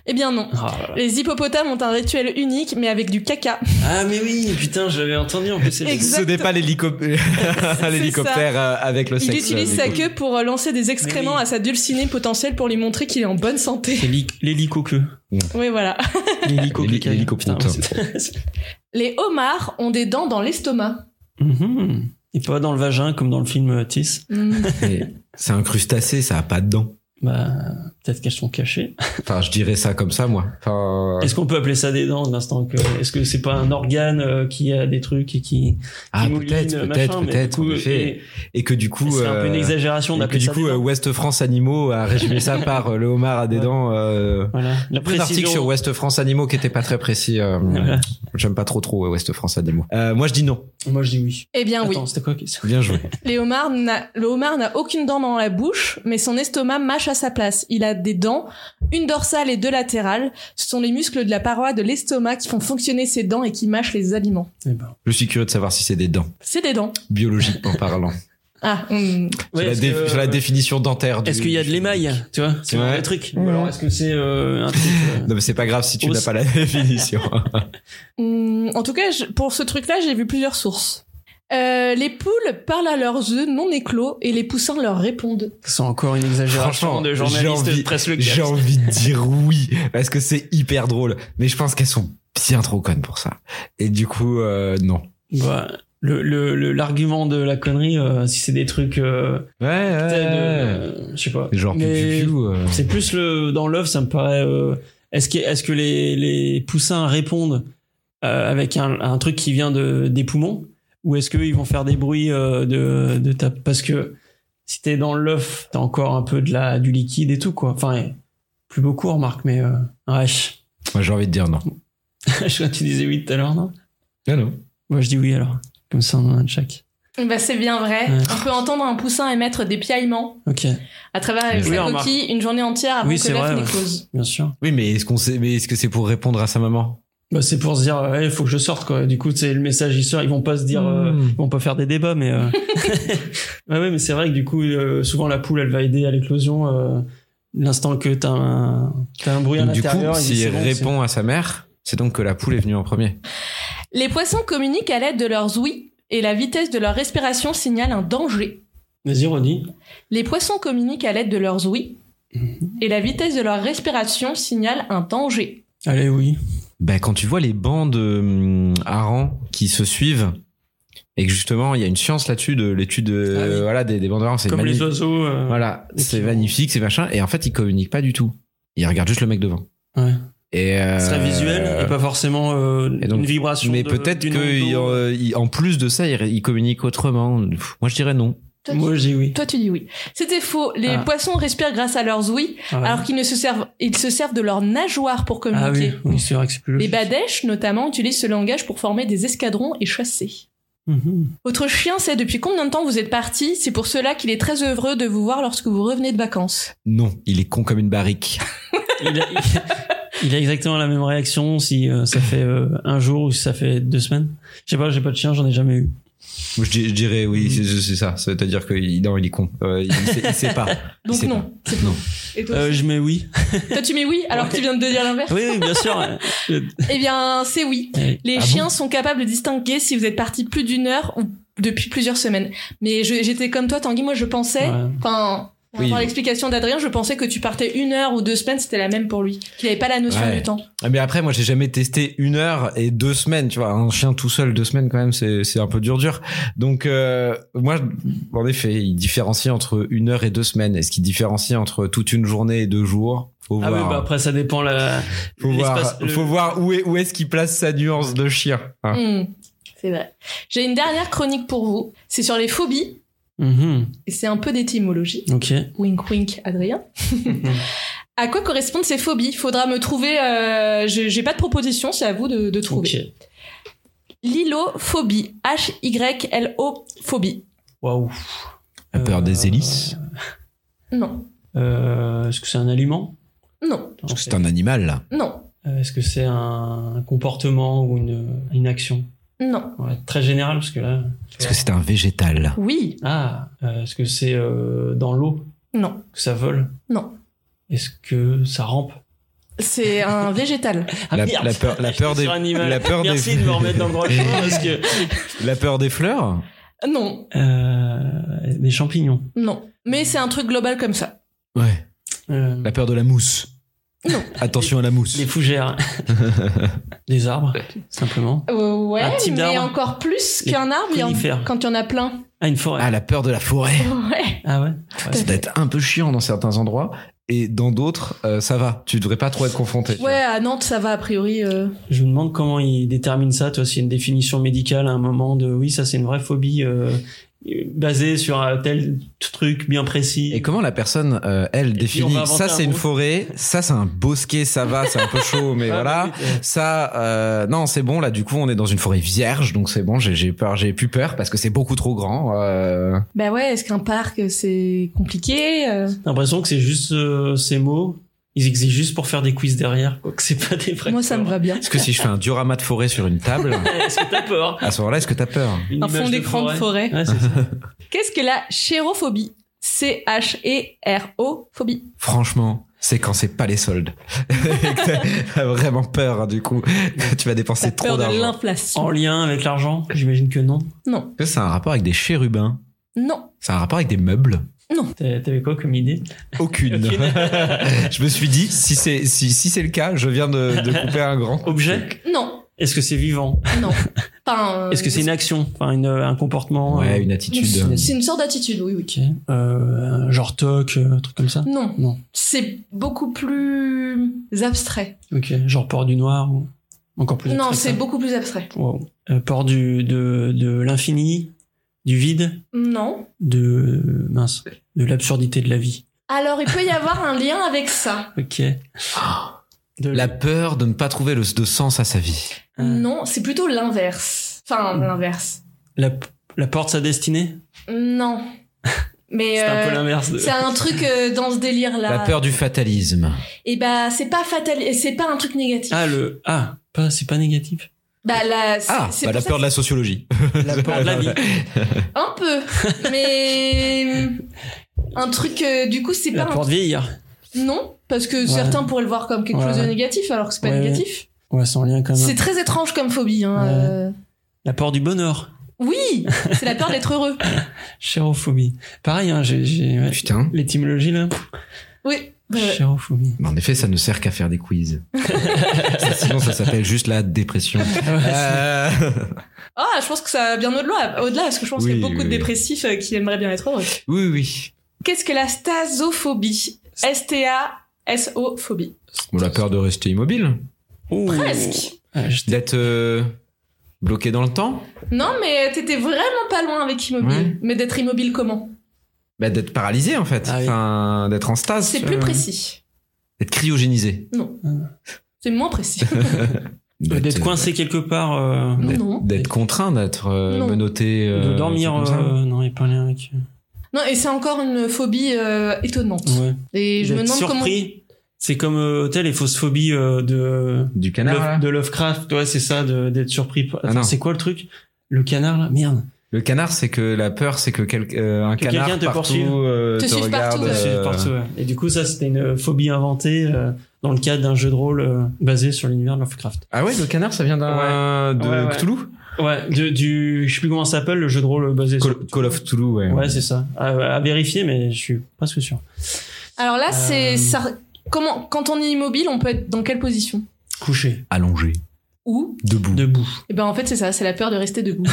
A: Eh bien non.
B: Ah, là là.
A: Les hippopotames ont un rituel unique, mais avec du caca.
B: Ah, mais oui, putain, j'avais entendu en plus. c'est-
A: Exact.
D: Ce n'est pas l'hélico- l'hélicoptère euh, avec le
A: Il
D: sexe.
A: utilise
D: euh,
A: sa
D: du coup.
A: queue pour euh, lancer des excréments
B: Mais oui.
A: à sa dulcinée potentielle pour lui montrer qu'il est en bonne santé.
B: C'est l'hi- l'hélico-queue.
A: Oui, voilà.
D: L'héli-
B: L'hélico-queue.
D: l'hélico-ponte.
A: Les homards ont des dents dans l'estomac.
B: Mhm. Et pas dans le vagin comme dans le film euh, Tis.
A: Hmm.
D: Mais C'est un crustacé, ça a pas de dents.
B: Bah, peut-être qu'elles sont cachées.
D: Enfin, je dirais ça comme ça, moi. Enfin,
B: Est-ce qu'on peut appeler ça des dents de l'instant que Est-ce que c'est pas un organe euh, qui a des trucs et qui, qui
D: ah,
B: mouline,
D: peut-être,
B: euh,
D: peut-être,
B: machin, mais
D: peut-être.
B: du coup,
D: en effet.
B: et-
D: Et que du
B: et
D: coup,
B: c'est un peu une
D: euh,
B: exagération
D: et que
B: d'appeler
D: du
B: ça
D: coup,
B: des
D: euh,
B: dents.
D: Ouest France Animaux a résumé ça par euh, le homard à des
B: Ouais.
D: dents. Euh,
B: Voilà. La
D: un article
B: précision-
D: sur Ouest France Animaux qui était pas très précis. euh,
B: Voilà.
D: J'aime pas trop trop euh, Ouest France Animaux. Euh, moi, je dis non.
B: Moi je dis oui.
A: Eh bien oui.
B: Attends, c'était quoi la question
D: Bien joué.
A: Les homards n'a- le homard n'a aucune dent dans la bouche, mais son estomac mâche à sa place. Il a des dents, une dorsale et deux latérales. Ce sont les muscles de la paroi de l'estomac qui font fonctionner ses dents et qui mâchent les aliments.
B: Eh ben.
D: Je suis curieux de savoir si c'est des dents,
A: C'est des dents.
D: biologiquement parlant.
A: Ah, hum.
B: Ouais,
D: sur, la
B: est-ce
D: dé-
B: que- euh,
D: sur la définition dentaire. du-
B: Est-ce qu'il y a de l'émail Tu vois, c'est
D: Ouais.
B: un truc.
A: Ouais.
B: Ou alors est-ce que c'est euh, un truc euh,
D: Non, mais c'est pas grave si tu
B: Os.
D: n'as pas la définition.
A: Hum, en tout cas, je- pour ce truc-là, j'ai vu plusieurs sources. Euh, les poules parlent à leurs œufs non éclos et les poussins leur répondent.
B: C'est encore une exagération
D: Franchement,
B: de
D: j'ai
B: journalistes
D: envie-
B: de presse le
D: J'ai
B: cap.
D: envie de dire oui, parce que c'est hyper drôle. Mais je pense qu'elles sont bien trop connes pour ça. Et du coup, euh, non.
B: Bah, le- le- le- L'argument de la connerie, euh, si c'est des trucs, euh,
D: Ouais,
B: de- euh, je sais pas.
D: Genre,
B: Mais
D: piou, piou, piou, euh.
B: C'est plus le dans l'œuf, ça me paraît euh, Est-ce que, est-ce que les, les poussins répondent euh, avec un, un truc qui vient de, des poumons ou est-ce qu'ils vont faire des bruits euh, de, de tape Parce que si t'es dans l'œuf, t'as encore un peu de la, du liquide et tout, quoi. Enfin, plus beaucoup, remarque, mais euh, ouais.
D: Moi, j'ai envie de dire non.
B: Je crois que tu disais oui tout à l'heure, non
D: Non, non.
B: Moi, je dis oui alors. Comme ça, on en a de chaque.
A: Bah, c'est bien vrai.
B: Ouais.
A: On peut entendre un poussin émettre des piaillements
B: Ok,
A: à travers
D: Mais
A: sa
B: oui, remarque.
A: coquille une journée entière avant
B: Oui,
A: que
B: c'est
A: l'œuf
B: vrai, ouais.
A: n'éclose.
B: bien sûr.
D: Oui, mais est-ce qu'on sait, mais est-ce que c'est pour répondre à sa maman
B: Bah, c'est pour se dire, il faut que je sorte, quoi. Du coup, c'est le message, ils sortent, ils vont pas se dire, euh,
D: Hmm.
B: ils vont pas faire des débats, mais. Euh... ouais, ouais, mais c'est vrai que du coup, euh, souvent la poule, elle va aider à l'éclosion. euh, L'instant que t'as un, t'as un bruit à
D: Donc, Du coup,
B: l'intérieur, il dit,
D: s'il
B: c'est bon, c'est-
D: répond à sa mère, c'est donc que la poule est venue en premier.
A: Les poissons communiquent à l'aide de leurs ouïes et la vitesse de leur respiration signale un danger.
B: Vas-y, redis.
A: Les poissons communiquent à l'aide de leurs ouïes et la vitesse de leur respiration signale un danger.
B: Allez, oui.
D: Ben, quand tu vois les bancs de hum, harengs qui se suivent, et que justement, il y a une science là-dessus de l'étude euh,
B: Ah oui.
D: voilà, des, des bancs de harengs, c'est
B: Comme les
D: magnifique.
B: oiseaux. euh,
D: Voilà,
B: Et
D: c'est
B: qui-
D: magnifique, c'est machin. Et en fait, ils communiquent pas du tout. Ils regardent juste le mec devant.
B: Ouais.
D: Et euh,
B: C'est très visuel et pas forcément euh,
D: et donc-
B: une vibration.
D: Mais
B: de-
D: peut-être
B: d'une
D: que
B: onde
D: il-
B: d'eau.
D: euh, il- en plus de ça, ils ils communiquent autrement. Pff, Moi, je dirais non.
A: Toi, tu,
B: Moi, j'ai oui.
A: toi, tu dis oui. C'était faux. Les
B: Ah.
A: poissons respirent grâce à leurs ouïes
B: Ah, ouais.
A: alors qu'ils ne se servent, ils se servent de leurs nageoires pour
B: Ah oui,
A: communiquer.
B: oui, c'est vrai que c'est plus
A: Les
B: logique.
A: badèches, notamment, utilisent ce langage pour former des escadrons et chasser.
B: Mhm.
A: Votre chien sait depuis combien de temps vous êtes parti, c'est pour cela qu'il est très heureux de vous voir lorsque vous revenez de vacances.
D: Non, il est con comme une barrique.
B: il, a, il- il a exactement la même réaction si euh, ça fait euh, un jour ou si ça fait deux semaines. Je sais pas, j'ai pas de chien, j'en ai jamais eu.
D: Moi, Je, di- je dirais oui, c'est c'est ça. C'est-à-dire que il- non, il est con. Euh, il, sait, il sait pas. Il
A: Donc
D: sait
A: non,
D: pas.
A: c'est faux.
D: Non.
A: Et toi,
B: Euh,
A: aussi
B: je mets oui.
A: Toi, tu mets oui alors que tu viens de dire l'inverse
B: Oui, oui, bien sûr.
A: Eh bien, c'est oui.
B: Eh,
A: Les
D: Ah
A: chiens sont capables de distinguer si vous êtes parti plus d'une heure ou depuis plusieurs semaines. Mais je- j'étais comme toi, Tanguy, moi je pensais,
B: ouais.
A: enfin, par
D: Oui.
A: rapport à l'explication d'Adrien, je pensais que tu partais une heure ou deux semaines, c'était la même pour lui. Qu'il n'avait pas la notion
D: Ouais.
A: du temps.
D: Ah, Mais après, moi, j'ai jamais testé une heure et deux semaines. Tu vois, un chien tout seul, deux semaines quand même, c'est c'est un peu dur dur. Donc euh, moi, en effet, il différencie entre une heure et deux semaines. Est-ce qu'il différencie entre toute une journée et deux jours Faut
B: Ah oui,
D: voir.
B: bah après ça dépend la.
D: faut voir,
B: l'espace- le-
D: faut voir où est où est-ce qu'il place sa nuance de chien. hein.
A: Hmm, c'est vrai. J'ai une dernière chronique pour vous. C'est sur les phobies.
B: Mhm,
A: Et c'est un peu d'étymologie.
B: Ok.
A: Wink wink, Adrien. à quoi correspondent ces phobies Faudra me trouver. euh, j'ai j'ai pas de proposition, c'est à vous de, de trouver.
B: Ok.
A: Lilophobie. H-Y-L-O phobie.
B: Waouh.
D: La peur des hélices.
A: Non.
B: Euh, Est-ce que c'est un aliment
A: Non.
D: Parce que c'est un animal là.
A: Non.
B: Euh, Est-ce que c'est un, un comportement ou une, une action
A: Non.
B: Ouais, Très général, parce que là.
D: Est-ce que c'est un végétal
A: Oui.
B: Ah, euh, est-ce que c'est euh, dans l'eau
A: Non.
B: que ça vole
A: Non.
B: Est-ce que ça rampe
A: C'est un végétal.
B: Ah,
D: la,
B: merde.
D: la peur, la peur
B: J'étais
D: des,
B: sur animal.
D: la peur
B: Merci
D: des,
B: de me remettre dans le droit chemin parce que
D: la peur des fleurs.
A: Non.
B: euh, des champignons.
A: Non. Mais c'est un truc global comme ça.
D: Ouais.
B: Euh,
D: La peur de la mousse.
A: Non.
D: Attention à la mousse.
B: des fougères, des arbres, simplement.
A: Euh, ouais,
B: Un type
A: mais
B: d'arbre.
A: encore plus
B: Les
A: qu'un arbre il y en-
B: conifères.
A: quand il y en a plein.
B: Ah, une forêt.
D: Ah, la peur de la forêt.
A: Ouais.
B: Ah ouais.
D: Ça doit être un peu chiant dans certains endroits et dans d'autres, euh, ça va. Tu devrais pas trop être confronté. tu
A: Ouais, à Nantes, ça va a priori. euh.
B: Je me demande comment ils déterminent ça. Toi, s'il y a une définition médicale à un moment de oui, ça c'est une vraie phobie euh, euh, basée sur un tel truc bien précis.
D: Et comment la personne, euh, elle,
B: puis, on
D: définit
B: va inventer
D: ça c'est
B: un
D: une
B: mot.
D: forêt, ça c'est un bosquet, ça va, c'est un peu chaud, mais
B: Ah,
D: voilà.
B: bah oui, euh,
D: Ça, euh, non, c'est bon. Là, du coup, on est dans une forêt vierge, donc c'est bon. J'ai j'ai peur, j'ai plus peur parce que c'est beaucoup trop grand. euh.
A: Bah ouais, est-ce qu'un parc c'est compliqué euh
B: J'ai l'impression que c'est juste euh, ces mots. Ils existent juste pour faire des quiz derrière, quoi. Que c'est pas des vrais.
A: Moi ça me va bien.
D: Est-ce que si je fais un diorama de forêt sur une table,
B: Est-ce que t'as peur
D: à ce moment-là, est-ce que t'as peur
B: Une
A: Un
B: image
A: fond
B: de
A: d'écran de forêt.
B: Ouais, c'est ça.
A: Qu'est-ce que la chérophobie C-H-E-R-O phobie.
D: Franchement, c'est quand c'est pas les soldes. Et que t'as vraiment peur, hein, du coup, que tu vas
A: T'as
D: dépenser trop
A: peur de
D: d'argent.
B: En
A: l'inflation.
B: lien avec l'argent, j'imagine que non.
A: Non.
D: Est-ce que c'est un rapport avec des chérubins
A: Non.
D: C'est un rapport avec des meubles
B: T'as- T'avais quoi comme idée
D: Aucune.
B: Aucune.
D: je me suis dit, si c'est si, si c'est le cas, je viens de, de couper un grand.
B: Objet
A: Non.
B: Est-ce que c'est vivant
A: Non. Enfin, euh,
B: Est-ce que c'est une action Enfin, une, un comportement
D: Ouais,
B: euh,
D: une attitude.
A: C'est une sorte d'attitude, oui, oui.
B: Ok. Euh, genre toc, euh, un truc comme ça
A: Non.
B: Non.
A: C'est beaucoup plus abstrait.
B: Ok. Genre port du noir ou encore plus
A: non,
B: abstrait
A: c'est
B: que ça.
A: beaucoup plus abstrait.
B: Wow. Euh, port du, de, de l'infini, du vide,
A: Non.
B: de. mince. De l'absurdité de la vie.
A: Alors, il peut y avoir un lien avec ça.
B: Ok.
A: Oh,
B: De
D: La peur de ne pas trouver le, de sens à sa vie.
B: Ah.
A: Euh, Non, c'est plutôt l'inverse. Enfin,
B: Mm.
A: l'inverse.
B: La, la porte sa destinée
A: Non. Mais
B: C'est un peu
A: euh,
B: l'inverse. de-
A: c'est un truc euh, dans ce délire-là.
D: La peur du fatalisme.
A: Et bah, c'est pas fatal. et C'est pas un truc négatif.
B: Ah, le. Ah, pas, c'est pas négatif.
A: Bah, la, c'est-
D: Ah,
A: c'est
D: bah,
A: pour
D: la
A: ça
D: peur de la sociologie.
B: La peur de la vie.
A: que- Un peu. Mais. Un truc, euh, du coup, c'est
B: La
A: pas un
B: peur de vieillir.
A: Non, parce que certains pourraient le voir comme quelque
B: Ouais,
A: chose de
B: ouais.
A: négatif alors que c'est pas
B: Ouais,
A: négatif.
B: Ouais, sans lien quand
A: C'est
B: même.
A: très étrange comme phobie. Hein.
B: Ouais.
A: euh.
B: La peur du bonheur.
A: Oui, c'est la peur d'être heureux.
B: Chérophobie. Pareil, hein, j'ai- j'ai. ouais.
D: Putain.
B: L'étymologie, là.
A: Oui. bah, ouais.
B: Chérophobie.
D: Mais en effet, ça ne sert qu'à faire des quiz. Ça, sinon, ça s'appelle juste la dépression. Euh,
A: Ah, je pense que ça va bien au-delà, au-delà parce que je pense
D: Oui,
A: qu'il y a beaucoup de
D: oui.
A: dépressifs euh, qui aimeraient bien être heureux.
D: oui, oui.
A: Qu'est-ce que la stasophobie S-T-A-S-O-phobie.
D: Bon, la peur de rester immobile,
B: Ouh.
A: Presque.
B: Oh. Ah, je-
D: d'être euh, bloqué dans le temps,
A: Non, mais t'étais vraiment pas loin avec immobile.
D: Ouais.
A: Mais d'être immobile comment
D: bah, d'être paralysé en fait,
B: Ah oui.
D: enfin, d'être en stase,
A: C'est
D: euh,
A: plus précis.
D: d'être cryogénisé,
A: C'est moins précis.
B: Euh, D'être coincé quelque part. euh,
A: non,
D: d'être-
A: non.
D: d'être contraint, d'être euh,
A: Non.
D: menotté, euh,
B: de dormir.
D: un truc comme ça.
B: euh, non, il n'y a pas lien avec.
A: Non, et c'est encore une phobie euh, étonnante.
B: Ouais.
A: Et je me
B: D'être
A: demande comment.
B: surpris. C'est comme euh, Hôtel et fausse phobie euh, de,
D: du canard, là.
B: Love- de Lovecraft. Ouais, c'est ça, de- d'être surpris. par-
D: Ah
B: Attends,
D: non.
B: c'est quoi le truc Le canard, là Merde.
D: le canard, c'est que la peur, c'est que quel- euh, un
B: Que
D: canard
B: quelqu'un te
D: partout,
B: poursuive.
D: euh,
A: Te
D: te
A: suive
D: regarde,
A: partout, ouais.
D: euh,
B: C'est partout, ouais. Et du coup, ça, c'était une phobie inventée euh, dans le cadre d'un jeu de rôle euh, basé sur l'univers de Lovecraft.
D: Ah ouais, le canard, ça vient d'un de
B: Ouais, ouais.
D: Cthulhu,
B: Ouais, de- du. Je sais plus comment ça s'appelle, le jeu de rôle basé
D: Call,
B: sur.
D: Call of Cthulhu, ouais.
B: Ouais, c'est ça. À, à vérifier, mais je suis presque sûr.
A: Alors là,
B: Euh.
A: c'est ça. Comment quand on est immobile, on peut être dans quelle position
B: Couché,
D: allongé,
A: Où
D: debout.
B: debout.
A: Et ben en fait, c'est ça. C'est la peur de rester debout.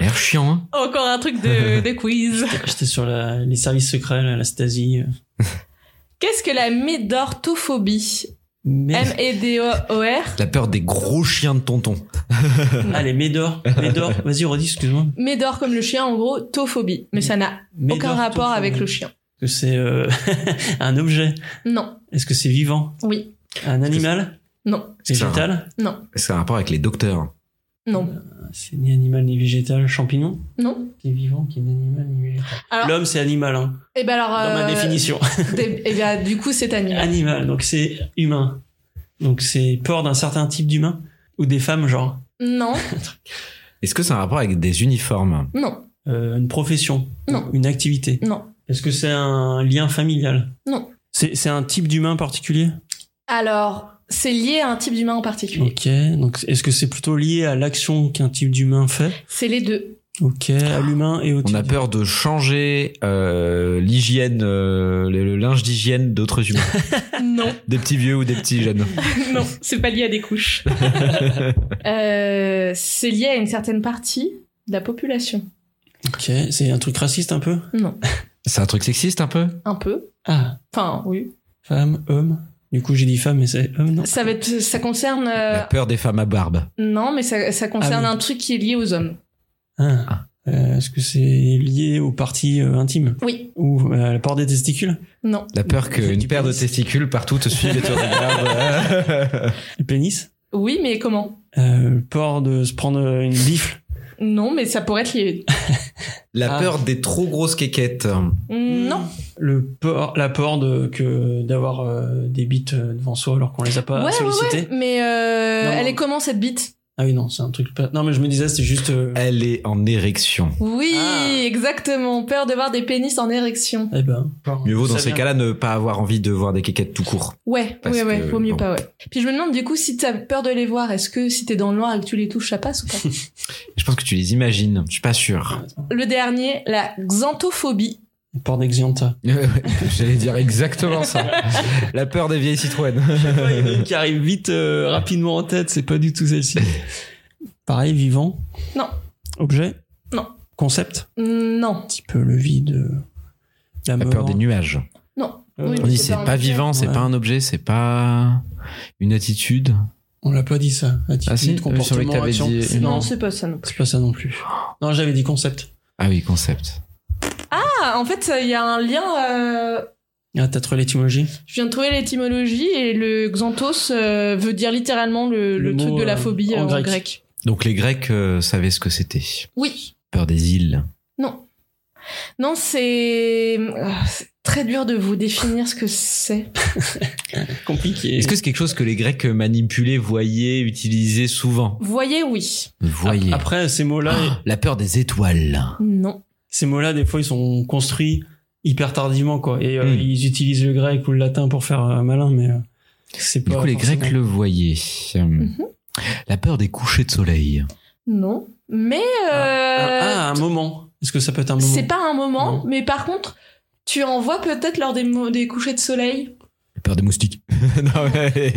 D: L'air chiant, hein.
A: Encore un truc de, de quiz.
B: J'étais sur la- les services secrets, la, la Stasi. euh.
A: Qu'est-ce que la médortophobie
B: Merde.
A: M E D O O R
D: La peur des gros chiens de tonton.
B: Allez, Médor, Médor, vas-y, redis, excuse-moi.
A: Médor comme le chien en gros, tophobie, mais ça n'a
B: Médor,
A: aucun rapport
B: tophobie.
A: avec le chien.
B: Est-ce que c'est euh, un objet
A: Non,
B: Est-ce que c'est vivant
A: oui,
B: Un animal
A: non,
D: C'est ça.
B: Végétal
A: non,
D: Est-ce que ça a un rapport avec les docteurs
A: non,
B: Ah, C'est ni animal ni végétal. Champignon
A: non.
B: Qui est vivant, qui est ni animal ni végétal.
A: Alors-
B: L'homme, c'est animal, hein,
A: Et ben alors.
B: dans ma
A: euh,
B: définition.
A: des- eh ben, du coup, c'est animal.
B: animal, donc c'est humain. Donc c'est peur d'un certain type d'humain Ou des femmes, genre
A: Non,
D: Est-ce que ça a un rapport avec des uniformes
A: non,
B: euh, Une profession
A: Non.
B: Une activité
A: non.
B: Est-ce que c'est un lien familial
A: Non.
B: C'est c'est un type d'humain particulier
A: Alors, c'est lié à un type d'humain en particulier.
B: Ok, donc est-ce que c'est plutôt lié à l'action qu'un type d'humain fait
A: C'est les deux.
B: Ok, à l'humain et au
D: On
B: type
D: a peur de changer euh, l'hygiène, euh, le, le linge d'hygiène d'autres humains.
A: Non.
D: des petits vieux ou des petits jeunes.
A: non, c'est pas lié à des couches. Euh, c'est lié à une certaine partie de la population.
B: Ok, c'est un truc raciste un peu
A: Non,
D: C'est un truc sexiste un peu
A: un peu.
B: Ah,
A: Enfin, oui.
B: femme, homme. Du coup, j'ai dit femme, mais c'est homme, non
A: Ça, va être, ça concerne. euh,
D: La peur des femmes à barbe.
A: non, mais ça, ça concerne
B: Ah oui.
A: un truc qui est lié aux hommes.
B: Ah.
D: Ah.
B: Euh, Est-ce que c'est lié aux parties euh, intimes
A: Oui.
B: Ou euh, à la porte des testicules
A: Non.
D: La peur
B: Du
D: qu'une paire de
B: pénis.
D: testicules partout te suive et te
B: Ah,
D: regarde.
B: Le pénis
A: Oui, mais comment
B: euh, Le port de se prendre une bifle
A: Non, mais ça pourrait être lié.
D: La
B: Ah.
D: peur des trop grosses quéquettes.
A: Non.
B: Le port, la peur de, que d'avoir euh, des bites euh, devant soi alors qu'on les a pas
A: Ouais, ouais,
B: sollicitées.
A: Mais euh,
B: Non, non.
A: elle est comment cette bite
B: Ah oui, non, c'est un truc pas... Non, mais je me disais, c'est juste... euh,
D: Elle est en érection.
A: Oui,
B: Ah.
A: exactement. Peur de voir des pénis en érection.
B: Eh ben...
D: Mieux vaut dans
B: ça
D: ces
B: vient-
D: cas-là ne pas avoir envie de voir des quéquettes tout court.
A: Ouais,
D: Parce
A: ouais, ouais,
D: que,
A: vaut mieux
D: bon.
A: pas, ouais. Puis je me demande, du coup, si t'as peur de les voir, est-ce que si t'es dans le noir et que tu les touches, ça passe ou pas
D: Je pense que tu les imagines. Je suis pas sûr.
A: Le dernier, la xanthophobie.
B: Port d'Exianta.
D: Ouais, ouais, J'allais dire exactement ça. La peur des vieilles Citroën.
B: Il y en a une qui arrive vite, euh, rapidement en tête, c'est pas du tout celle-ci. Pareil, vivant.
A: Non.
B: Objet.
A: Non.
B: Concept.
A: Non.
B: Un petit peu le vide. euh, La,
D: La
B: mort.
D: peur des nuages.
A: Non.
B: Euh,
A: Oui,
D: On dit
A: c'est
D: c'est
A: pas un
D: pas
A: objet.
D: vivant, c'est
B: Ouais.
D: pas un objet, c'est pas une attitude.
B: On l'a pas dit ça. Attitude,
D: Ah si, euh, sur le
B: comportement,
D: que t'avais
B: action.
D: dit.
A: Non, c'est pas ça non plus.
B: C'est pas ça non plus. Non, j'avais dit concept.
D: Ah oui, concept.
A: Ah, en fait, il y a un lien. euh,
B: Ah, t'as trouvé l'étymologie
A: je viens de trouver l'étymologie et le xanthos euh, veut dire littéralement le,
B: Le
A: le truc
B: mot,
A: de la
B: euh,
A: phobie
B: en
A: euh, en,
B: grec.
A: grec.
D: Donc les Grecs euh, savaient ce que c'était.
A: Oui.
D: Peur des îles.
A: Non. Non, c'est ah, c'est très dur de vous définir ce que c'est.
B: Compliqué.
D: Est-ce que c'est quelque chose que les Grecs manipulaient, voyaient, utilisaient souvent
A: Voyez, oui.
D: Voyaient.
B: Après, ces mots-là,
D: Ah, la peur des étoiles.
A: Non.
B: ces mots-là, des fois, ils sont construits hyper tardivement, quoi. Et euh,
D: Hmm.
B: ils utilisent le grec ou le latin pour faire euh, malin, mais euh, c'est pas.
D: Du coup, les
B: forcément-
D: Grecs le voyaient. Euh,
A: Mhm.
D: La peur des couchers de soleil.
A: Non. Mais euh,
B: Ah, ah, un moment. Est-ce que ça peut être un moment
A: c'est pas un moment,
B: Non.
A: mais par contre, tu en vois peut-être lors des, mo- des couchers de soleil.
D: La peur des moustiques. non, mais-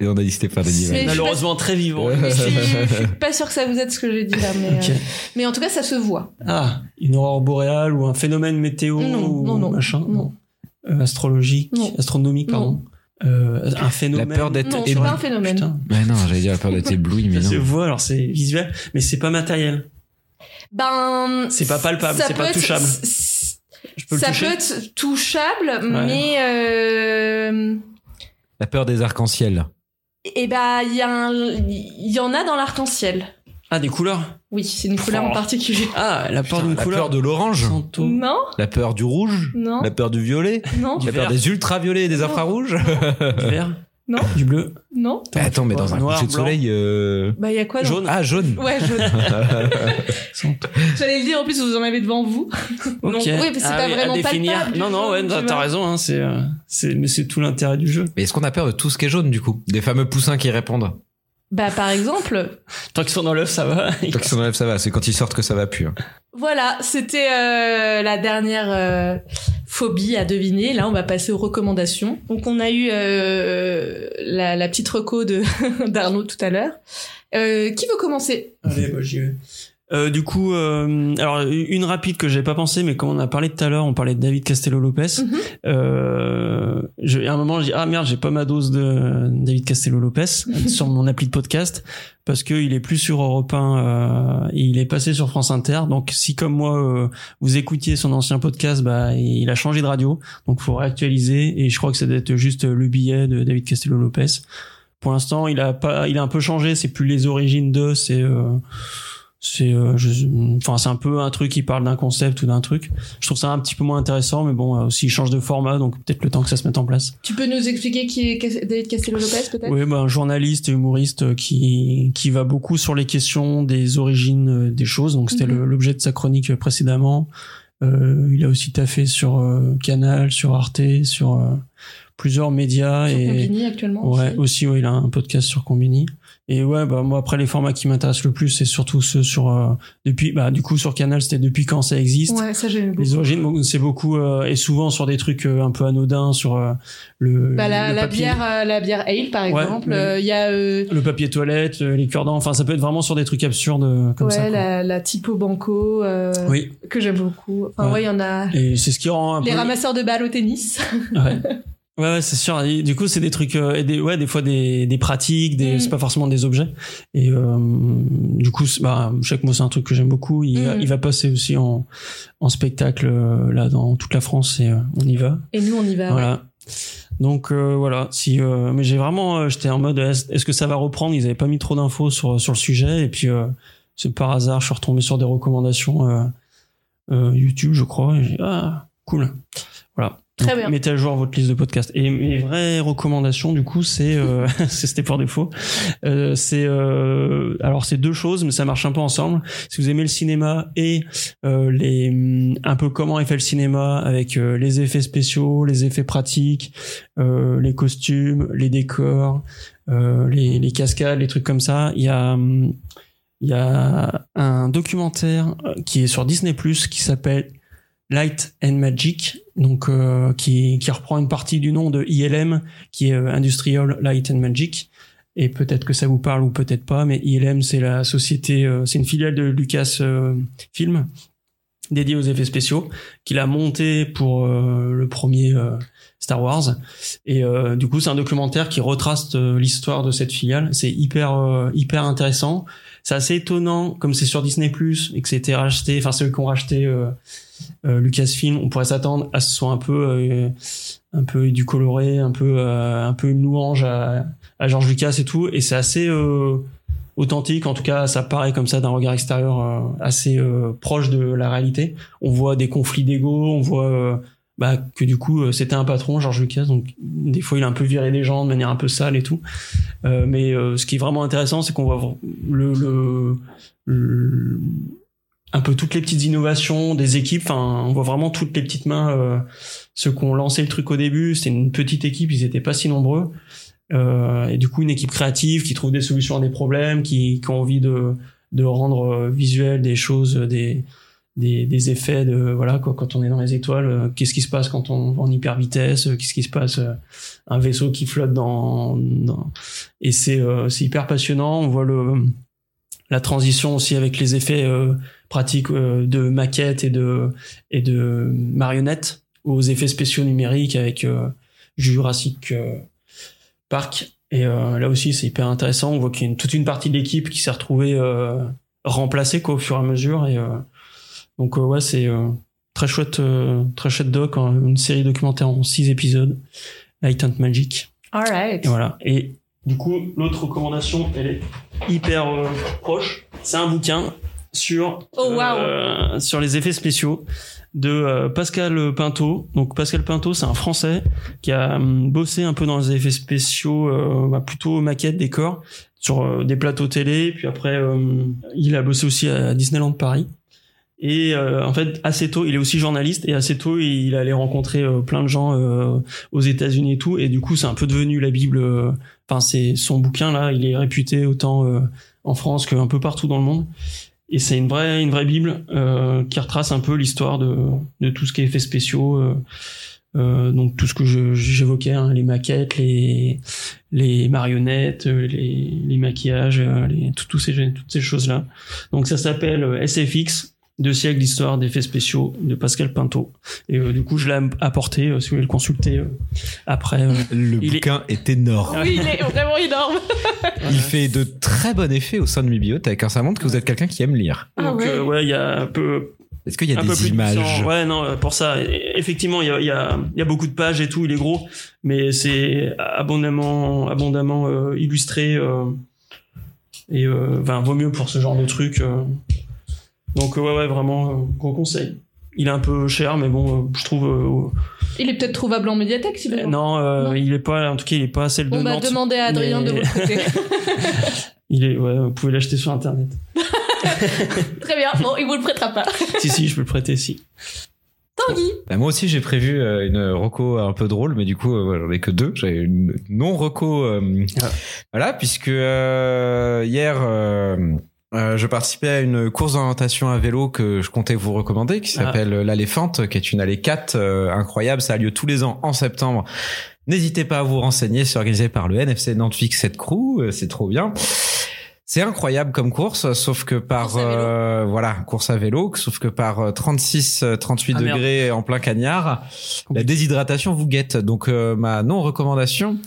D: et on a dit que c'était peur des
A: C'est-
D: nuages.
B: Malheureusement, très vivant.
D: Ouais.
A: Je suis, je suis pas sûre que ça vous aide ce que j'ai dit là, mais,
B: Ok.
A: euh, mais en tout cas, ça se voit.
B: Ah, une aurore boréale ou un phénomène météo
A: Non,
B: ou
A: non, non,
B: machin
A: non.
B: Euh, astrologique,
A: Non.
B: astronomique, pardon. Euh, un phénomène.
D: peur d'être
A: Non,
D: Et
A: c'est
D: ben,
A: pas un phénomène.
B: Putain,
D: Ouais, non, j'allais dire la peur d'être ébloui, mais
B: ça se
D: non.
B: voit, alors c'est visuel, mais c'est pas matériel.
A: Ben,
B: C'est pas palpable,
A: ça
B: c'est
A: peut
B: pas
A: être-
B: touchable.
A: c-
B: Je peux le
A: ça
B: toucher.
A: peut être touchable, mais euh,
D: La peur des arcs-en-ciel.
A: et ben il y, a un- il y en a dans l'arc-en-ciel.
B: Ah, des couleurs.
A: Oui, c'est une couleur
B: Oh.
A: en particulier.
B: Ah, la peur
D: Putain,
B: d'une
D: la
B: couleur.
D: peur de l'orange.
B: Santo.
A: Non,
D: La peur du rouge.
A: non,
D: La peur du violet.
A: non,
B: Du
D: la
B: vert.
D: peur des ultraviolets et des
A: Non.
D: infrarouges.
B: Du vert.
A: Non.
B: Du bleu.
A: non.
D: Attends, mais dans un
B: Noir,
D: coucher de
B: blanc.
D: soleil. euh,
A: Bah il y a quoi dans-
B: Jaune.
D: Ah, jaune.
A: Ouais, jaune.
B: Santo.
A: J'allais le dire en plus, vous en avez devant vous.
B: Ok.
A: Donc, oui, mais c'est
B: Ah
A: pas
B: oui, à
A: vraiment
B: définir.
A: palpable, du
B: Non, non,
A: jaune,
B: ouais,
A: tu
B: t'as-
A: vois.
B: t'as raison, hein, c'est, euh, c'est, mais c'est tout l'intérêt du jeu.
D: Mais est-ce qu'on a peur de tout ce qui est jaune, du coup Des fameux poussins qui répondent.
A: Bah par exemple,
B: Tant qu'ils sont dans l'œuf, ça va.
D: Tant qu'ils sont dans l'œuf, ça va. C'est quand ils sortent que ça va plus. hein.
A: voilà, c'était euh, la dernière euh, phobie à deviner. Là, on va passer aux recommandations. Donc on a eu euh, la, la petite reco de d'Arnaud tout à l'heure. Euh, qui veut commencer
B: Allez, bah, j'y vais. Euh, du coup, euh, alors une rapide que j'avais pas pensé, mais comme on a parlé tout à l'heure, on parlait de David Castello Lopez.
A: Mhm.
B: euh, je- à un moment, j'ai dit, ah merde, j'ai pas ma dose de David Castello Lopez sur mon appli de podcast parce que il est plus sur Europe 1, euh, et il est passé sur France Inter. Donc si comme moi euh, vous écoutiez son ancien podcast, bah il a changé de radio, donc faut réactualiser. Et je crois que ça doit être juste le billet de David Castello Lopez. Pour l'instant, il a pas, il a un peu changé. C'est plus les origines de, c'est euh, c'est euh, je- enfin c'est un peu un truc qui parle d'un concept ou d'un truc je trouve ça un petit peu moins intéressant mais bon euh, aussi il change de format donc peut-être le temps que ça se mette en place
A: Tu peux nous expliquer qui est Cas- David Castello-Lopez peut-être
B: oui ben un journaliste et humoriste euh, qui qui va beaucoup sur les questions des origines euh, des choses donc c'était
A: Mhm.
B: le- l'objet de sa chronique euh, précédemment Euh, il a aussi taffé sur euh, Canal sur Arte sur euh, plusieurs médias
A: Sur
B: et
A: Combini, actuellement.
B: Ouais,
A: aussi.
B: aussi, ouais, il a un podcast sur Combini. Et ouais, bah moi après les formats qui m'intéressent le plus, c'est surtout ceux sur euh, depuis bah du coup sur Canal, c'était depuis quand ça existe.
A: Ouais, ça j'aime beaucoup.
B: Les origines, bon, c'est beaucoup euh, et souvent sur des trucs euh, un peu anodins, sur euh, le,
A: Bah, la,
B: le
A: la
B: papier,
A: bière, euh, la bière Ale par
B: Ouais,
A: exemple.
B: mais-
A: Euh, Il y a euh,
B: le papier toilette, euh, les cure-dents. Enfin, ça peut être vraiment sur des trucs absurdes euh, comme
A: ouais,
B: ça. quoi.
A: la, la typo banco euh,
B: Oui,
A: que j'aime beaucoup. Enfin
B: Ouais.
A: ouais, il y en a.
B: et c'est ce qui rend un
A: Les
B: peu.
A: ramasseurs de balles au tennis.
B: Ouais. Ouais, ouais, c'est sûr. Et du coup, c'est des trucs, euh, et des, ouais, des fois des, des pratiques, des,
A: Mm.
B: c'est pas forcément des objets. Et euh, du coup, c'est- bah, chaque mot, c'est un truc que j'aime beaucoup. Il, va-
A: Mm.
B: il va passer aussi en, en spectacle euh, là dans toute la France et euh, on y va.
A: Et nous, on y va. Ah ouais.
B: Voilà. Donc euh, voilà. Si, euh, mais j'ai vraiment, euh, j'étais en mode, est-ce est-ce que ça va reprendre Ils avaient pas mis trop d'infos sur sur le sujet. Et puis euh, c'est par hasard, je suis retombé sur des recommandations euh, euh, YouTube, je crois. Et j'ai dit, ah cool. Voilà.
A: Très
B: Donc,
A: bien.
B: Mettez à jour votre liste de podcasts. Et mes vraies recommandations, du coup, c'est euh, c'est- c'était pour défaut. Euh, c'est euh, alors c'est deux choses, mais ça marche un peu ensemble. Si vous aimez le cinéma et euh, les hum, un peu comment est fait le cinéma avec euh, les effets spéciaux, les effets pratiques, euh, les costumes, les décors, euh, les, les cascades, les trucs comme ça. Il y a hum, il y a un documentaire euh, qui est sur Disney Plus qui s'appelle Light and Magic, donc euh, qui, qui reprend une partie du nom de ILM, qui est euh, Industrial Light and Magic. Et peut-être que ça vous parle ou peut-être pas, mais ILM c'est la société, euh, c'est une filiale de Lucas euh, Film dédiée aux effets spéciaux qu'il a monté pour euh, le premier euh, Star Wars. Et euh, du coup c'est un documentaire qui retrace euh, l'histoire de cette filiale. C'est hyper euh, hyper intéressant. C'est assez étonnant comme c'est sur Disney Plus et que c'était racheté, enfin ceux qui ont racheté euh, euh, Lucasfilm, on pourrait s'attendre à ce que ce soit un peu euh, un peu du coloré, un peu euh, un peu une louange à, à George Lucas et tout et c'est assez euh, authentique en tout cas ça paraît comme ça d'un regard extérieur euh, assez euh, proche de la réalité. On voit des conflits d'ego, on voit euh, bah, que du coup euh, c'était un patron George Lucas donc des fois il a un peu viré les gens de manière un peu sale et tout. Euh, mais euh, ce qui est vraiment intéressant c'est qu'on voit vr- le- le, le un peu toutes les petites innovations des équipes. Enfin, on voit vraiment toutes les petites mains. euh, ceux qui ont lancé le truc au début, c'était une petite équipe, ils étaient pas si nombreux. Euh, et du coup, une équipe créative qui trouve des solutions à des problèmes, qui, qui ont envie de, de rendre euh, visuel des choses, euh, des, des, des effets de voilà quoi. Quand on est dans les étoiles, euh, qu'est-ce qui se passe quand on va en hyper vitesse Qu'est-ce qui se passe euh, Un vaisseau qui flotte dans, dans- et c'est euh, c'est hyper passionnant. On voit le la transition aussi avec les effets euh, pratique euh, de maquettes et de et de marionnettes aux effets spéciaux numériques avec euh, Jurassic euh, Park et euh, là aussi c'est hyper intéressant on voit qu'il y a une- toute une partie de l'équipe qui s'est retrouvée euh, remplacée quoi au fur et à mesure et euh, donc euh, ouais c'est euh, très chouette euh, très chouette doc hein, une série documentaire en six épisodes Light and Magic
A: Alright.
B: et voilà. Et du coup, l'autre recommandation, elle est hyper euh, proche. C'est un bouquin sur
A: Oh, waouh.
B: euh, sur les effets spéciaux de euh, Pascal Pinto. Donc Pascal Pinto, c'est un Français qui a hum, bossé un peu dans les effets spéciaux, euh, bah, plutôt maquette décor sur euh, des plateaux télé. Puis après, euh, il a bossé aussi à Disneyland Paris. Et euh, en fait, assez tôt, il est aussi journaliste et assez tôt, il allait rencontrer euh, plein de gens euh, aux États-Unis et tout. Et du coup, c'est un peu devenu la Bible. euh, Enfin, c'est son bouquin là, il est réputé autant euh, en France qu'un peu partout dans le monde. Et c'est une vraie, une vraie Bible euh, qui retrace un peu l'histoire de, de tout ce qui est effets spéciaux. euh, euh, donc tout ce que je- j'évoquais, hein, les maquettes, les, les marionnettes, euh, les, les maquillages, euh, les, tout, tous ces, toutes ces choses-là. Donc ça s'appelle euh, SFX, deux siècles d'histoire d'effets spéciaux de Pascal Pinto. Et euh, du coup, je l'ai apporté, euh, si vous voulez le consulter euh, après. euh,
D: Le
B: Il est- Ah,
D: bouquin est énorme.
A: Oui, il est vraiment énorme.
D: Il fait de très bons effets au sein de bibliothèque. hein. Ça montre que vous êtes quelqu'un qui aime lire.
A: Ah
B: Donc
A: ouais.
B: euh, ouais, il y a un peu,
D: Est-ce qu'il y a
B: un peu
D: des
B: plus de
D: images
B: 800. Ouais, non, euh, pour ça, e- effectivement, il y a, il y, a, il y a beaucoup de pages et tout, il est gros, mais c'est abondamment, abondamment euh, illustré. euh, et euh, ben, vaut mieux pour ce genre de truc. euh. Donc, euh, ouais, ouais, vraiment, euh, gros conseil. Il est un peu cher, mais bon, euh, je trouve. euh,
A: Il est peut-être trouvable en médiathèque si vous
B: euh, non, euh,
A: Non. bah,
B: il est pas. En tout cas, il est pas celle de
A: On va
B: Nantes.
A: demander à Adrien
B: mais-
A: de votre côté.
B: Il est. Ouais, vous pouvez l'acheter sur internet.
A: Très bien. Bon, il vous le prêtera pas.
B: si, si, je peux le prêter. Si.
A: Tanguy.
D: Bah, Moi aussi, j'ai prévu euh, une reco un peu drôle, mais du coup, euh, voilà, j'en ai que deux. J'ai une non reco. euh,
B: Ah.
D: Voilà, puisque euh, hier. euh, euh, je participais à une course d'orientation à vélo que je comptais vous recommander, qui
B: Ah.
D: s'appelle euh, l'Aléphante, qui est une allée 4 euh, incroyable. Ça a lieu tous les ans en septembre. N'hésitez pas à vous renseigner. C'est organisé par le NFC Nantes Fix 7 Crew. euh, C'est trop bien. C'est incroyable comme course, sauf que par
A: Course à vélo.
D: euh, voilà course à vélo, sauf que par euh, 36, euh, 38
B: Ah, merde.
D: degrés en plein cagnard, la déshydratation vous guette. Donc euh, ma non recommandation,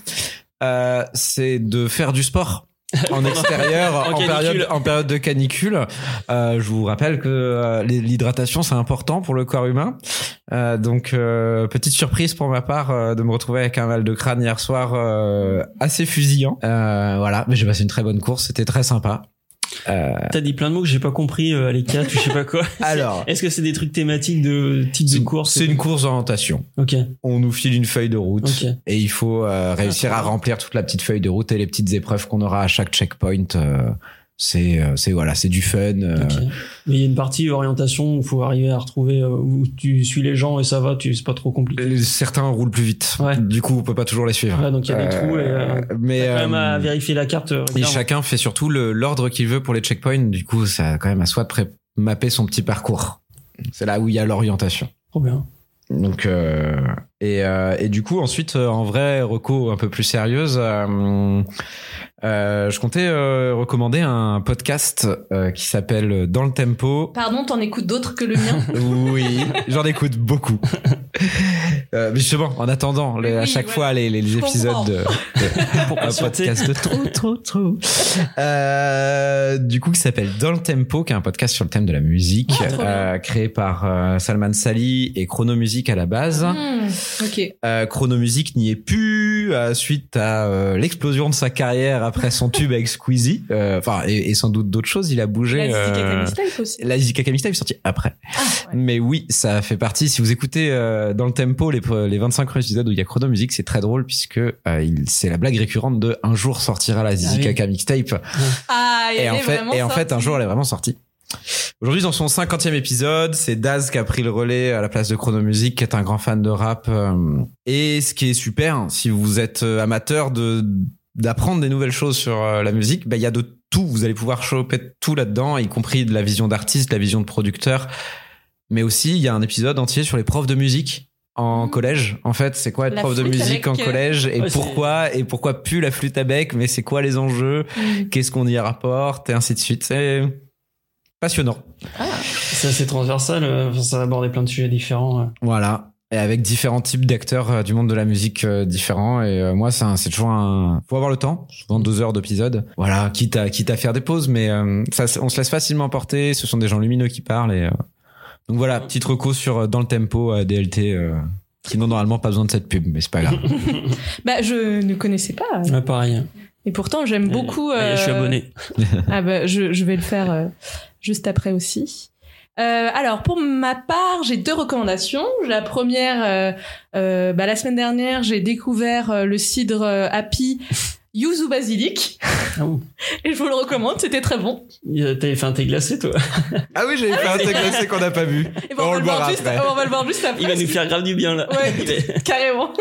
D: euh, c'est de faire du sport en extérieur
B: En
D: en,
B: canicule.
D: période en période de canicule. Euh, je vous rappelle que euh, l'hydratation c'est important pour le corps humain. Euh, donc euh, petite surprise pour ma part euh, de me retrouver avec un mal de crâne hier soir euh, assez fusillant. Euh, voilà, mais j'ai passé une très bonne course, c'était très sympa. Euh,
B: T'as dit plein de mots que j'ai pas compris. Euh, les quatre, ou je sais pas quoi.
D: alors,
B: Est-ce que c'est des trucs thématiques de type
D: c'est
B: de
D: une-
B: course
D: c'est une course d'orientation.
B: Ok,
D: On nous file une feuille de route
B: ok. Ah,
D: et il faut euh, réussir à remplir toute la petite feuille de route et les petites épreuves qu'on aura à chaque checkpoint. euh, c'est euh, c'est voilà, c'est du fun. euh,
B: ok. Mais il y a une partie orientation où il faut arriver à retrouver euh, où tu suis les gens et ça va, tu c'est pas trop compliqué.
D: Euh, Certains roulent plus vite.
B: Ouais.
D: Du coup, on peut pas toujours les suivre.
B: Ouais, donc il y a des trous et, euh,
D: mais
B: T'as quand même
D: euh,
B: à vérifier la carte. euh,
D: et
B: régulièrement.
D: chacun fait surtout le- l'ordre qu'il veut pour les checkpoints. Du coup, ça a quand même à soi de pré- mapper son petit parcours. C'est là où il y a l'orientation.
B: Trop bien.
D: Donc euh, et, euh, et du coup ensuite euh, en vrai reco un peu plus sérieuse, euh, euh, je comptais euh, recommander un podcast euh, qui s'appelle Dans le tempo.
A: Pardon, t'en écoutes d'autres que le mien
D: Oui, j'en écoute beaucoup. Euh, mais justement, en attendant, les-
A: Mais
D: à
A: oui,
D: chaque
A: ouais.
D: fois les, les, les
A: Je
D: épisodes
A: comprends.
D: de, de-
B: Pour
D: un
B: patienter.
D: podcast de trop trop trop. Euh, du coup, qui s'appelle Dans le tempo, qui est un podcast sur le thème de la musique,
A: Ah, trop bien.
D: euh, créé par euh, Salman Sali et Chronomusique à la base.
A: Hmm, Ok.
D: Euh, Chronomusique n'y est plus euh, suite à euh, l'explosion de sa carrière après son tube avec Squeezie. Euh, Enfin, et, et sans doute d'autres choses. Il a bougé.
A: La Zizek
D: euh,
A: Academy Style aussi.
D: la Zika Kamista est sortie après.
A: Ah, ouais.
D: Mais oui, ça fait partie. Si vous écoutez euh, dans le tempo les, pre- les 25 premiers épisodes où il y a Chronomusique, c'est très drôle puisque euh, il- c'est la blague récurrente de un jour sortira la Zizi
B: oui.
D: Kaka mixtape.
A: Ah, il
D: Et en
A: est
D: fait,
A: vraiment
D: et en fait, un
A: sorti.
D: jour, elle est vraiment sortie. Aujourd'hui, dans son 50e épisode, c'est Daz qui a pris le relais à la place de Chronomusique, qui est un grand fan de rap. euh, Et ce qui est super, hein, si vous êtes euh, amateur de d'apprendre des nouvelles choses sur euh, la musique, bah, il y a de tout. Vous allez pouvoir choper tout là-dedans, y compris de la vision d'artiste, la vision de producteur. Mais aussi, il y a un épisode entier sur les profs de musique en
A: Mhm.
D: collège. En fait, c'est quoi être
A: La
D: prof de
A: flûte avec,
D: musique en
A: euh,
D: collège et
B: Ouais, c'est-
D: pourquoi et pourquoi plus la flûte à bec, mais c'est quoi les enjeux
A: Hmm.
D: qu'est-ce qu'on y rapporte et ainsi de suite. C'est passionnant.
B: C'est assez transversal. euh, enfin, ça a abordé plein de sujets différents. euh.
D: Voilà. Et avec différents types d'acteurs euh, du monde de la musique euh, différents. Et euh, moi, c'est un- c'est toujours un. Faut avoir le temps. Souvent deux heures d'épisode. Voilà. Quitte à quitte à faire des pauses, mais euh, ça, c'est- on se laisse facilement porter. Ce sont des gens lumineux qui parlent. Et euh, donc voilà, petite reco sur euh, dans le tempo euh, DLT. euh, qui n'ont normalement pas besoin de cette pub, mais c'est pas grave.
A: Bah, je ne connaissais pas.
B: Ouais, pareil.
A: Et pourtant, j'aime beaucoup.
B: Ouais, Je suis
A: euh,
B: abonné.
A: Ah bah, je, je vais le faire euh, juste après aussi. Euh, alors pour ma part, j'ai deux recommandations. La première, euh, euh, bah, la semaine dernière, j'ai découvert euh, le cidre euh, Happy Yuzu Basilic
B: Ah bon
A: et je vous le recommande. C'était très bon.
B: Il a- T'avais fait un thé glacé, toi.
D: Ah oui, j'avais fait un thé glacé qu'on n'a pas vu.
A: Et ben,
D: On
A: on, va
D: le
A: le voir
D: boira
A: juste,
D: après.
A: on va le voir juste après.
B: Il va nous faire grave du bien, là.
A: Ouais.
B: Il est-
A: carrément.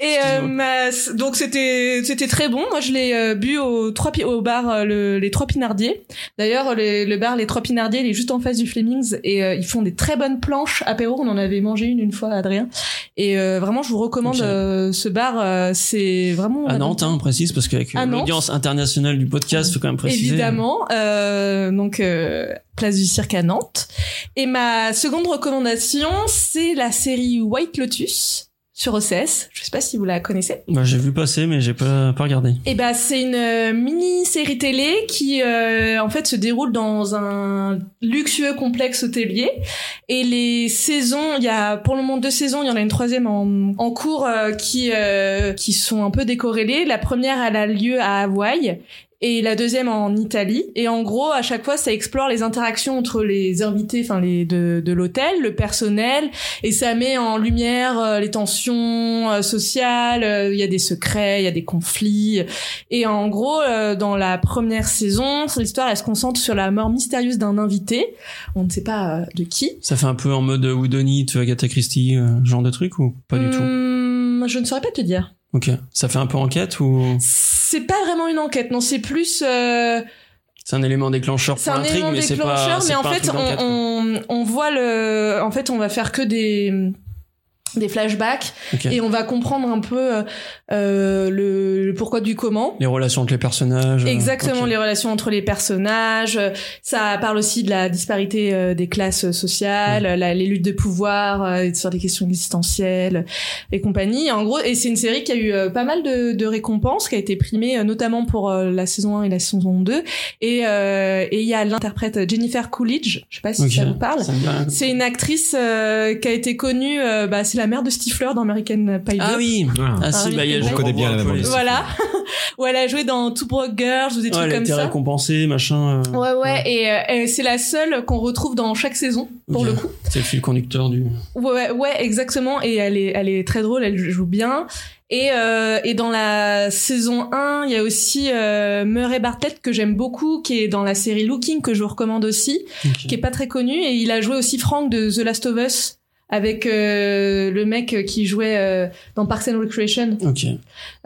A: Et euh,
B: Excuse-moi.
A: ma- donc c'était c'était très bon. Moi je l'ai euh, bu au trois pi- au bar euh, le- les trois pinardiers. D'ailleurs le, le bar les trois pinardiers il est juste en face du Flemings et euh, ils font des très bonnes planches apéro. On en avait mangé une une fois Adrien et euh, vraiment je vous recommande
B: Ok.
A: euh, ce bar. euh, c'est vraiment
B: À Nantes, hein, on précise, parce qu'avec
A: À
B: euh,
A: Nantes.
B: l'audience internationale du podcast, faut quand même préciser.
A: Évidemment, euh, donc euh, place du cirque à Nantes. Et ma seconde recommandation, c'est la série White Lotus sur OCS. Je sais pas si vous la connaissez.
B: Bah, j'ai vu passer, mais j'ai pas, pas regardé.
A: Eh ben, c'est une euh, mini-série télé qui, euh, en fait, se déroule dans un luxueux complexe hôtelier. Et les saisons, il y a pour le moment deux saisons, il y en a une troisième en, en cours euh, qui, euh, qui sont un peu décorrélées. La première, elle a lieu à Hawaï. Et la deuxième en Italie. Et en gros, à chaque fois, ça explore les interactions entre les invités, enfin les de, de l'hôtel, le personnel, et ça met en lumière euh, les tensions euh, sociales. euh, Il y a des secrets, il y a des conflits, et en gros, euh, dans la première saison, l'histoire elle se concentre sur la mort mystérieuse d'un invité. On ne sait pas euh, de qui.
B: Ça fait un peu en mode euh, Whodunit, Agatha Christie, euh, genre de truc, ou pas du tout
A: Hmm, Je ne saurais pas te dire.
B: Ok. Ça fait un peu enquête, ou
A: C'est pas vraiment une enquête, non. C'est plus. euh,
B: c'est un élément déclencheur pour
A: c'est un
B: l'intrigue,
A: élément
B: mais c'est pas.
A: déclencheur,
B: c'est
A: mais en
B: pas un
A: fait,
B: truc d'enquête, quoi.
A: on, on, on voit le. En fait, on va faire que des des flashbacks
B: Ok.
A: et on va comprendre un peu euh, euh, le, le pourquoi du comment.
B: Les relations entre les personnages. euh,
A: Exactement,
B: ok.
A: les relations entre les personnages. euh, Ça parle aussi de la disparité euh, des classes euh, sociales, euh, la- les luttes de pouvoir euh, sur des questions existentielles et compagnie. En gros, et c'est une série qui a eu euh, pas mal de, de récompenses, qui a été primée euh, notamment pour euh, la saison 1 et la saison 2. Et euh, et il y a l'interprète Jennifer Coolidge, je sais pas si
B: Ok.
A: ça vous parle.
B: Ça me dit rien.
A: C'est une actrice euh, qui a été connue, euh, bah, c'est la mère de Stifler dans American Pie 2.
B: Ah oui Ah si,
A: oui,
B: bah, il y a-
A: on
B: je revois
D: connaît bien
B: un
D: la
B: peu
D: bande
B: les-
D: dessinée.
A: Voilà, où elle a joué dans Two Broke Girls ou des
B: Ouais,
A: trucs
B: Oh, elle a
A: comme
B: été
A: ça.
B: récompensée, machin. euh,
A: Ouais, ouais, et, euh, et c'est la seule qu'on retrouve dans chaque saison, pour
B: ok.
A: le coup.
B: C'est le fil conducteur du.
A: Ouais, ouais, ouais, exactement, et elle est, elle est très drôle, elle joue bien. Et, euh, et dans la saison 1, il y a aussi euh, Murray Bartlett, que j'aime beaucoup, qui est dans la série Looking, que je vous recommande aussi,
B: Ok.
A: qui est pas très connu, et il a joué aussi Frank de The Last of Us. avec euh, le mec qui jouait euh, dans Parks and Recreation.
B: Ok.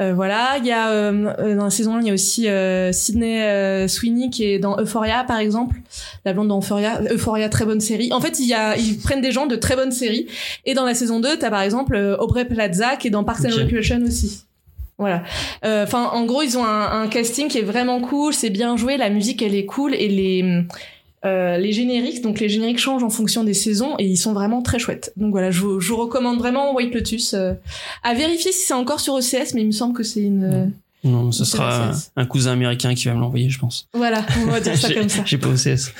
A: Euh, voilà, il y a euh, euh, dans la saison 1, il y a aussi euh, Sydney euh, Sweeney qui est dans Euphoria par exemple, la blonde dans Euphoria, Euphoria très bonne série. En fait, il y a ils prennent des gens de très bonnes séries et dans la saison 2, tu as par exemple euh, Aubrey Plaza qui est dans Parks and
B: Ok.
A: Recreation aussi. Voilà. Euh, Enfin, en gros, ils ont un, un casting qui est vraiment cool, c'est bien joué, la musique elle est cool et les euh, les génériques, donc les génériques changent en fonction des saisons et ils sont vraiment très chouettes. Donc voilà, je vous, je vous recommande vraiment White Lotus. euh, à vérifier si c'est encore sur OCS, mais il me semble que c'est une. euh,
B: Non, ce
A: C'est
B: sera
A: la CS.
B: un cousin américain qui va me l'envoyer, je pense.
A: Voilà, on va dire ça
B: J'ai-
A: comme ça.
B: J'ai pas OCS.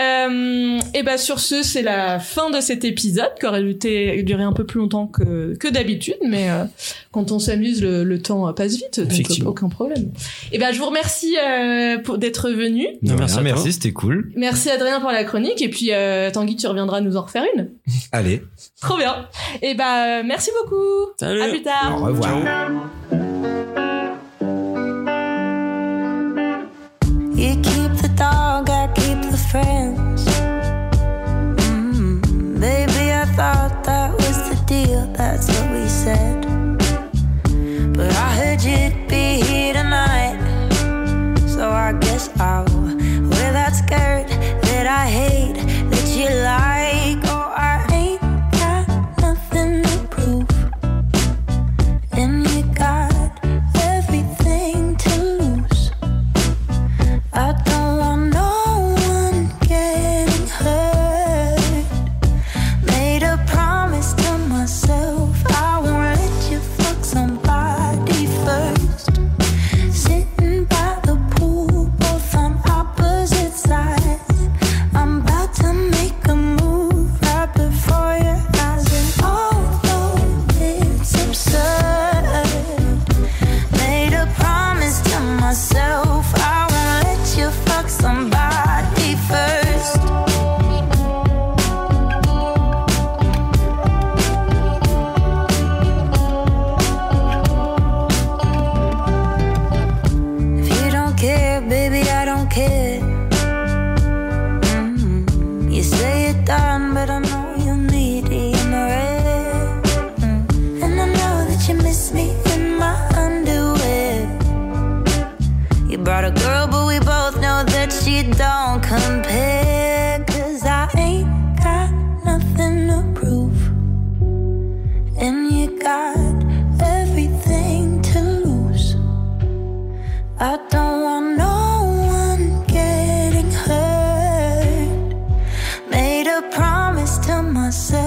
A: Euh, et ben sur ce, c'est la fin de cet épisode qui aurait été- duré un peu plus longtemps que, que d'habitude, mais euh, quand on s'amuse, le, le temps passe vite, donc
B: Effectivement.
A: aucun problème. Et ben je vous remercie euh, pour- d'être venu.
B: Non, merci à toi.
D: merci, c'était cool.
A: Merci Adrien pour la chronique et puis euh, Tanguy, tu reviendras nous en refaire une.
D: Allez,
A: Trop bien. Et ben merci beaucoup.
B: Salut.
A: À plus tard.
D: au revoir.
E: You keep the dog, I keep the friends. Mm, baby, I thought that was the deal, that's what we said. But I heard you'd be here tonight, so I guess I'll wear that skirt that I hate, that you like. Oh, I ain't got nothing to prove, and you got everything to lose. I don't want no one getting hurt. Made a promise to myself I won't let you fuck somebody first. Sitting by the pool, both on opposite sides. I'm about to make a move right before your eyes, and although it's absurd. Made a promise to myself I won't let you fuck somebody first. If you don't care, baby, I don't care. Mm, You say you're done, but I know you need in the red. And I know that you miss me in my underwear. You brought a girl, but we both know that she don't compare. Cause I ain't got nothing to prove. And you got everything to lose. I don't want no one getting hurt. Made a promise to myself.